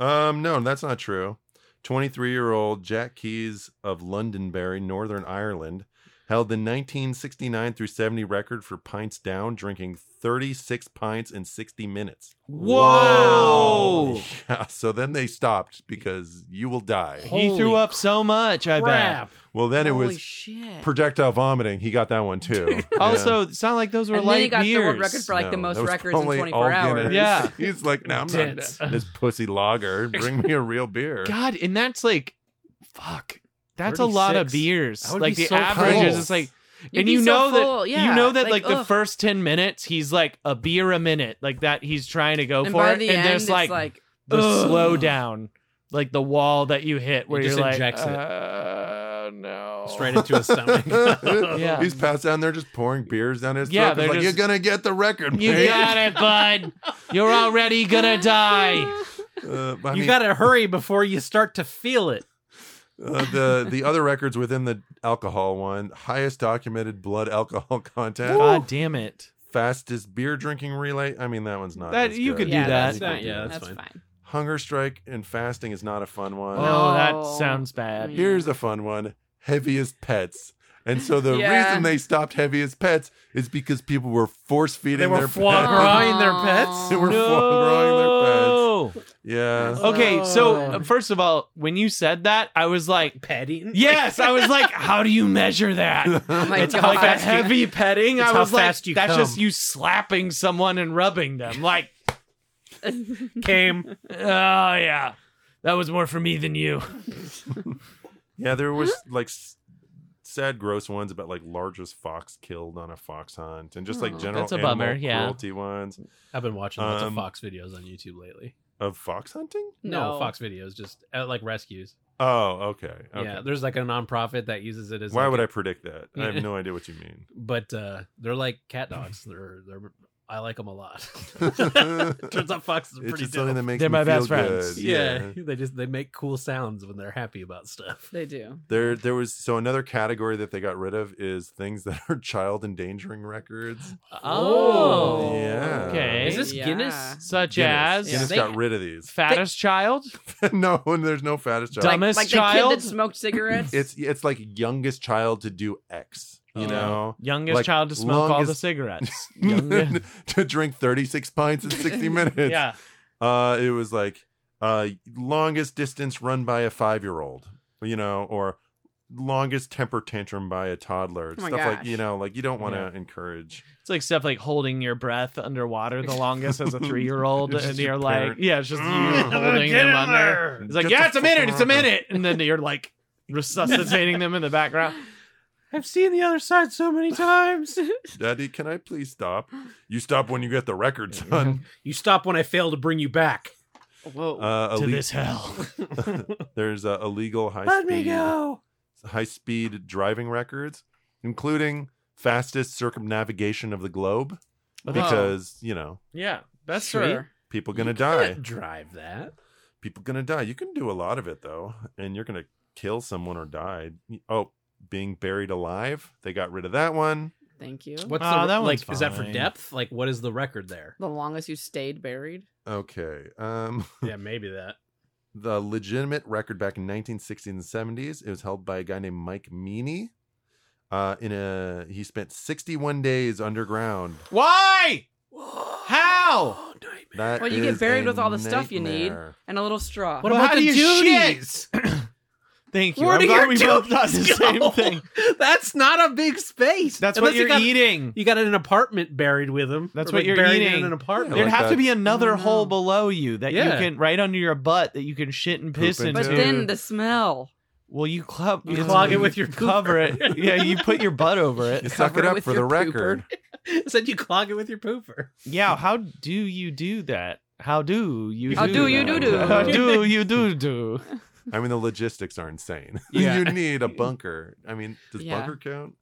A: um, no, that's not true. 23 year old Jack Keys of Londonderry, Northern Ireland, held the 1969 through 70 record for pints down, drinking 36 pints in 60 minutes.
C: Whoa!
A: Yeah, so then they stopped because you will die.
C: He threw
D: Holy
C: up so much, I bet.
D: crap.
A: Well, then it
E: Holy
A: was
E: shit.
A: projectile vomiting. He got that one too. Yeah.
C: Also, it's not like those were
E: and
C: light
E: then he got
C: beers.
E: the world record for like the
A: No,
E: most
A: that was
E: records in
A: only
E: 24
A: all
E: hours.
A: Guinness.
C: Yeah.
A: he's like, no, I'm
D: Intense.
A: not this pussy lager. Bring me a real beer.
C: God, and that's like, fuck, that's a lot of
D: 36.
C: beers.
D: I would
C: Like
D: be
C: the
D: so
C: average
A: full.
C: is just like,
E: You'd
C: and
E: be
C: you
E: so
C: know
E: full,
C: that
E: yeah.
C: you know that like, the
E: ugh.
C: first ten minutes he's like a beer a minute, like that he's trying to go
E: and
C: for
E: by
C: it,
E: the
C: and
E: end,
C: there's
E: it's
C: like,
E: like,
C: the
E: ugh.
C: slow down, like the wall that you hit where
D: He just
C: you're like,
D: injects it.
C: uh, no,
D: Straight into his stomach.
C: Yeah.
A: He's passed down there just pouring beers down his
C: Yeah,
A: throat. It's
C: they're
A: like,
C: just-
A: you're going to get the record,
C: You
A: mate."
C: got it, bud. You're already gonna die.
A: Uh, but I
D: you
A: mean,
D: got to hurry before you start to feel it.
A: uh, the, the other records within the alcohol one highest documented blood alcohol content,
C: God damn it.
A: fastest beer drinking relay. I mean, that one's not.
C: That-
A: as
C: you
A: good.
C: could do
E: Yeah,
C: that.
A: You
E: that's
A: could
E: fine.
A: do
D: Yeah,
A: that.
D: that's
E: that's
D: fine.
E: fine.
A: Hunger strike and fasting is not a fun one.
C: Oh,
E: No.
C: that sounds bad.
E: Yeah.
A: Here's a fun one heaviest pets. And so the
E: Yeah.
A: reason they stopped heaviest pets is because people were force feeding
D: They were
A: their
D: foie
A: pets.
D: gras in their pets.
A: They were foie
C: No.
A: Yeah.
C: Okay, so
D: Oh.
C: uh, first of all, when you said that, I was like,
D: Petting.
C: yes, I was like, how do you measure that?
E: Oh my
C: It's
E: god.
C: like a heavy petting.
D: It's
C: I
D: how
C: was like,
D: fast you
C: that's
D: come.
C: just you slapping someone and rubbing them. Like,
D: Came.
C: oh yeah, that was more for me than you.
A: Yeah, there was like s- sad, gross ones about like largest fox killed on a fox hunt, and just like
E: Oh,
A: general
C: that's a
A: animal
C: bummer, yeah.
A: cruelty ones
D: I've been watching lots
A: Um,
D: of Fox videos on YouTube lately.
A: of fox hunting.
E: no,
D: Fox videos, just uh, like rescues.
A: Oh, okay. okay.
D: Yeah, there's like a nonprofit that uses it as.
A: Why
D: like
A: would
D: a-
A: I predict that? I have no idea what you mean.
D: But uh, they're like cat dogs. They're they're. I like them a lot. Turns out foxes are
A: It's
D: pretty.
A: just something
D: dope.
A: that makes
C: They're
A: me
C: my
A: feel
C: best friends.
A: good.
D: yeah. they just they make cool sounds when they're happy about stuff.
E: They do.
A: There, there was so another category that they got rid of is things that are child endangering records.
C: Oh.
A: Yeah.
C: Okay.
D: Is this
E: Yeah.
D: Guinness?
C: Such
A: Guinness.
C: as
A: Guinness
D: Yeah.
A: got rid of these.
C: fattest child.
A: no, and there's no fattest child.
C: Dumb- Dumbest
E: like, like
C: child?
E: the kid that smoked cigarettes.
A: It's it's like youngest child to do X. You
D: Oh.
A: know,
C: Youngest
A: Like,
C: child to smoke all the
A: longest-
C: cigarettes. Young-
A: to drink 36 pints in 60 minutes.
C: yeah.
A: Uh, it was like uh, longest distance run by a five year old, you know, or longest temper tantrum by a toddler.
E: Oh my
A: stuff like,
E: gosh.
A: you know, like you don't want to encourage.
C: It's like stuff like holding your breath underwater the longest as a three year old,
A: It's just
C: and you're
A: your
C: like,
A: parent.
C: yeah, it's just you
A: Mm.
C: holding
D: Get
C: them
D: in
C: on there.
D: there.
C: It's like,
A: Get
C: yeah,
A: the
C: it's a minute,
A: fuck
C: it's a
A: around here.
C: minute, and then you're like resuscitating them in the background. I've seen the other side so many times.
A: Daddy, can I please stop? You stop when you get the record, son.
D: You stop when I fail to bring you back.
E: Whoa.
A: Uh,
C: to
A: ille-
C: this hell,
A: there's uh, illegal high
C: let me
A: speed
C: go.
A: high speed driving records, including fastest circumnavigation of the globe,
C: Oh.
A: because you know
C: Yeah, that's
E: sure.
A: people gonna
D: You
A: die.
D: can't drive that.
A: people gonna die. You can do a lot of it though, and you're gonna kill someone or die. Oh, being buried alive, they got rid of that one.
E: Thank you.
D: What's
C: Ah,
D: the,
C: that
D: like?
C: one's
D: Is that for
C: fine.
D: depth? Like, what is the record there?
E: The longest you stayed buried.
A: Okay, um,
D: yeah, maybe that.
A: the legitimate record back in 1960s and 70s, it was held by a guy named Mike Meany. Uh, in a he spent 61 days underground.
C: Why?
D: Oh,
C: How?
A: That
E: Well, you get
A: is
E: buried
A: a
E: with all the stuff you need.
A: nightmare.
E: And a little straw.
D: What
C: Well,
D: about
C: how
D: the
C: do you shoot
D: duties?
C: Thank you.
D: Where
C: I'm
D: do
C: glad
D: your
C: we both thought the
D: duties
C: same
D: go?
C: thing.
D: That's not a big space.
C: That's
D: Unless
C: what you're
D: you got,
C: eating.
D: You got an apartment buried with them.
C: That's
D: Or
C: what
D: like
C: you're
D: buried
C: eating.
D: in an apartment.
A: Yeah,
C: There'd
A: like
C: have to
A: that.
C: be another
E: Oh, no.
C: hole below you that
D: Yeah.
C: you can right under your butt that you can shit and piss
A: Poop
C: into.
A: into.
E: but then the smell.
C: Well, you club,
D: You clog it with your
C: cover
D: pooper.
C: it. Yeah, you put your butt over
A: You
C: it.
A: suck
E: Cover
A: it
E: it
A: up
E: with
A: for the
E: your pooper.
A: record.
D: Said you clog it with your pooper.
C: Yeah, how do you do that? How do you?
E: How do you
C: that?
E: do do?
C: How do you do do?
A: I mean, the logistics are insane.
C: Yeah.
A: you need a bunker. I mean, does
E: Yeah.
A: bunker count?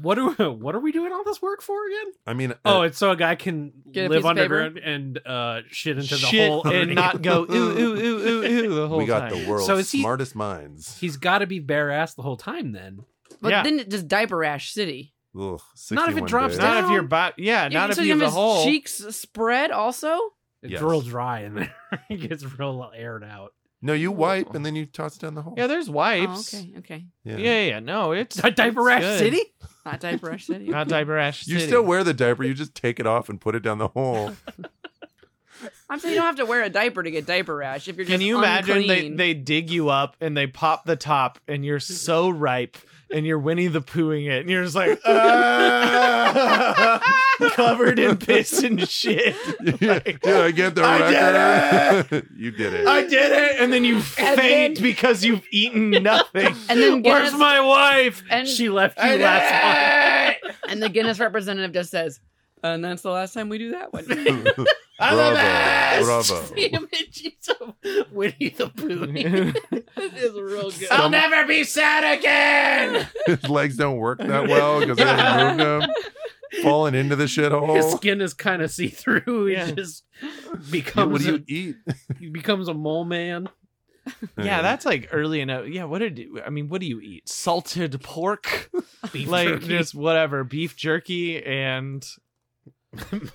D: What are what are we doing all this work for again?
A: I mean,
D: Oh,
A: uh,
D: it's so a guy can
E: Get a
D: live
E: piece of paper?
D: underground and uh, shit into the
C: Shit
D: whole
C: and not go ooh ooh ooh ooh ooh the whole
A: we got
C: time.
A: the world's
D: So is he-
A: smartest minds.
D: He's got to be bare ass the whole time then.
E: But
C: Yeah.
E: then it just diaper ash city.
A: Ugh,
D: Not if it
A: 61
D: drops
A: days.
D: down.
C: Not if your butt. Yeah,
E: Yeah,
C: not
E: so
C: if you have a
E: his
C: hole.
E: cheeks spread also.
D: It's
A: Yes.
D: real dry in there. it gets real aired out.
A: No, you wipe and then you toss it down the hole.
C: Yeah, there's
E: Oh,
C: wipes.
E: okay, okay.
A: Yeah.
C: Yeah, yeah, yeah, no, it's
D: Di- Diaper
C: it's
D: rash
C: good.
D: city.
E: Not diaper ash city.
C: Not diaper rash.
A: You
C: City.
A: still wear the diaper. You just take it off and put it down the hole.
E: I'm saying you don't have to wear a diaper to get diaper rash if you're just
C: Can you imagine they,
E: unclean.
C: they dig you up and they pop the top and you're so ripe and you're Winnie the Poohing it and you're just like
A: Ah!
C: covered in piss and shit.
A: yeah, yeah, I get the
C: I
A: record. you did it.
C: I did it, and then you
E: And
C: faint
E: then-
C: because you've eaten nothing.
E: and then Guinness
D: Where's my wife?
E: and
D: she left you last month.
E: and the Guinness representative just says, "Uh, and that's the last time we do that one.
A: bravo,
C: I love ass.
A: bravo.
D: The images of Winnie the Pooh.
E: it is real good.
A: I'll
C: never be sad again.
A: His legs don't work that well because they didn't move them. Falling into the
D: His
A: shithole.
D: skin is kind of see through. He
C: Yeah.
D: just
A: What
D: becomes
A: do you
D: a,
A: eat?
D: he becomes a mole man.
C: Yeah, that's like early enough. Yeah, what did I mean? What do you eat? Salted pork,
D: Beef
C: like
D: jerky.
C: just whatever, beef jerky, and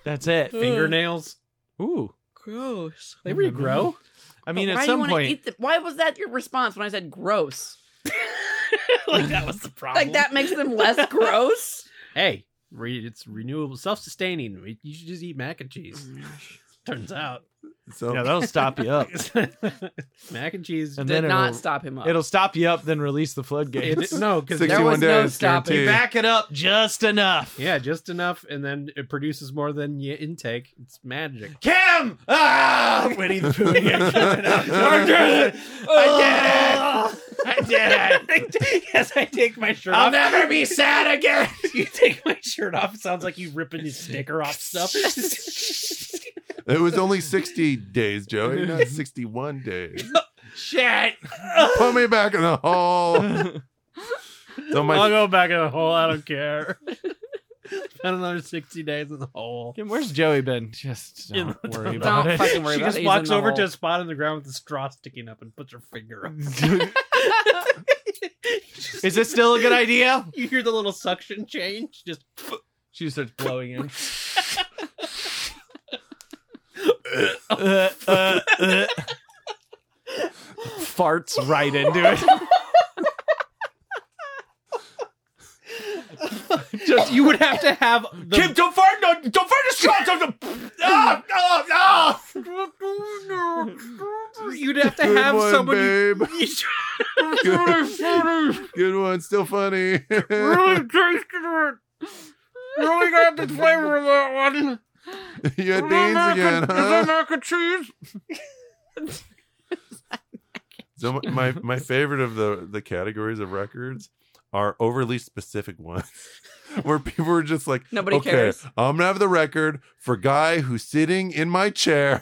C: that's it.
D: fingernails.
C: Ooh,
E: Gross.
D: They regrow.
C: I mean,
E: why
C: at
E: do you
C: some
E: wanna
C: point,
E: eat the, why was that your response when I said gross?
D: like that was the problem.
E: Like that makes them less gross.
D: Hey, re- it's renewable, self-sustaining. We- You should just eat mac and cheese. Turns out,
A: So
C: yeah, that'll stop you up.
D: mac and cheese.
C: And
E: Did
C: then
E: not
C: it'll-
E: stop him up.
C: It'll stop you up, then release the
D: it,
C: floodgates.
D: it- no, because
A: 61
E: was no
A: days
E: stopping
A: guaranteed.
C: Back it up just enough.
D: yeah, just enough, and then it produces more than you intake. It's magic.
C: Kim! Ah! Winnie the Pooh. I did it! I did it!
D: yes, I take my shirt
C: I'll
D: off.
C: never be sad again.
D: you take my shirt off. It sounds like you ripping your sticker off stuff.
A: It was only 60 days, Joey, not 61 days.
F: Shit.
A: Put me back in the hole. So
D: I'll
A: my
D: go back in the hole. I don't care. Spend another sixty days in the hole.
C: And where's Joey been? Just
D: You
C: don't worry
D: don't
C: about
E: Don't
C: it.
E: fucking worry
D: She
E: about
D: just
E: it. He's
D: walks
E: in the
D: over to
E: hole.
D: a spot in the ground with the straw sticking up and puts her finger up.
C: Is this still a good idea?
D: You hear the little suction change, just
C: She starts
D: blowing in.
C: uh, uh, uh. farts right into it.
D: Just you would have to have the
C: don't fart! No, don't fart! Just
A: Ah, ah, ah.
D: you'd have to
A: Good
D: have
A: one,
D: someone you-
A: babe.
D: you
A: Good, good one. Still funny.
D: really got the flavor of that one.
A: you had beans again, huh?
D: mac and cheese?
A: So my- my my favorite of the the categories of records are overly specific ones, where people are just like,
E: Nobody
A: okay,
E: cares.
A: I'm gonna have the record for guy who's sitting in my chair,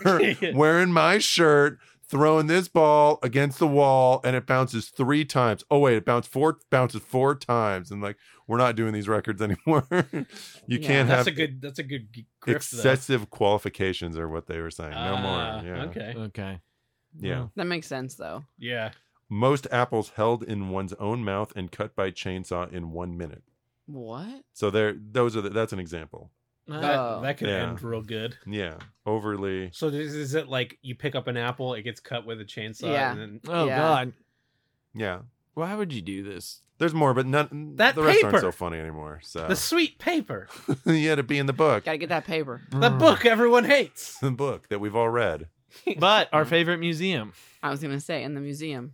A: wearing my shirt, throwing this ball against the wall, and it bounces three times. Oh wait, it bounced four, bounces four times, and like we're not doing these records anymore. you
E: Yeah,
A: can't
D: That's
A: have
D: a good. That's a good g- grift. though.
A: excessive qualifications, are what they were saying. No
D: Ah,
A: more. Yeah.
D: Okay.
C: Okay.
A: Yeah.
E: That makes sense though.
D: Yeah.
A: Most apples held in one's own mouth and cut by chainsaw in one minute.
E: What?
A: So there, those are the, that's an example.
D: That,
E: Oh.
D: that could
A: Yeah.
D: end real good.
A: Yeah, overly.
D: So this is it like you pick up an apple, it gets cut with a chainsaw,
E: Yeah.
D: and then
A: Uh,
C: Oh
E: Yeah.
C: God.
A: Yeah,
C: Why would you do this?
A: there's more, but none.
D: That
A: the rest aren't
D: paper!
A: so funny anymore. So
D: the sweet paper,
A: you had to be in the book,
E: Gotta get that paper.
D: the book everyone hates.
A: the book that we've all read.
C: But our favorite museum.
E: I was gonna say in the museum.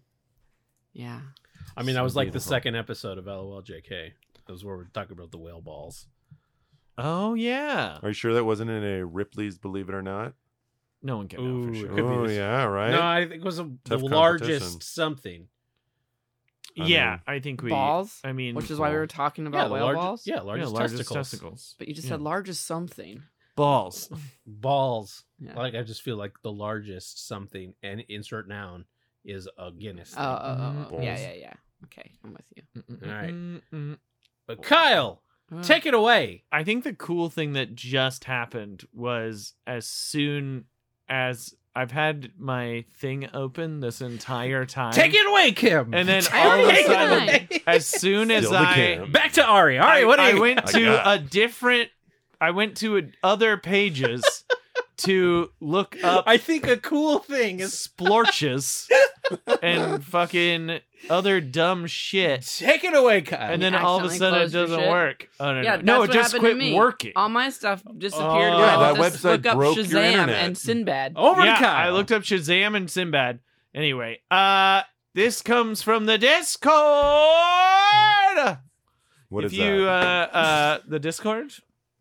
E: Yeah.
D: I mean, that
A: So
D: was like
A: beautiful.
D: the second episode of LOLJK. That was where we're talking about the whale balls.
C: Oh yeah.
A: Are you sure that wasn't in a Ripley's Believe It or Not?
C: No one can know for
D: Ooh,
C: sure.
D: It could be
A: Oh
D: this-
A: yeah, right.
D: No, I think it was a, the
A: Tough competition.
D: largest something.
A: I
C: yeah,
A: mean-
C: I think we.
E: balls,
C: I mean,
E: which is why we were talking
D: yeah,
E: about
D: the
E: whale
D: large-
E: balls.
D: Yeah,
C: yeah,
D: largest,
C: largest
D: testicles.
C: testicles.
E: But you just
C: Yeah.
E: said largest something.
C: balls.
D: Balls.
E: Yeah.
D: Like I just feel like the largest something and insert noun is a Guinness.
E: Oh,
D: Thing.
E: oh, oh, oh. yeah,
A: Balls.
E: yeah, yeah. Okay, I'm with you.
D: right.
C: right.
D: But Kyle,
E: Uh,
D: take it away.
C: I think the cool thing that just happened was as soon as I've had my thing open this entire time.
D: Take it away, Kim.
C: And then
E: Take
C: all of a
E: it
C: sudden,
E: away.
C: as soon as
A: Still the
C: I,
A: Kim.
D: back to Ari. Ari, what do
C: I,
D: you?
C: went
A: I
C: to
A: got-
C: a different, I went to a, other pages to look up
D: I think a cool thing is
C: splorches and fucking other dumb shit.
D: take it away, Kyle.
C: And
E: You
C: then all of a
E: accidentally
C: sudden it
E: closed your
C: doesn't
E: shit?
C: work. Oh, no,
E: Yeah,
C: no. no it
E: that's what
C: just
E: happened to
C: quit
E: me. Um,
C: working.
E: All my stuff disappeared.
C: Oh.
E: when
C: Yeah,
E: I
A: that
E: just
A: website
E: look up
A: broke your
E: Shazam
A: internet.
E: and Sinbad.
D: Over
C: yeah,
D: to Kyle.
C: I looked up Shazam and Sinbad. Anyway, uh, this comes from the Discord.
A: What
C: if
A: is
C: you,
A: that?
C: Uh, uh, the Discord?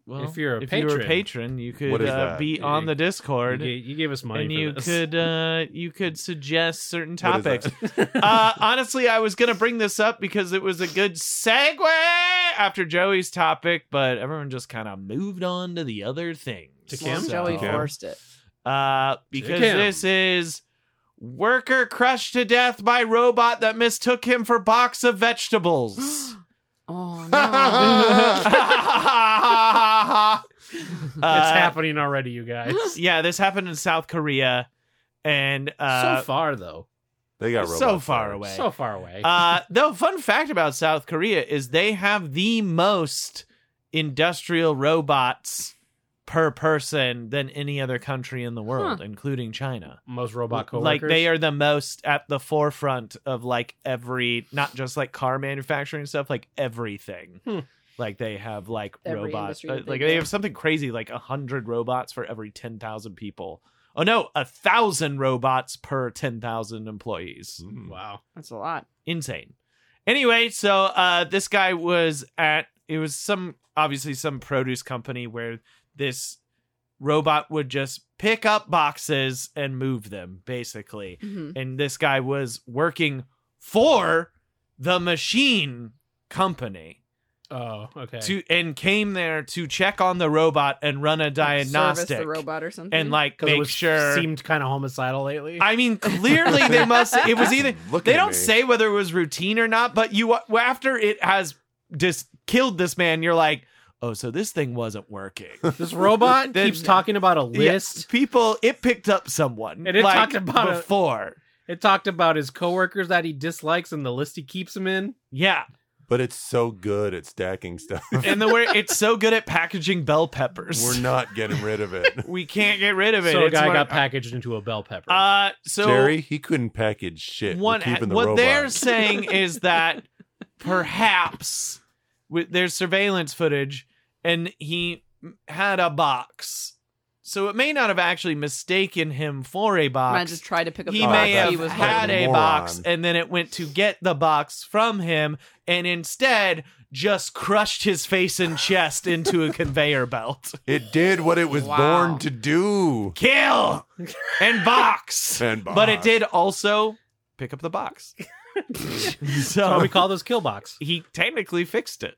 C: Well,
D: If you're a
C: if you were a
D: patron.
C: patron, you could
A: What is
C: uh,
A: that?
C: be
D: You-
C: on the
D: You,
C: Discord,
D: ga- you gave us money.
C: and
D: for
C: you
D: this.
C: could uh, you could suggest certain
A: What is
C: topics. uh, honestly, I was gonna bring this up because it was a good segue after Joey's topic, but everyone just kind of moved on to the other things.
D: To
E: Well,
D: Kim?
E: Joey
A: Kim.
E: forced it.
C: Uh, because
D: Chicken.
C: this is worker crushed to death by robot that mistook him for box of vegetables.
E: Oh no.
C: Uh,
D: it's happening already, you guys.
C: Yeah, this happened in South Korea, and uh,
D: so far, though.
A: they got
C: so
A: robots
C: far
A: there.
C: away.
D: So far away.
C: uh, though, fun fact about South Korea is they have the most industrial robots per person than any other country in the world, including China.
D: Most robot coworkers.
C: like they are the most at the forefront of like every not just like car manufacturing stuff like everything
D: Hmm.
C: like they have like
E: Every
C: robots
E: industry
C: uh,
E: that they
C: like
E: do.
C: they have something crazy like a hundred robots for every 10,000 people oh no a thousand robots per 10,000
D: Hmm.
C: employees
A: Mm.
D: Wow.
E: That's a lot.
C: insane. Anyway, so uh, this guy was at it was some obviously some produce company where this robot would just pick up boxes and move them basically,
E: Mhm.
C: and this guy was working for the machine company.
D: Oh, okay.
C: to and came there to check on the robot and run a
E: Service
C: diagnostic
E: the robot or something.
C: and like
D: Mm-hmm. 'Cause it
C: make
D: was,
C: sure.
D: seemed kind of homicidal lately.
C: I mean, clearly they must. It was either
A: Look
C: they
A: at
C: don't
A: me.
C: say whether it was routine or not, but you uh, after it has just killed this man, you're like, oh, so this thing wasn't working.
D: this robot
C: Then-
D: keeps talking about a list.
C: Yes, people, it picked up someone,
D: And it
C: like,
D: talked about a-
C: before.
D: It talked about his coworkers that he dislikes and the list he keeps them in.
C: Yeah,
A: But it's so good at stacking stuff.
C: and the way it's so good at packaging bell peppers,
A: We're not getting rid of it.
C: we can't get rid of it.
D: So a
C: It's
D: guy
C: one-
D: got packaged into a bell pepper.
C: Uh, so
A: Jerry, he couldn't package shit. We're
C: one e-
A: keeping the
C: what
A: robot.
C: they're saying is that perhaps with, there's surveillance footage and he m- had a box so it may not have actually mistaken him for a
E: I
C: box
E: just tried to pick up
C: he
E: the
A: Oh,
C: may
E: box
A: that's
C: have
E: he was
C: had
E: holding.
C: a
A: Moron.
C: box and then it went to get the box from him and instead just crushed his face and chest into a conveyor belt
A: It did what it was
E: Wow.
A: born to do.
C: kill and box
A: And
C: but it
A: box.
C: did also pick up the box
D: That's why
C: so
D: we call those kill box.
C: he technically fixed it.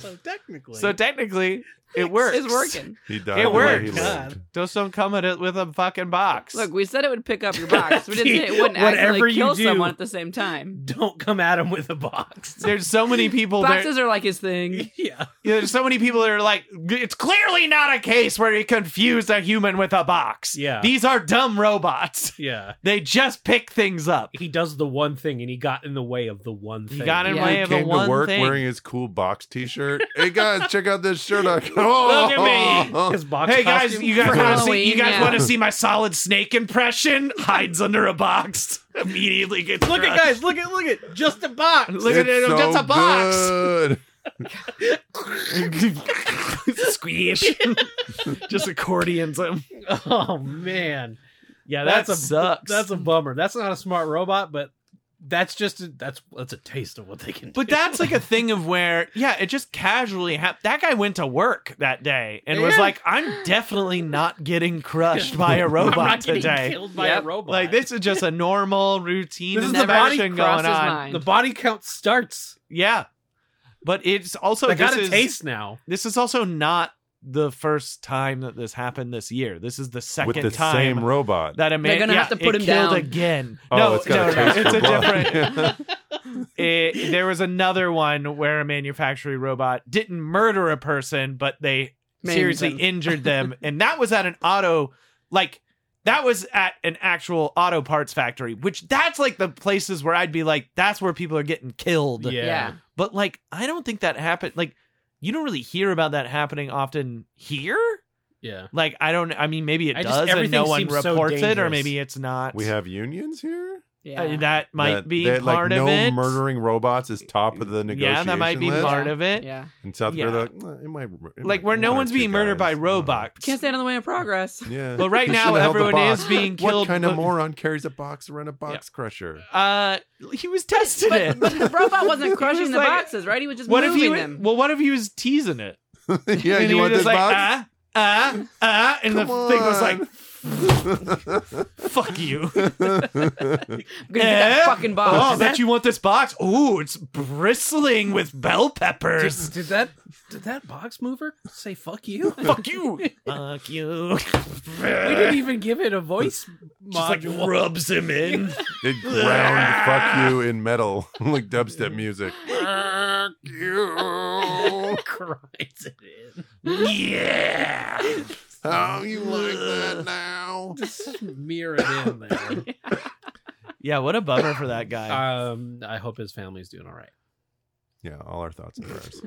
B: So technically,
C: So technically, it works.
E: It's working.
A: He died.
C: It
A: the way
C: worked.
A: He
D: God.
A: lived.
C: Just don't come at it with a fucking box.
E: Look, we said it would pick up your box. We didn't say it wouldn't
D: Whatever
E: actually
D: you
E: kill
D: do.
E: someone at the same time.
D: Don't come at him with a box.
C: there's so many people. There,
E: Boxes are like his thing.
D: yeah.
C: there's so many people that are like, it's clearly not a case where he confused a human with a box.
D: Yeah.
C: these are dumb robots.
D: Yeah.
C: They just pick things up.
D: He does the one thing and he got in the way of the one
C: He
D: thing.
C: got in
E: Yeah.
C: way
A: He
C: of the
A: came
C: one
A: to work
C: thing.
A: wearing his cool box T-shirt. hey guys, check out this shirt I got. Oh,
C: Look at
D: his box.
C: Hey guys,
D: costume.
C: you guys
E: For
C: want to see?
E: Halloween,
C: You guys
E: yeah.
C: want to see my solid snake impression? Hides under a box. Immediately gets
B: look at
C: crushed.
B: guys, look at look at just a box.
C: Look at it.
A: It's so
C: That's a box.
A: Good.
C: squish just accordions him
D: Oh man. Yeah,
C: That
D: that's a
C: sucks.
D: that's a bummer. That's not a smart robot, but that's just a, that's that's a taste of what they can do.
C: but that's like a thing of where yeah it just casually happened that guy went to work that day and was
D: Yeah.
C: like i'm definitely not getting crushed by a
D: I'm
C: robot
D: not getting
C: today
D: killed by
E: Yep.
D: a robot.
C: like this is just a normal routine
D: This is the
E: Never
C: inspection
E: crossed
C: going
E: his
C: on
E: mind.
D: the body count starts.
C: yeah but it's also
D: I
C: this
D: got a
C: is
D: taste now.
C: this is also not the first time that this happened this year this is the second
A: With the
C: time
A: same robot.
C: that a man
E: gonna
C: yeah,
E: have to put
C: it
E: him
C: killed
E: down.
C: again
A: Oh,
C: no
A: it's
C: no
A: got
C: no
A: a taste
C: it's
A: for
C: a
A: blood.
C: different it, there was another one where a manufacturing robot didn't murder a person, but they
E: Maimed
C: seriously
E: them.
C: injured them, and that was at an auto like that was at an actual auto parts factory, which that's like the places where I'd be like, that's where people are getting killed.
D: Yeah.
E: Yeah.
C: But like, I don't think that happened. Like, you don't really hear about that happening often here.
D: Yeah.
C: Like, I don't. I mean, maybe it
D: I just-
C: does, and no
D: everything
C: one
D: seems so
C: reports it, or
D: dangerous.
C: maybe it's not.
A: we have unions here.
E: Yeah.
C: Uh, that might
A: That-
C: be
A: that, like,
C: part of
A: no
C: it.
A: murdering robots is top of the negotiation
C: Yeah, that might be
A: list.
C: part of it.
E: Yeah.
A: In South
C: Yeah.
A: Dakota, like, "Eh, it might, it
C: Like
A: might-
C: where
A: one
C: no
A: or
C: one's
A: two
C: being murdered
A: guys,
C: by
A: uh,
C: robots.
E: Can't stand in the way of progress.
A: Yeah.
C: But right
A: He
C: now,
A: should've held the
C: everyone
A: box.
C: is being
A: What
C: killed,
A: kind of
C: but-
A: moron carries a box around a box crusher?
C: Uh, he was tested
E: But,
C: it.
E: but the robot
C: He
E: wasn't crushing
C: was
E: the
C: like-
E: boxes, right? He was just
C: What if
E: moving
C: he? Was,
E: them.
C: well, what if he was teasing it?
A: yeah,
C: and
A: you
C: he
A: want
C: was just
A: this
C: like,
A: box?
C: Ah, ah, ah, and the
A: Come
C: thing was
A: on.
C: like, "Fuck you."
E: I'm gonna get that
C: Eh?
E: fucking
C: Oh,
E: box.
C: I bet you want this box. Ooh, it's bristling with bell peppers.
D: Did that did that box mover say fuck you?
C: Fuck you. Fuck you.
D: We didn't even give it a voice
C: Just like
D: module.
C: rubs him in.
A: It ground fuck you in metal, like dubstep music. Fuck
C: Oh,
A: you.
D: grinds it in.
C: yeah.
A: How Oh, you like that now?
D: Just smear it in there.
C: Yeah, what a bummer for that guy.
D: Um, I hope his family's doing all right.
A: Yeah, all our thoughts and prayers.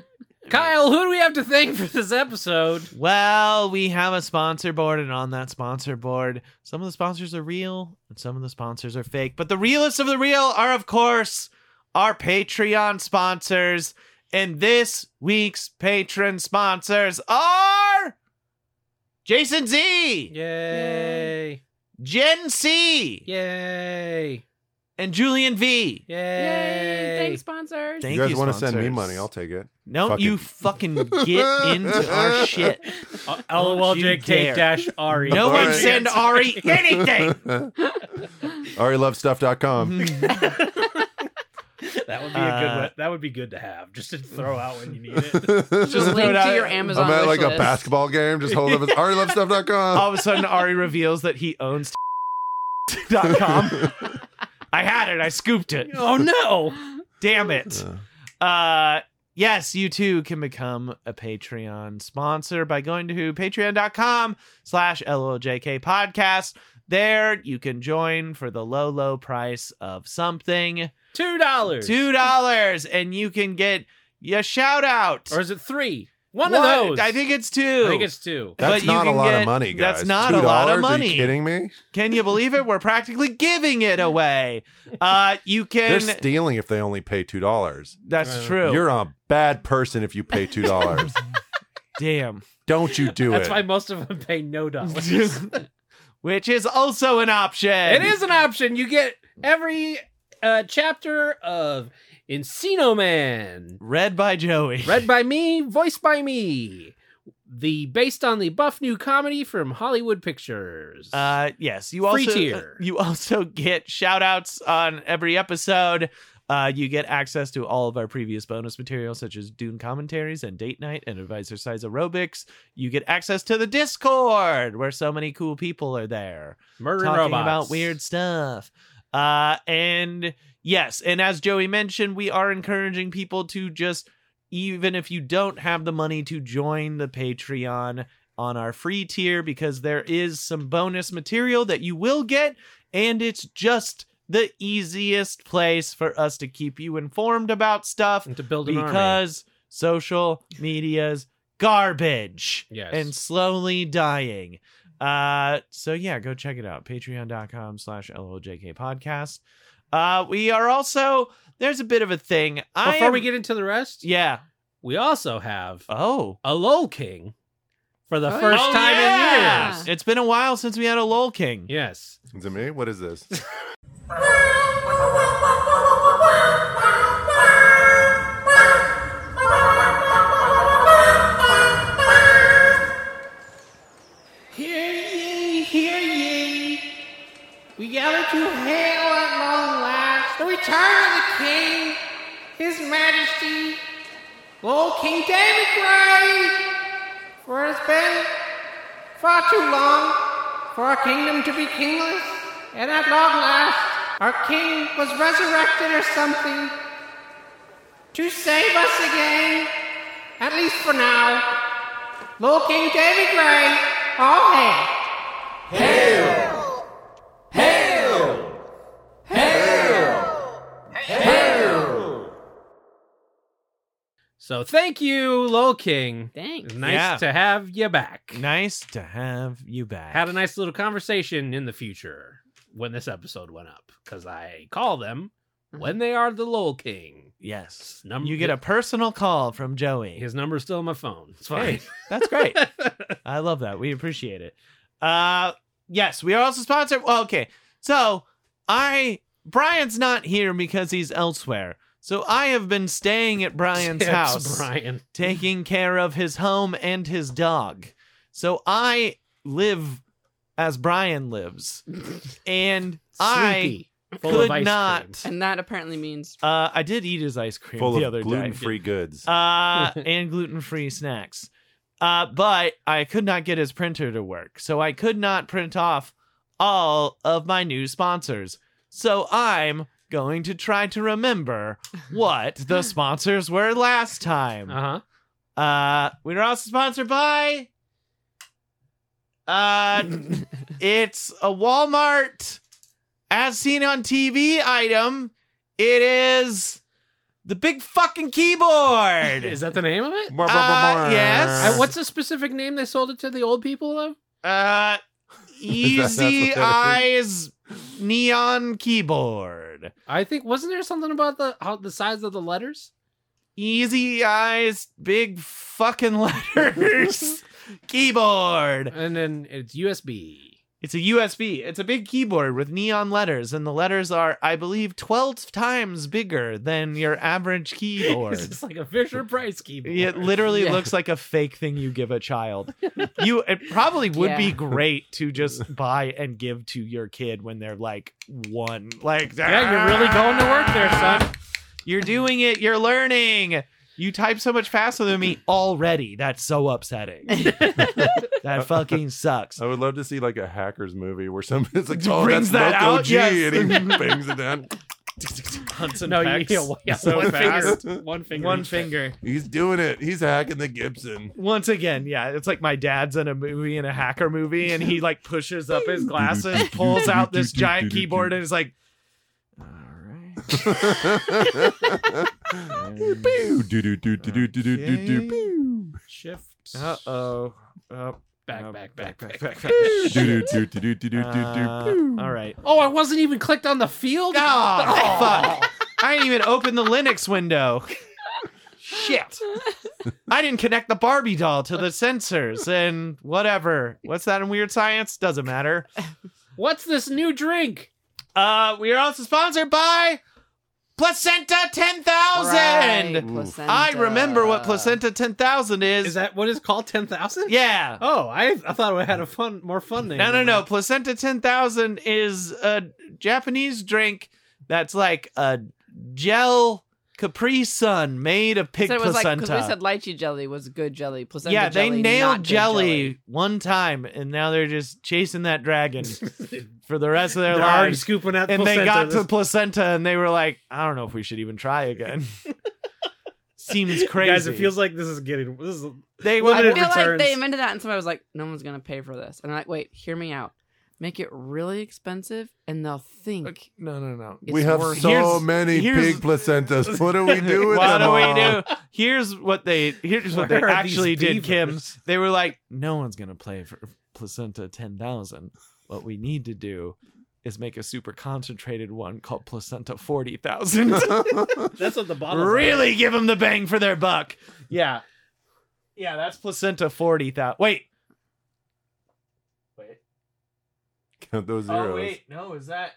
D: Kyle, who do we have to thank for this episode?
C: Well, we have a sponsor board, and on that sponsor board, some of the sponsors are real and some of the sponsors are fake. But the realest of the real are, of course, our Patreon sponsors. And this week's patron sponsors are Jason Z,
D: Yay!
C: Jen C,
D: Yay!
C: and Julian V.
D: Yay!
E: Yay! Thanks, sponsors.
C: Thank
A: you guys want to
C: sponsors.
A: send me money? I'll take it.
C: No,
A: Fucking-
C: you fucking get into our shit.
D: Uh,
C: Don't you
D: LOLJK dash Ari.
C: No
A: All
C: one
A: right.
C: send Ari anything.
A: Um, AriLoveStuff.com.
D: That's That would be a good
C: Uh,
D: one. That would be good to have just to throw out when you need it.
A: I'm
E: Just
C: throw it
E: link to
C: out-
E: your Amazon.
A: at like
E: wish
A: a
E: list.
A: basketball game. Just hold up. His,
C: All
A: AriLoveStuff.com.
C: of a sudden, Ari reveals that he owns dot com. I had it. I scooped it.
D: oh no!
C: Damn it.
A: Uh,
C: Uh yes, you too can become a Patreon sponsor by going to patreon.com slash LOJK podcast. There you can join for the low, low price of something.
D: Two dollars.
C: Two dollars and you can get your shout out.
D: Or is it three? One,
C: What?
D: of those.
C: I think it's two.
D: I think it's two.
C: But
A: that's
C: you
A: not a
C: can
A: lot
C: get-
A: of money, guys.
C: that's not a lot of
A: $2? Are
C: money.
A: you kidding me?
C: can you believe it? We're practically giving it away. Uh you can
A: They're stealing if they only pay two dollars.
C: That's
D: Uh,
C: true.
A: You're a bad person if you pay two dollars.
C: Damn.
A: Don't you do
D: That's
A: it?
D: why most of them pay no dollars. it
C: Which is also an option.
D: is an option. You get every uh, chapter of Encino Man.
C: read by Joey.
D: Read by me, voiced by me. The based on the buff new comedy from Hollywood Pictures.
C: Uh, yes, you
D: Free
C: also uh,
D: tier.
C: you also get shout outs on every episode. Uh, you get access to all of our previous bonus material, such as Dune commentaries and date night and advisor size aerobics. You get access to the Discord, where so many cool people are there
D: Murder
C: talking
D: robots.
C: about weird stuff. Uh, and yes, and as Joey mentioned, we are encouraging people to just, even if you don't have the money to join the Patreon on our free tier, because there is some bonus material that you will get, and it's just the easiest place for us to keep you informed about stuff
D: and to build an army.
C: because social media's garbage
D: Yes.
C: and slowly dying. Uh, so yeah, go check it out. Patreon.com slash LOJK podcast. Uh, we are also, there's a bit of a thing. I
D: Before
C: am-
D: we get into the rest,
C: yeah.
D: we also have
C: Oh,
D: a LOL King for the
E: Oh,
D: first
E: yeah.
D: time
E: yeah.
D: in years.
C: It's been a while since we had a LOL King.
D: Yes.
A: Is it me? What is this?
D: Hear ye, hear ye. We gather to hail at long last the return of the King, His Majesty, Lord King David Gray. For it's been far too long for our kingdom to be kingless, and at long last our King was resurrected or something to save us again, at least for now. Lord King David Gray, all hail. So thank you, Lil King.
E: Thanks.
D: It's nice
C: Yeah.
D: to have you back.
C: Nice to have you back.
D: Had a nice little conversation in the future when this episode went up because I call them
C: Mm-hmm.
D: when they are the Lil King.
C: yes.
D: Num-
C: you get a personal call from Joey.
D: His number's still on my phone. It's fine.
C: That's great. I love that. We appreciate it. Uh yes, we are also sponsored. Well, okay. So I Brian's not here because he's elsewhere. So I have been staying at Brian's
D: Tips,
C: house,
D: Brian.
C: taking care of his home and his dog. So I live as Brian lives. and I
D: Sleepy. Full of
C: could
D: ice
C: not-
D: cream.
E: And that apparently means
C: uh I did eat his ice cream
A: Full
C: the
A: of
C: other
A: gluten
C: day.
A: free goods.
C: uh, and gluten free snacks. Uh, but I could not get his printer to work, so I could not print off all of my new sponsors. So I'm going to try to remember what the sponsors were last time.
D: Uh-huh.
C: Uh, we were also sponsored by. Uh, it's a Walmart, as seen on TV item. It is the big fucking keyboard.
D: Is that the name of it?
C: uh, yes.
D: I- what's the specific name they sold it to the old people of?
C: Uh,
A: that's what
C: Easy
A: that is?
C: Eyes Neon Keyboard.
D: I think wasn't there something about the how, the size of the letters?
C: Easy Eyes Big Fucking Letters Keyboard.
D: And then it's USB.
C: It's a USB. It's a big keyboard with neon letters, and the letters are, I believe, 12 times bigger than your average
D: It's
C: keyboard.
D: just like a Fisher Price keyboard.
C: It literally
E: Yeah.
C: looks like a fake thing you give a child. You it probably would be
E: Yeah.
C: great to just buy and give to your kid when they're like one. Like
D: yeah, you're really going to work there, son.
C: You're doing it. You're learning. You type so much faster than me already. That's so upsetting. that fucking sucks.
A: I would love to see like a hackers movie where somebody's like,
C: Just
A: "Oh,
C: uh, brings
A: that's
C: that
A: Loco
C: out?
A: G,"
C: Yes.
A: and he bangs it down.
G: Hunts and
D: No, you-
G: pecks.
D: yeah, well, yeah,
G: so
D: one
G: fast. One finger.
C: One
G: each.
C: finger.
A: He's doing it. He's hacking the Gibson.
G: Once again, yeah, it's like my dad's in a movie in a hacker movie, and he like pushes up his glasses, pulls out this giant keyboard, and is like,
C: All right.
A: Pew, do, do, do, do, do, do, do, do, do,
C: Okay.
A: pew.
D: Shift.
C: Uh oh.
D: Back, back, back, back, back.
A: Do, do, do, do, do, do, do, do, pew.
C: Uh, all right.
D: Oh, I wasn't even clicked on the field.
C: Oh, fuck. I didn't even open the Linux window. Shit. I didn't connect the Barbie doll to the sensors and whatever. What's that in Weird Science? Doesn't matter.
D: What's this new drink?
C: Uh, we are also sponsored by Placenta 10,000.
E: Right,
A: Oof.
E: placenta.
C: I remember what Placenta 10,000 is.
D: Is that what it's called? Ten thousand?
C: yeah.
D: Oh, I I thought it had a fun, more fun name.
C: No, no,
D: than
C: no.
D: that.
C: Placenta 10,000 is a Japanese drink that's like a gel Capri Sun made of pig
E: So it was like
C: placenta.
E: because we said lychee jelly was good jelly. Placenta
C: yeah, they
E: jelly, not
C: nailed
E: good
C: jelly, one time, and now they're just chasing that dragon for the rest of their
D: They're already
C: lives.
D: scooping out.
C: And they got to
D: placenta.
C: placenta, and they were like, "I don't know if we should even try again." Seems crazy.
D: Guys, it feels like this is getting this is
C: they
E: I
C: wanted
E: feel
D: limited
E: like
D: returns.
E: they invented that, and somebody was like, "No one's gonna pay for this." And I'm like, "Wait, hear me out. Make it really expensive, and they'll think."
C: no, no, no.
E: It's
A: We have
E: worth-
A: so
C: Here's-
A: many
C: here's-
A: pig placentas. What do we do with
C: What
A: them
C: do we
A: all?
C: do? Here's what they here's what
D: Where
C: they
D: are these
C: actually did, Kim.
D: beavers?
C: They were like, no one's gonna play for placenta ten thousand. What we need to do is make a super concentrated one called placenta forty thousand.
D: that's what the bottle.
C: really give them the bang for their buck. Yeah, yeah, that's placenta forty thousand. Wait,
A: Count those zeros.
C: Oh, no, is that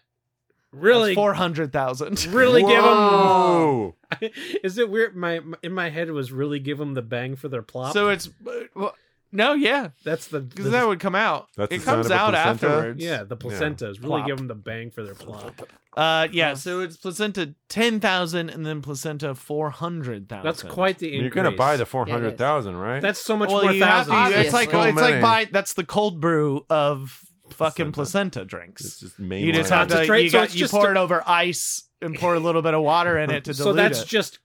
D: really,
C: four hundred thousand?
D: really give them.
A: Whoa.
D: Is it weird? My, my- in my head was really give them the bang for their plop.
C: So it's uh, well, no, yeah,
D: that's the,
C: because
D: the-
C: that would come out.
A: That's
C: it
A: the sound
C: comes
A: of a
C: out
A: placenta?
C: afterwards.
D: yeah the placentas really
C: Plop.
D: give them the bang for their plop.
C: Uh, yeah.
E: Huh.
C: So it's placenta ten thousand, and then placenta four hundred thousand.
D: That's quite the increase.
A: You're gonna buy the four hundred thousand, right?
D: That's so much
C: well.
D: more
C: you have
D: thousands.
C: to. It's
E: Obviously.
C: like
A: So
C: it's like
A: many.
C: buy. That's the cold brew of fucking
A: Placenta.
C: placenta drinks.
A: it's just mainline.
C: You just have to.
D: Concentrate,
C: You,
D: so
C: got,
D: it's
C: you
D: just
C: pour
D: a-
C: it over ice and pour a little bit of water in it to dilute
D: so that's
C: it.
D: just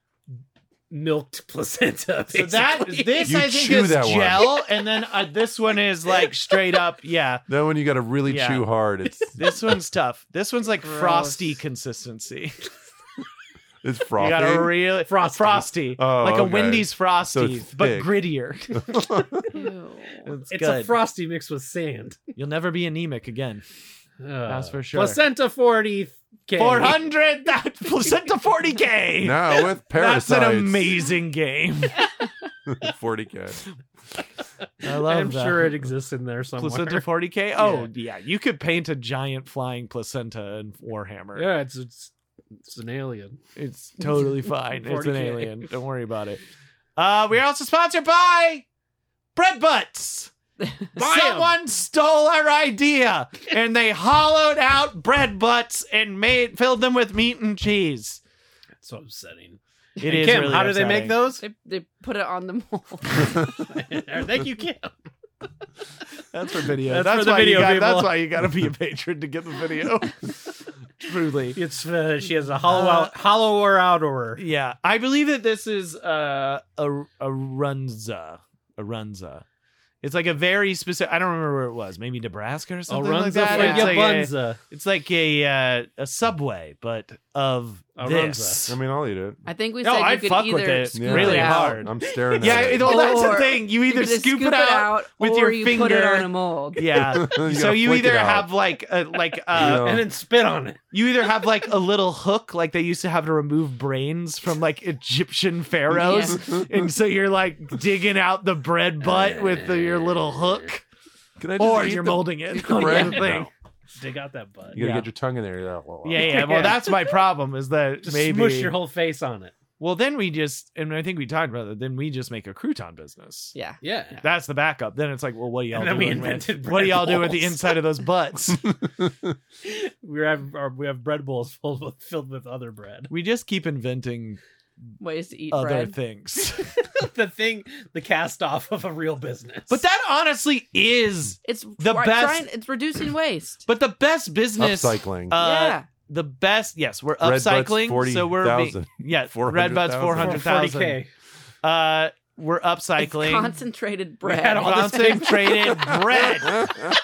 D: milked placenta.
C: so that
D: basically.
C: this
A: You
C: I think
A: chew
C: is
A: that one.
C: gel, and then uh, this one is like straight up. Yeah,
A: That one you got to really
C: Yeah.
A: chew hard. It's
C: this one's tough. This one's like
E: Gross.
C: frosty consistency.
A: it's
C: You got
A: frothy.
C: a really frosty,
D: Frosty.
A: Oh,
C: like a
A: okay.
C: Wendy's frosty,
A: it's
C: but
A: thick.
C: grittier.
E: Ew.
C: It's,
D: it's
C: good.
D: a frosty mixed with sand.
C: You'll never be anemic again. That's for sure.
D: Placenta forty.
C: Four hundred that placenta forty k.
A: now with parasites.
C: That's an amazing game.
A: forty k.
C: I love
D: I'm
C: that.
D: sure it exists in there somewhere.
C: placenta forty k. Oh yeah. you could paint a giant flying placenta in Warhammer.
D: Yeah, it's it's, it's an alien.
C: It's totally fine. It's an
D: 40K.
C: alien. Don't worry about it. Uh, we're also sponsored by Bread Butts.
D: Buy 'em.
C: Someone stole our idea and they hollowed out bread butts and made filled them with meat and cheese.
D: That's so upsetting.
C: It is
D: And Kim,
C: really
D: how do they make
C: upsetting.
D: those?
E: They, they put it on the mold.
D: Thank you, Kim.
C: That's for video.
D: That's
C: That's,
D: for the
C: why
D: video,
C: you got,
D: people.
C: That's why you got to be a patron to get the video. Truly.
D: It's uh, she has a hollow out, hollower outer.
C: Yeah, I believe that this is uh, a a runza, a runza. It's like a very specific. I don't remember where it was. Maybe Nebraska or something like that.
D: for
C: it's,
D: your
C: like a,
D: bunza.
C: it's like a uh, a subway, but of
D: A
C: this.
A: I mean, I'll eat it.
E: I think we
C: No,
E: said you
C: I'd
E: could
C: fuck
E: either
C: with it
E: scoop
C: really
E: it out.
C: hard.
A: I'm staring.
C: yeah,
A: at
C: it,
A: it.
C: well, that's the
E: Or
C: thing. You either
E: You could
C: scoop, it out. with your
E: or you put it
C: finger.
E: on a mold.
C: Yeah.
A: You
C: so
A: gotta
C: you
A: flick it
C: either
A: out.
C: have like a like uh
A: Yeah.
D: and then spit on it.
C: you either have like a little hook like they used to have to remove brains from like Egyptian pharaohs and so you're like digging out the bread butt with the, your little hook
A: Can I just
C: or
A: eat
C: you're
A: the-
C: molding it
A: the
C: on
A: bread?
C: the thing.
D: Dig out that butt.
A: You gotta
C: Yeah.
A: get your tongue in there. You're like, "Whoa, whoa, whoa."
C: Yeah, yeah. Well, that's my problem is that
D: Just
C: maybe
D: smush your whole face on it.
C: Well, then we just, and I think we talked about it. Then we just make a crouton business.
E: Yeah.
H: Yeah.
C: That's the backup. Then it's like, well, what do y'all
H: And then
C: do?
H: we
C: with-
H: invented
C: what do
H: bread
C: y'all do with the
H: bowls.
C: inside of those butts?
D: we have our, we have bread bowls full with, filled with other bread.
C: we just keep inventing
E: Ways to eat
C: other
E: bread.
C: things.
D: the thing, the cast off of a real business.
C: but that honestly is.
E: it's
C: The
E: try-
C: best-
E: trying- it's reducing waste.
C: But the best business,
A: Upcycling.
C: uh,
E: yeah.
C: the best. Yes, we're
A: Red Butts
C: upcycling. so we're being-
A: 40,000.
C: yeah, Red Butts
A: 400,000.
C: four
D: For
C: hundred
D: 40K.
C: thousand. Uh, we're
E: It's
C: upcycling.
E: concentrated
D: had
E: bread.
D: all this big-
C: Concentrated bread.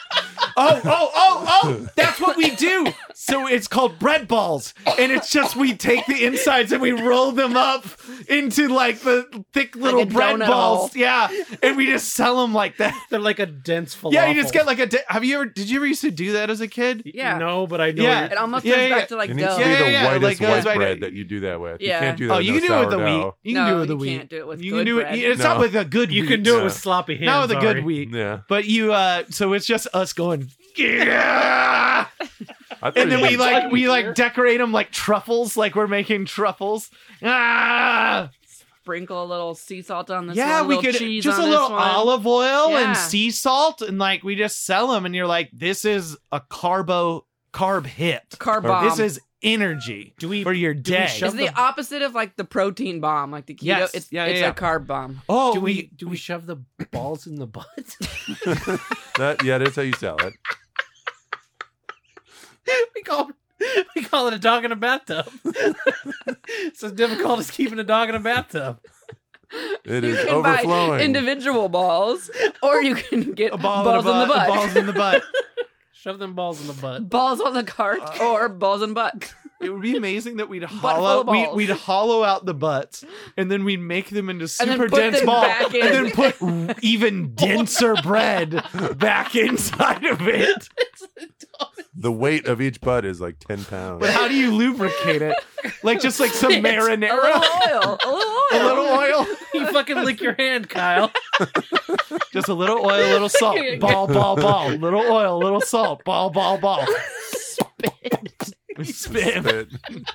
C: Oh, oh, oh, oh! That's what we do. So it's called bread balls, and it's just we take the insides and we roll them up into like the thick little
E: a
C: bread
E: donut
C: balls.
E: hole.
C: Yeah, and we just sell them like that.
D: They're like a dense falafel.
C: Yeah, you just get like a. di- Have you ever? Did you ever used to do that as a kid?
E: Yeah.
D: No, but I know.
C: Yeah.
D: you're-
E: It almost
C: Yeah,
E: turns
C: yeah,
E: back to like
A: it
E: dough.
A: needs to be the
C: Yeah, yeah,
A: whitest
C: like, uh,
A: white
C: like-
A: bread that you do that with.
E: Yeah.
A: You can't do that.
C: Oh,
A: with
C: you
A: no
C: can do it with the wheat.
A: sourdough.
C: You can
E: no,
C: do it with the
E: you
C: wheat.
E: can't do it with
C: you
E: good
C: can do
E: bread.
C: it. It's
A: No.
C: not with a good.
D: You
C: wheat.
D: can do it
A: Yeah.
D: with sloppy hands.
C: Not with a good
D: Ari.
C: wheat.
A: Yeah.
C: But you. uh So it's just us going. Yeah!
A: I thought
C: And then
A: it
C: we
A: was-
C: like we like decorate them like truffles, like we're making truffles. Ah,
E: Sprinkle a little sea salt on this.
C: yeah,
E: one,
C: we
E: little
C: could
E: cheese
C: just a
E: on
C: little
E: this one.
C: olive oil
E: Yeah.
C: and sea salt, and like we just sell them, and you're like, this is a carbo carb hit.
E: Carb bomb.
C: This is energy
D: Do we?
C: for your
D: we
C: day.
D: shove-
E: It's the opposite of like the protein bomb, like the keto.
C: Yes.
E: It's,
C: Yeah,
E: it's
C: yeah, yeah.
E: a carb bomb.
C: oh,
H: do we do we shove the balls in the butt?
A: that, yeah, that's how you sell it.
D: we call we call it a dog in a bathtub. it's as difficult as keeping a dog in a bathtub.
A: It
E: you
A: is
E: can buy
A: overflowing.
E: individual balls, or you can get
C: a ball
E: balls
C: in, a
E: in the
C: butt,
E: butt.
C: Balls in the butt.
D: Shove them balls in the butt.
E: balls on the cart
C: Uh,
E: or balls and butt.
C: It would be amazing that we'd
E: full of
C: hollow we,
E: balls.
C: we'd hollow out the butts and then we'd make them into
E: And then
C: super
E: put
C: dense
E: them
C: balls
E: back in.
C: and then put even denser bread back inside of it.
A: the weight of each butt is like 10 pounds.
C: But how do you lubricate it? Like just like some
E: A little
C: marinara,
E: oil. A little oil.
C: a little oil,
D: You fucking lick your hand, Kyle.
C: just a little oil, a little salt, ball, ball, ball, little oil, little salt, ball, ball, ball. Spit, spit.
A: Spit.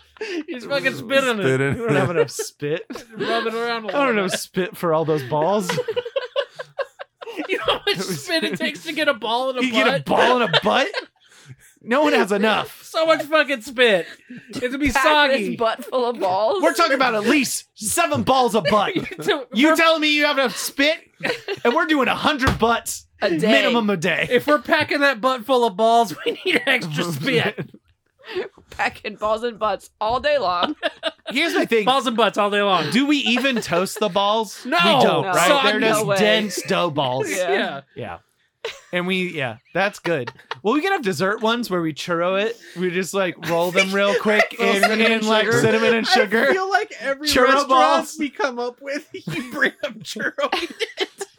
D: He's fucking spitting
A: Spit
D: it,
A: in
C: We don't have enough spit.
D: rubbing around. I
C: I don't know spit for all those balls.
D: You know how much spit it takes to get a ball in a
C: You
D: butt.
C: get a ball in a butt. No one has enough.
D: So much fucking spit. It'd be
E: Pack this
D: soggy.
E: butt full of balls.
C: We're talking about at least seven balls a butt.
D: So
C: You telling me you have enough spit, and we're doing a hundred butts
E: a day.
C: minimum a day.
D: if we're packing that butt full of balls, we need extra spit.
E: packing balls and butts all day long.
C: Here's my thing:
D: balls and butts all day long.
C: Do we even toast the balls?
D: No.
C: we don't.
E: No.
C: Right?
D: Son,
C: They're
E: no
C: just
E: way.
C: dense dough balls.
E: Yeah.
D: yeah.
C: Yeah. And we, yeah, that's good. Well, we can have dessert ones where we churro it. We just like roll them real quick in,
E: cinnamon
C: in
E: and
C: like
E: sugar.
C: cinnamon and sugar.
D: I feel like every
C: Churro
D: restaurant
C: balls.
D: we come up with, you bring up churro.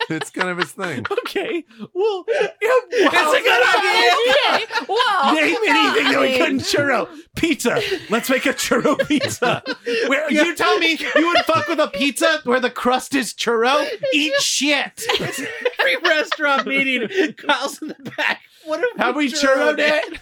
A: It's kind of his thing.
C: okay. Well, yeah, wow.
D: That's a good
E: okay. Whoa.
C: Name anything that we
E: I
C: couldn't
E: mean,
C: churro. Pizza. Let's make a churro pizza. Where you tell me you would fuck with a pizza where the crust is churro? Eat shit.
D: Every restaurant meeting, Kyle's in the back. What if
C: Have we churroed it?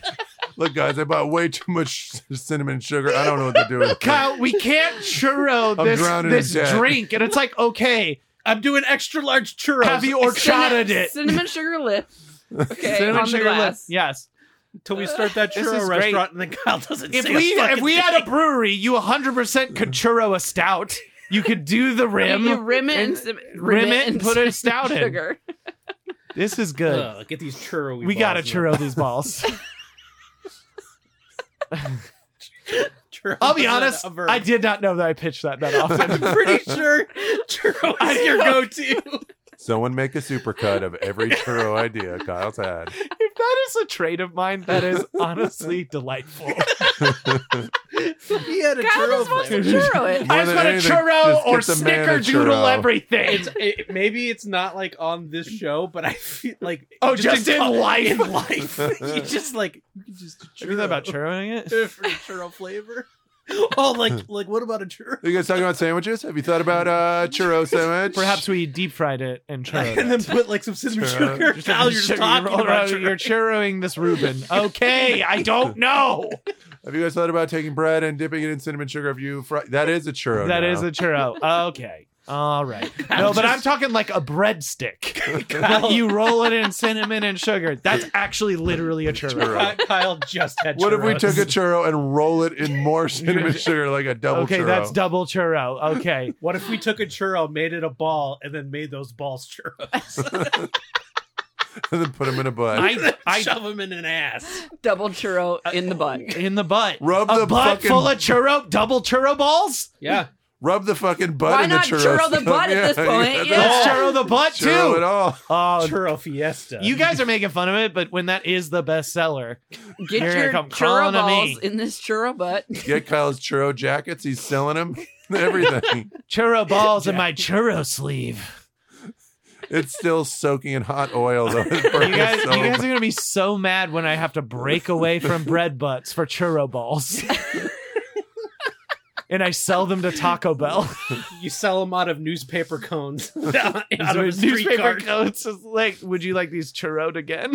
A: Look, guys, I bought way too much cinnamon sugar. I don't know what to do with it.
C: Kyle, we can't churro
A: I'm
C: this
A: drowning in
C: this
A: debt.
C: drink. And it's like, okay,
D: I'm doing extra large churros.
C: have you
E: cinnamon,
C: horchated it?
E: Cinnamon sugar lips. Okay,
C: Cinnamon
E: on
C: sugar
E: the
C: lip.
E: glass.
C: Yes.
D: Till we start that
C: This
D: churro
C: is great.
D: restaurant, and then Kyle doesn't.
C: If
D: say
C: we
D: a fucking
C: if we had a
D: thing.
C: brewery, you 100% could churro a stout. You could do the
E: You
C: rim.
E: rim it
C: and-
E: and, cin-
C: rim it and
E: and
C: put a stout in.
E: sugar.
C: This is good.
D: Ugh, get these churro.
C: we gotta churro these balls. I'll be honest, I did not know that I pitched that that often.
D: I'm pretty sure churro is your go-to.
A: Someone make a supercut of every churro idea Kyle's had.
C: if that is a trait of mine, that is honestly delightful.
D: he had a
E: Kyle
D: churro
E: just wants to
D: flavor.
E: churro it.
A: More
C: I just
A: than
C: want a
A: anything,
C: churro
A: just
C: or
A: get the man a
C: snickerdoodle
A: churro.
C: everything.
D: It's it, maybe it's not like on this show, but I feel like
C: oh, just, in
D: cul-
C: life.
D: in life, you just like you could just do
C: Have you thought about churroing it?
D: churro for churro flavor. Oh, like like what about a churro?
A: Are you guys talking about sandwiches? Have you thought about uh churro sandwich?
C: Perhaps we deep fried it and churroed
D: and
C: it.
D: then put like some cinnamon
A: Churro.
D: sugar. Kyle, you're
C: Sugar,
D: talking
C: roll
D: about
C: around,
D: churro.
C: You're churroing this Reuben. Okay, I don't know.
A: Have you guys thought about taking bread and dipping it in cinnamon sugar? Have you? Fr- that is a churro.
C: That
A: now.
C: is a churro. Okay. All right. No, but I'm talking like a breadstick. That you roll it in cinnamon and sugar. That's actually literally a churro.
A: Churro.
D: Kyle just had.
A: What if we
D: churros.
A: took a churro and roll it in more cinnamon sugar, like a double
C: Okay,
A: churro?
C: that's double churro. Okay.
D: What if we took a churro, made it a ball, and then made those balls churros?
A: and then put them in a butt.
C: I, I
D: Shove them in an ass.
E: Double churro in the butt.
C: in the butt.
A: Rub
C: a
A: the
C: butt
A: fucking-
C: full of churro, double churro balls.
D: Yeah.
A: Rub the fucking butt
E: Why
A: in the
E: not
A: churro.
E: churro the
A: stuff.
E: butt at this
A: that's
E: point? Yeah.
C: Let's
A: all.
C: churro the butt
A: Churro
C: too.
A: at all.
C: Oh,
D: Churro fiesta.
C: you guys are making fun of it, but when that is the best seller,
E: Get
C: Here
E: your
C: it come
E: churro
C: crawling to me.
E: balls in this churro butt.
A: Get Kyle's churro jackets. He's selling them. Everything.
C: churro balls in my churro sleeve.
A: it's still soaking in hot oil though. It burns
C: You guys, you
A: so
C: guys are gonna be so mad when I have to break away from bread butts for churro balls, and I sell them to Taco Bell.
D: You sell them out of newspaper cones. out
C: So
D: of a street
C: newspaper
D: cart.
C: coats is like, would you like these churroed again?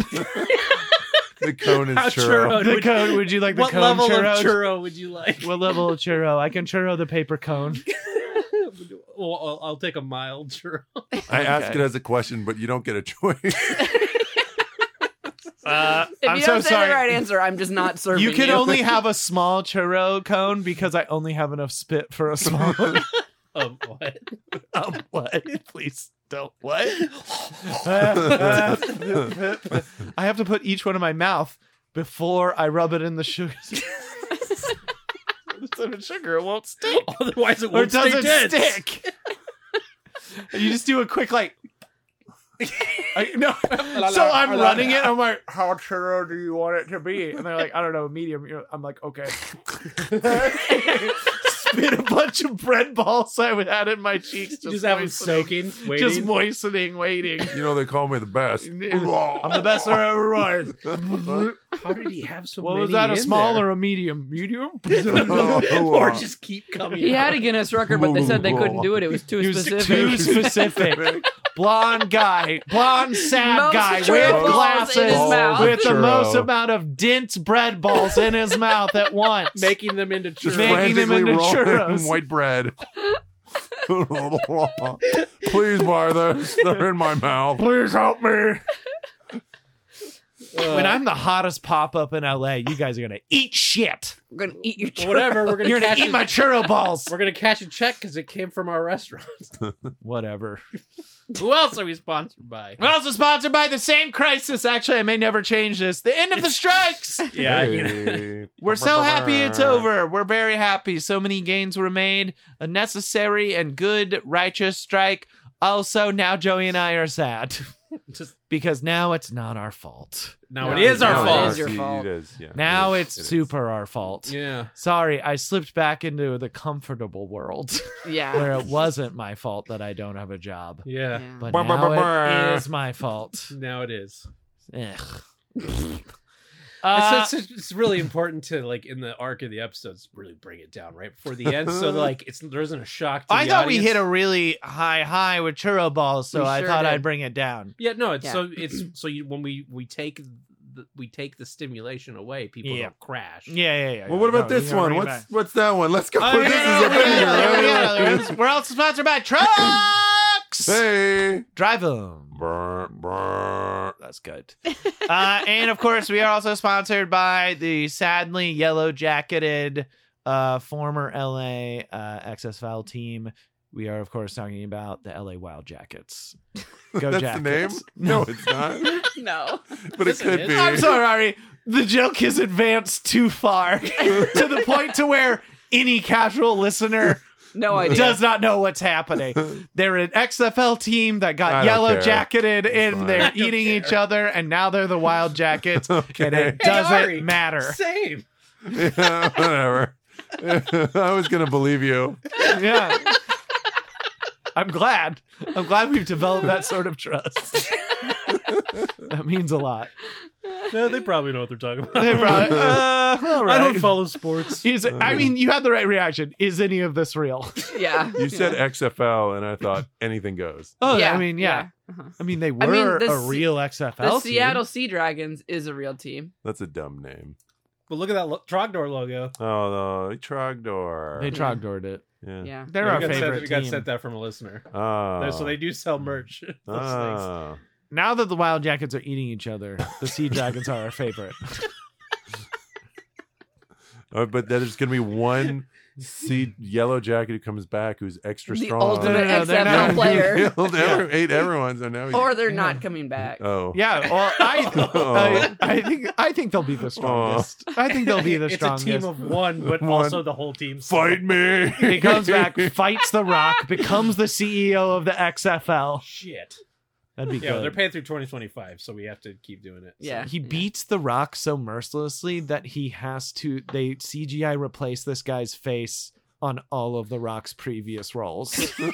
A: the cone is
D: How
A: churro.
D: churro-
C: the cone? Would you like the
D: what
C: cone
D: level
C: churros?
D: of churro would you like?
C: What level of churro? I can churro the paper cone.
D: Well, I'll, I'll take a mild churro.
A: I ask it as a question, but you don't get a choice.
C: Uh,
E: If
C: I'm
E: you
C: so
E: don't say
C: sorry.
E: the right answer, I'm just not serving you.
C: you can only have a small churro cone because I only have enough spit for a small one.
D: Of what?
C: um, what? Please don't. What? I have to put each one in my mouth before I rub it in the sugar. the sugar it won't stick.
D: Otherwise, it
C: Or
D: won't
C: it
D: stay
C: doesn't
D: dead.
C: stick. you just do a quick like. I, no, so I'm running it. I'm like, how churro do you want it to be? And they're like, I don't know, medium. You're- I'm like, okay. Spit a bunch of bread balls I would had in my cheeks. Just,
D: Just, have them
C: moistening-
D: soaking, waiting.
C: Just moistening, waiting.
A: you know they call me the best.
C: I'm the best there ever was.
D: How did he have so
C: What
D: many
C: was that? A
D: in
C: small
D: there?
C: or a medium? Medium?
A: Oh,
D: or just keep coming?
E: He
D: out?
E: had a Guinness record, but they said they couldn't do it. It was too
C: He was
E: specific.
C: too specific. Blonde guy, blonde sad
E: Most
C: guy
E: churro
C: with
E: balls
C: glasses,
E: in his
A: mouth.
C: with the
A: Churro.
C: most amount of dent bread balls in his mouth at once.
D: making them into
A: just
C: Making
D: churros.
C: them
A: frantically
C: into
A: rolling
C: churros.
A: white bread. Please buy this. They're in my mouth.
C: Please help me.
D: Uh,
C: When I'm the hottest pop up in LA, you guys are gonna eat shit.
E: We're gonna eat your churro.
D: whatever, we're gonna
C: You're gonna
D: cash
C: eat
D: it-
C: my churro balls.
D: We're gonna cash a check because it came from our restaurant.
C: Whatever.
D: Who else are we sponsored by?
C: We're also sponsored by the same crisis. Actually, I may never change this. The end of the strikes.
D: Yeah, you know.
A: Hey.
C: We're so happy it's over. We're very happy. So many gains were made. A necessary and good, righteous strike. Also, now Joey and I are sad
D: Just-
C: because now it's not our fault.
D: now
E: No,
D: it is our
E: no,
D: fault.
E: is your
A: Oh, it
E: fault.
A: is, yeah.
C: Now
A: It is,
C: it's
A: it is.
C: super our fault.
D: Yeah.
C: Sorry, I slipped back into the comfortable world
E: Yeah.
C: where it wasn't my fault that I don't have a job.
D: Yeah.
E: Yeah.
C: But
A: Bah, bah, bah,
C: now
A: bah.
C: it is my fault.
D: Now it is.
C: Ugh. Uh,
D: it's, it's, it's really important to like in the arc of the episodes really bring it down right before the end, so like it's there isn't a shock. To
C: I
D: the
C: thought we
D: audience.
C: hit a really high high with churro balls, so
E: We
C: I
E: sure
C: thought
E: did.
C: I'd bring it down.
D: Yeah, no, it's
E: Yeah.
D: so it's so you, when we we take the, we take the stimulation away, people
C: Yeah.
D: don't crash.
C: Yeah, yeah, yeah.
A: Well, what
C: yeah.
A: about
C: No, you
A: this
C: gotta
A: one?
C: bring it
A: What's
C: back.
A: what's that one? Let's go.
C: Oh, yeah,
A: this
C: yeah,
A: is a
C: yeah, yeah,
A: banger.
C: yeah, yeah, yeah. We're also sponsored by trucks.
A: Hey.
C: Drive them.
A: Brr, brr.
C: That's good. Uh, and of course, we are also sponsored by the sadly yellow jacketed uh, former LA uh, XS Foul team. We are, of course, talking about the LA Wild Jackets. Go
A: That's the
C: Jackets.
A: name? No, it's not.
E: No.
A: But it could be.
C: I'm sorry, Ari. The joke is advanced too far to the point to where any casual listener
E: No idea.
C: does not know what's happening. They're an XFL team that
A: I
C: got
A: don't
C: yellow
A: care.
C: jacketed and
A: fine. I
C: they're
A: don't
C: eating each other, and now they're the Wild Jackets, and
A: Okay.
C: it doesn't
D: Ari.
C: matter.
D: Same.
A: Yeah, whatever. I was gonna believe you.
C: Yeah. I'm glad. I'm glad we've developed that sort of trust. that means a lot.
D: No, they probably know what they're talking about.
C: Hey, Brian, uh, all
D: I
C: right.
D: don't follow sports.
C: Is
A: Uh,
C: I mean, you had the right reaction. Is any of this real?
E: Yeah.
A: You said XFL, and I thought anything goes.
C: Oh,
E: Yeah,
C: I mean, yeah.
E: Uh-huh.
C: I mean, they were
E: I mean, the
C: a
E: Se-
C: real XFL.
E: The
C: team.
E: Seattle Sea Dragons is a real team.
A: That's a dumb name.
D: But look at that lo- Trogdor logo.
A: Oh, the Trogdor.
C: They trogdored it.
A: yeah.
E: Yeah.
C: They're
D: Yeah,
C: our
D: we got sent-
C: favorite
D: We got
C: team. Uh,
D: sent that from a listener.
A: Oh.
D: So they do sell merch. Those things.
A: oh.
C: Now that the wild jackets are eating each other, the sea dragons are our favorite.
A: Oh, but then there's gonna be one sea yellow jacket who comes back who's extra
E: The
A: strong.
E: ultimate
C: No, no, no, they're
E: XFL
C: not-
E: player.
A: Killed every, ate everyone, so now he,
E: or they're not coming back.
A: oh
C: Yeah, well, I,
A: Oh.
C: I, I think I think they'll be the strongest. I think they'll be the
D: Oh. it's
C: strongest.
D: a team of one, but
A: One.
D: also the whole team.
A: fight me.
C: he comes back, fights The Rock, becomes the CEO of the XFL.
D: Shit.
C: That'd be
D: Yeah, well, they're
C: good.
D: paid through 2025, so we have to keep doing it.
E: Yeah.
C: he beats The Rock so mercilessly that he has to. They CGI replace this guy's face on all of The Rock's previous roles.
A: Hit you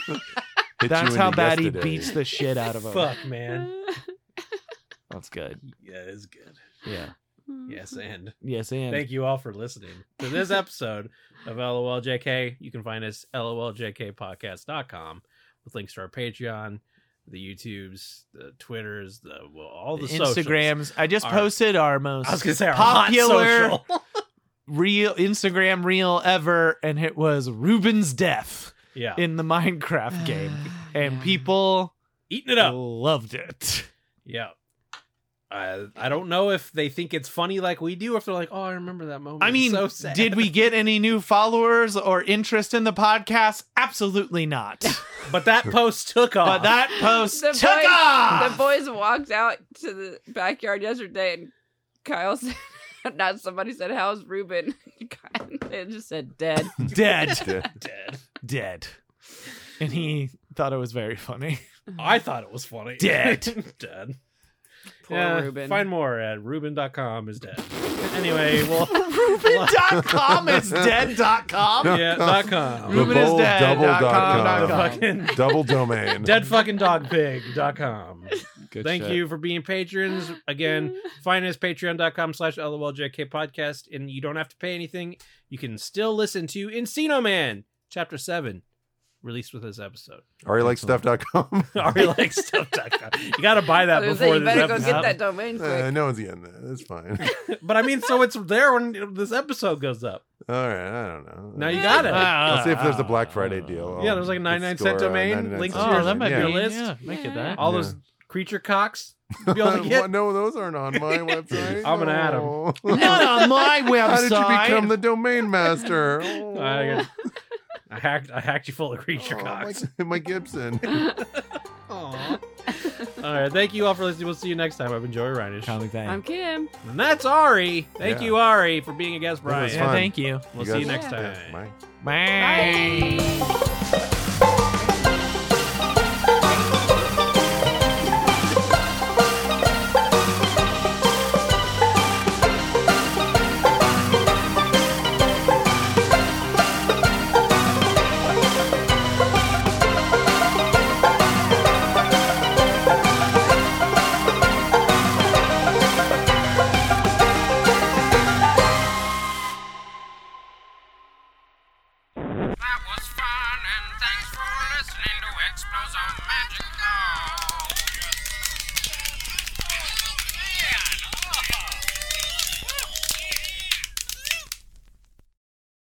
C: That's
A: in
C: how
A: the
C: bad he
A: yesterday.
C: beats the shit out of him.
D: Fuck, man.
C: That's good.
D: Yeah, it's good.
C: Yeah.
D: Yes, and
C: Yes, and
D: thank you all for listening to this episode of LOLJK. You can find us loljkpodcast.com with links to our Patreon, the YouTubes, the Twitters, the well, all the, socials.
C: Instagrams. I just
D: are-
C: posted our most
D: I was gonna say our
C: Popular-
D: hot social.
C: real Instagram reel ever, and it was Ruben's death
D: Yeah,
C: in the Minecraft game, and people
D: eating it up.
C: loved it.
D: Yeah. I I don't know if they think it's funny like we do, or if they're like, oh, I remember that moment.
C: I mean,
D: so sad.
C: did we get any new followers or interest in the podcast? Absolutely not.
D: But that post took off.
C: But that post
E: The
C: took
E: boys-
C: off.
E: The boys walked out to the backyard yesterday, and Kyle said, "Not somebody said how's Ruben?" And they just said dead.
C: dead,
D: dead.
C: dead, and he thought it was very funny.
D: I thought it was funny.
C: Dead.
D: dead.
E: Poor
D: Yeah,
E: Ruben.
D: Find more at Ruben.com is dead. anyway, well,
C: Ruben.com is dead.com.
D: yeah, dot com.
A: The
C: Ruben is
A: bold
C: dead.
A: double
C: dot com,
A: dot
C: dot
A: com.
C: com.
D: Fucking
A: Double domain.
D: dead fucking dog pig dot com.
C: Good
D: Thank
C: shit.
D: you for being patrons. Again, find us patreon.com slash LOLJK podcast, and you don't have to pay anything. You can still listen to Encino Man, Chapter 7, released with this episode.
A: Arilikesteff.com.
D: AriLikeStuff.com. You got to buy that
E: So
D: before
E: you
D: this
E: better go
D: episode.
E: get that domain quick.
A: Uh, no one's getting that. That's fine.
D: But I mean, so it's there when this episode goes up.
A: All right. I don't know.
D: Now you got it.
A: I'll see if there's a Black Friday deal.
D: Yeah, there's like a 99 cent
A: score, uh,
D: domain,
A: 99
D: links
A: cent
D: to your-
C: Oh,
A: domain.
C: that might
A: Yeah.
C: be
D: your
C: a
D: list.
C: Yeah, make it that.
D: All
A: Yeah.
D: those creature cocks. You'll be able to get.
A: What? No, those aren't on my website.
D: I'm an Adam.
A: Oh.
C: Not on my website.
A: How did you become the domain master? Oh.
D: I, got- I hacked. I hacked you full of creature
A: Oh, my,
D: cocks.
A: my Gibson.
D: Aw. all right. Thank you all for listening. We'll see you next time. I've been Joey Reinish.
C: Comic Bang.
E: I'm Kim.
D: And that's Ari. Thank
A: Yeah.
D: you, Ari, for being a guest,
A: That was fun.
D: Brian.
C: Yeah, thank you.
D: We'll
A: guys-
D: see you next
E: Yeah.
D: time.
A: Yeah, bye.
C: Bye.
E: Bye.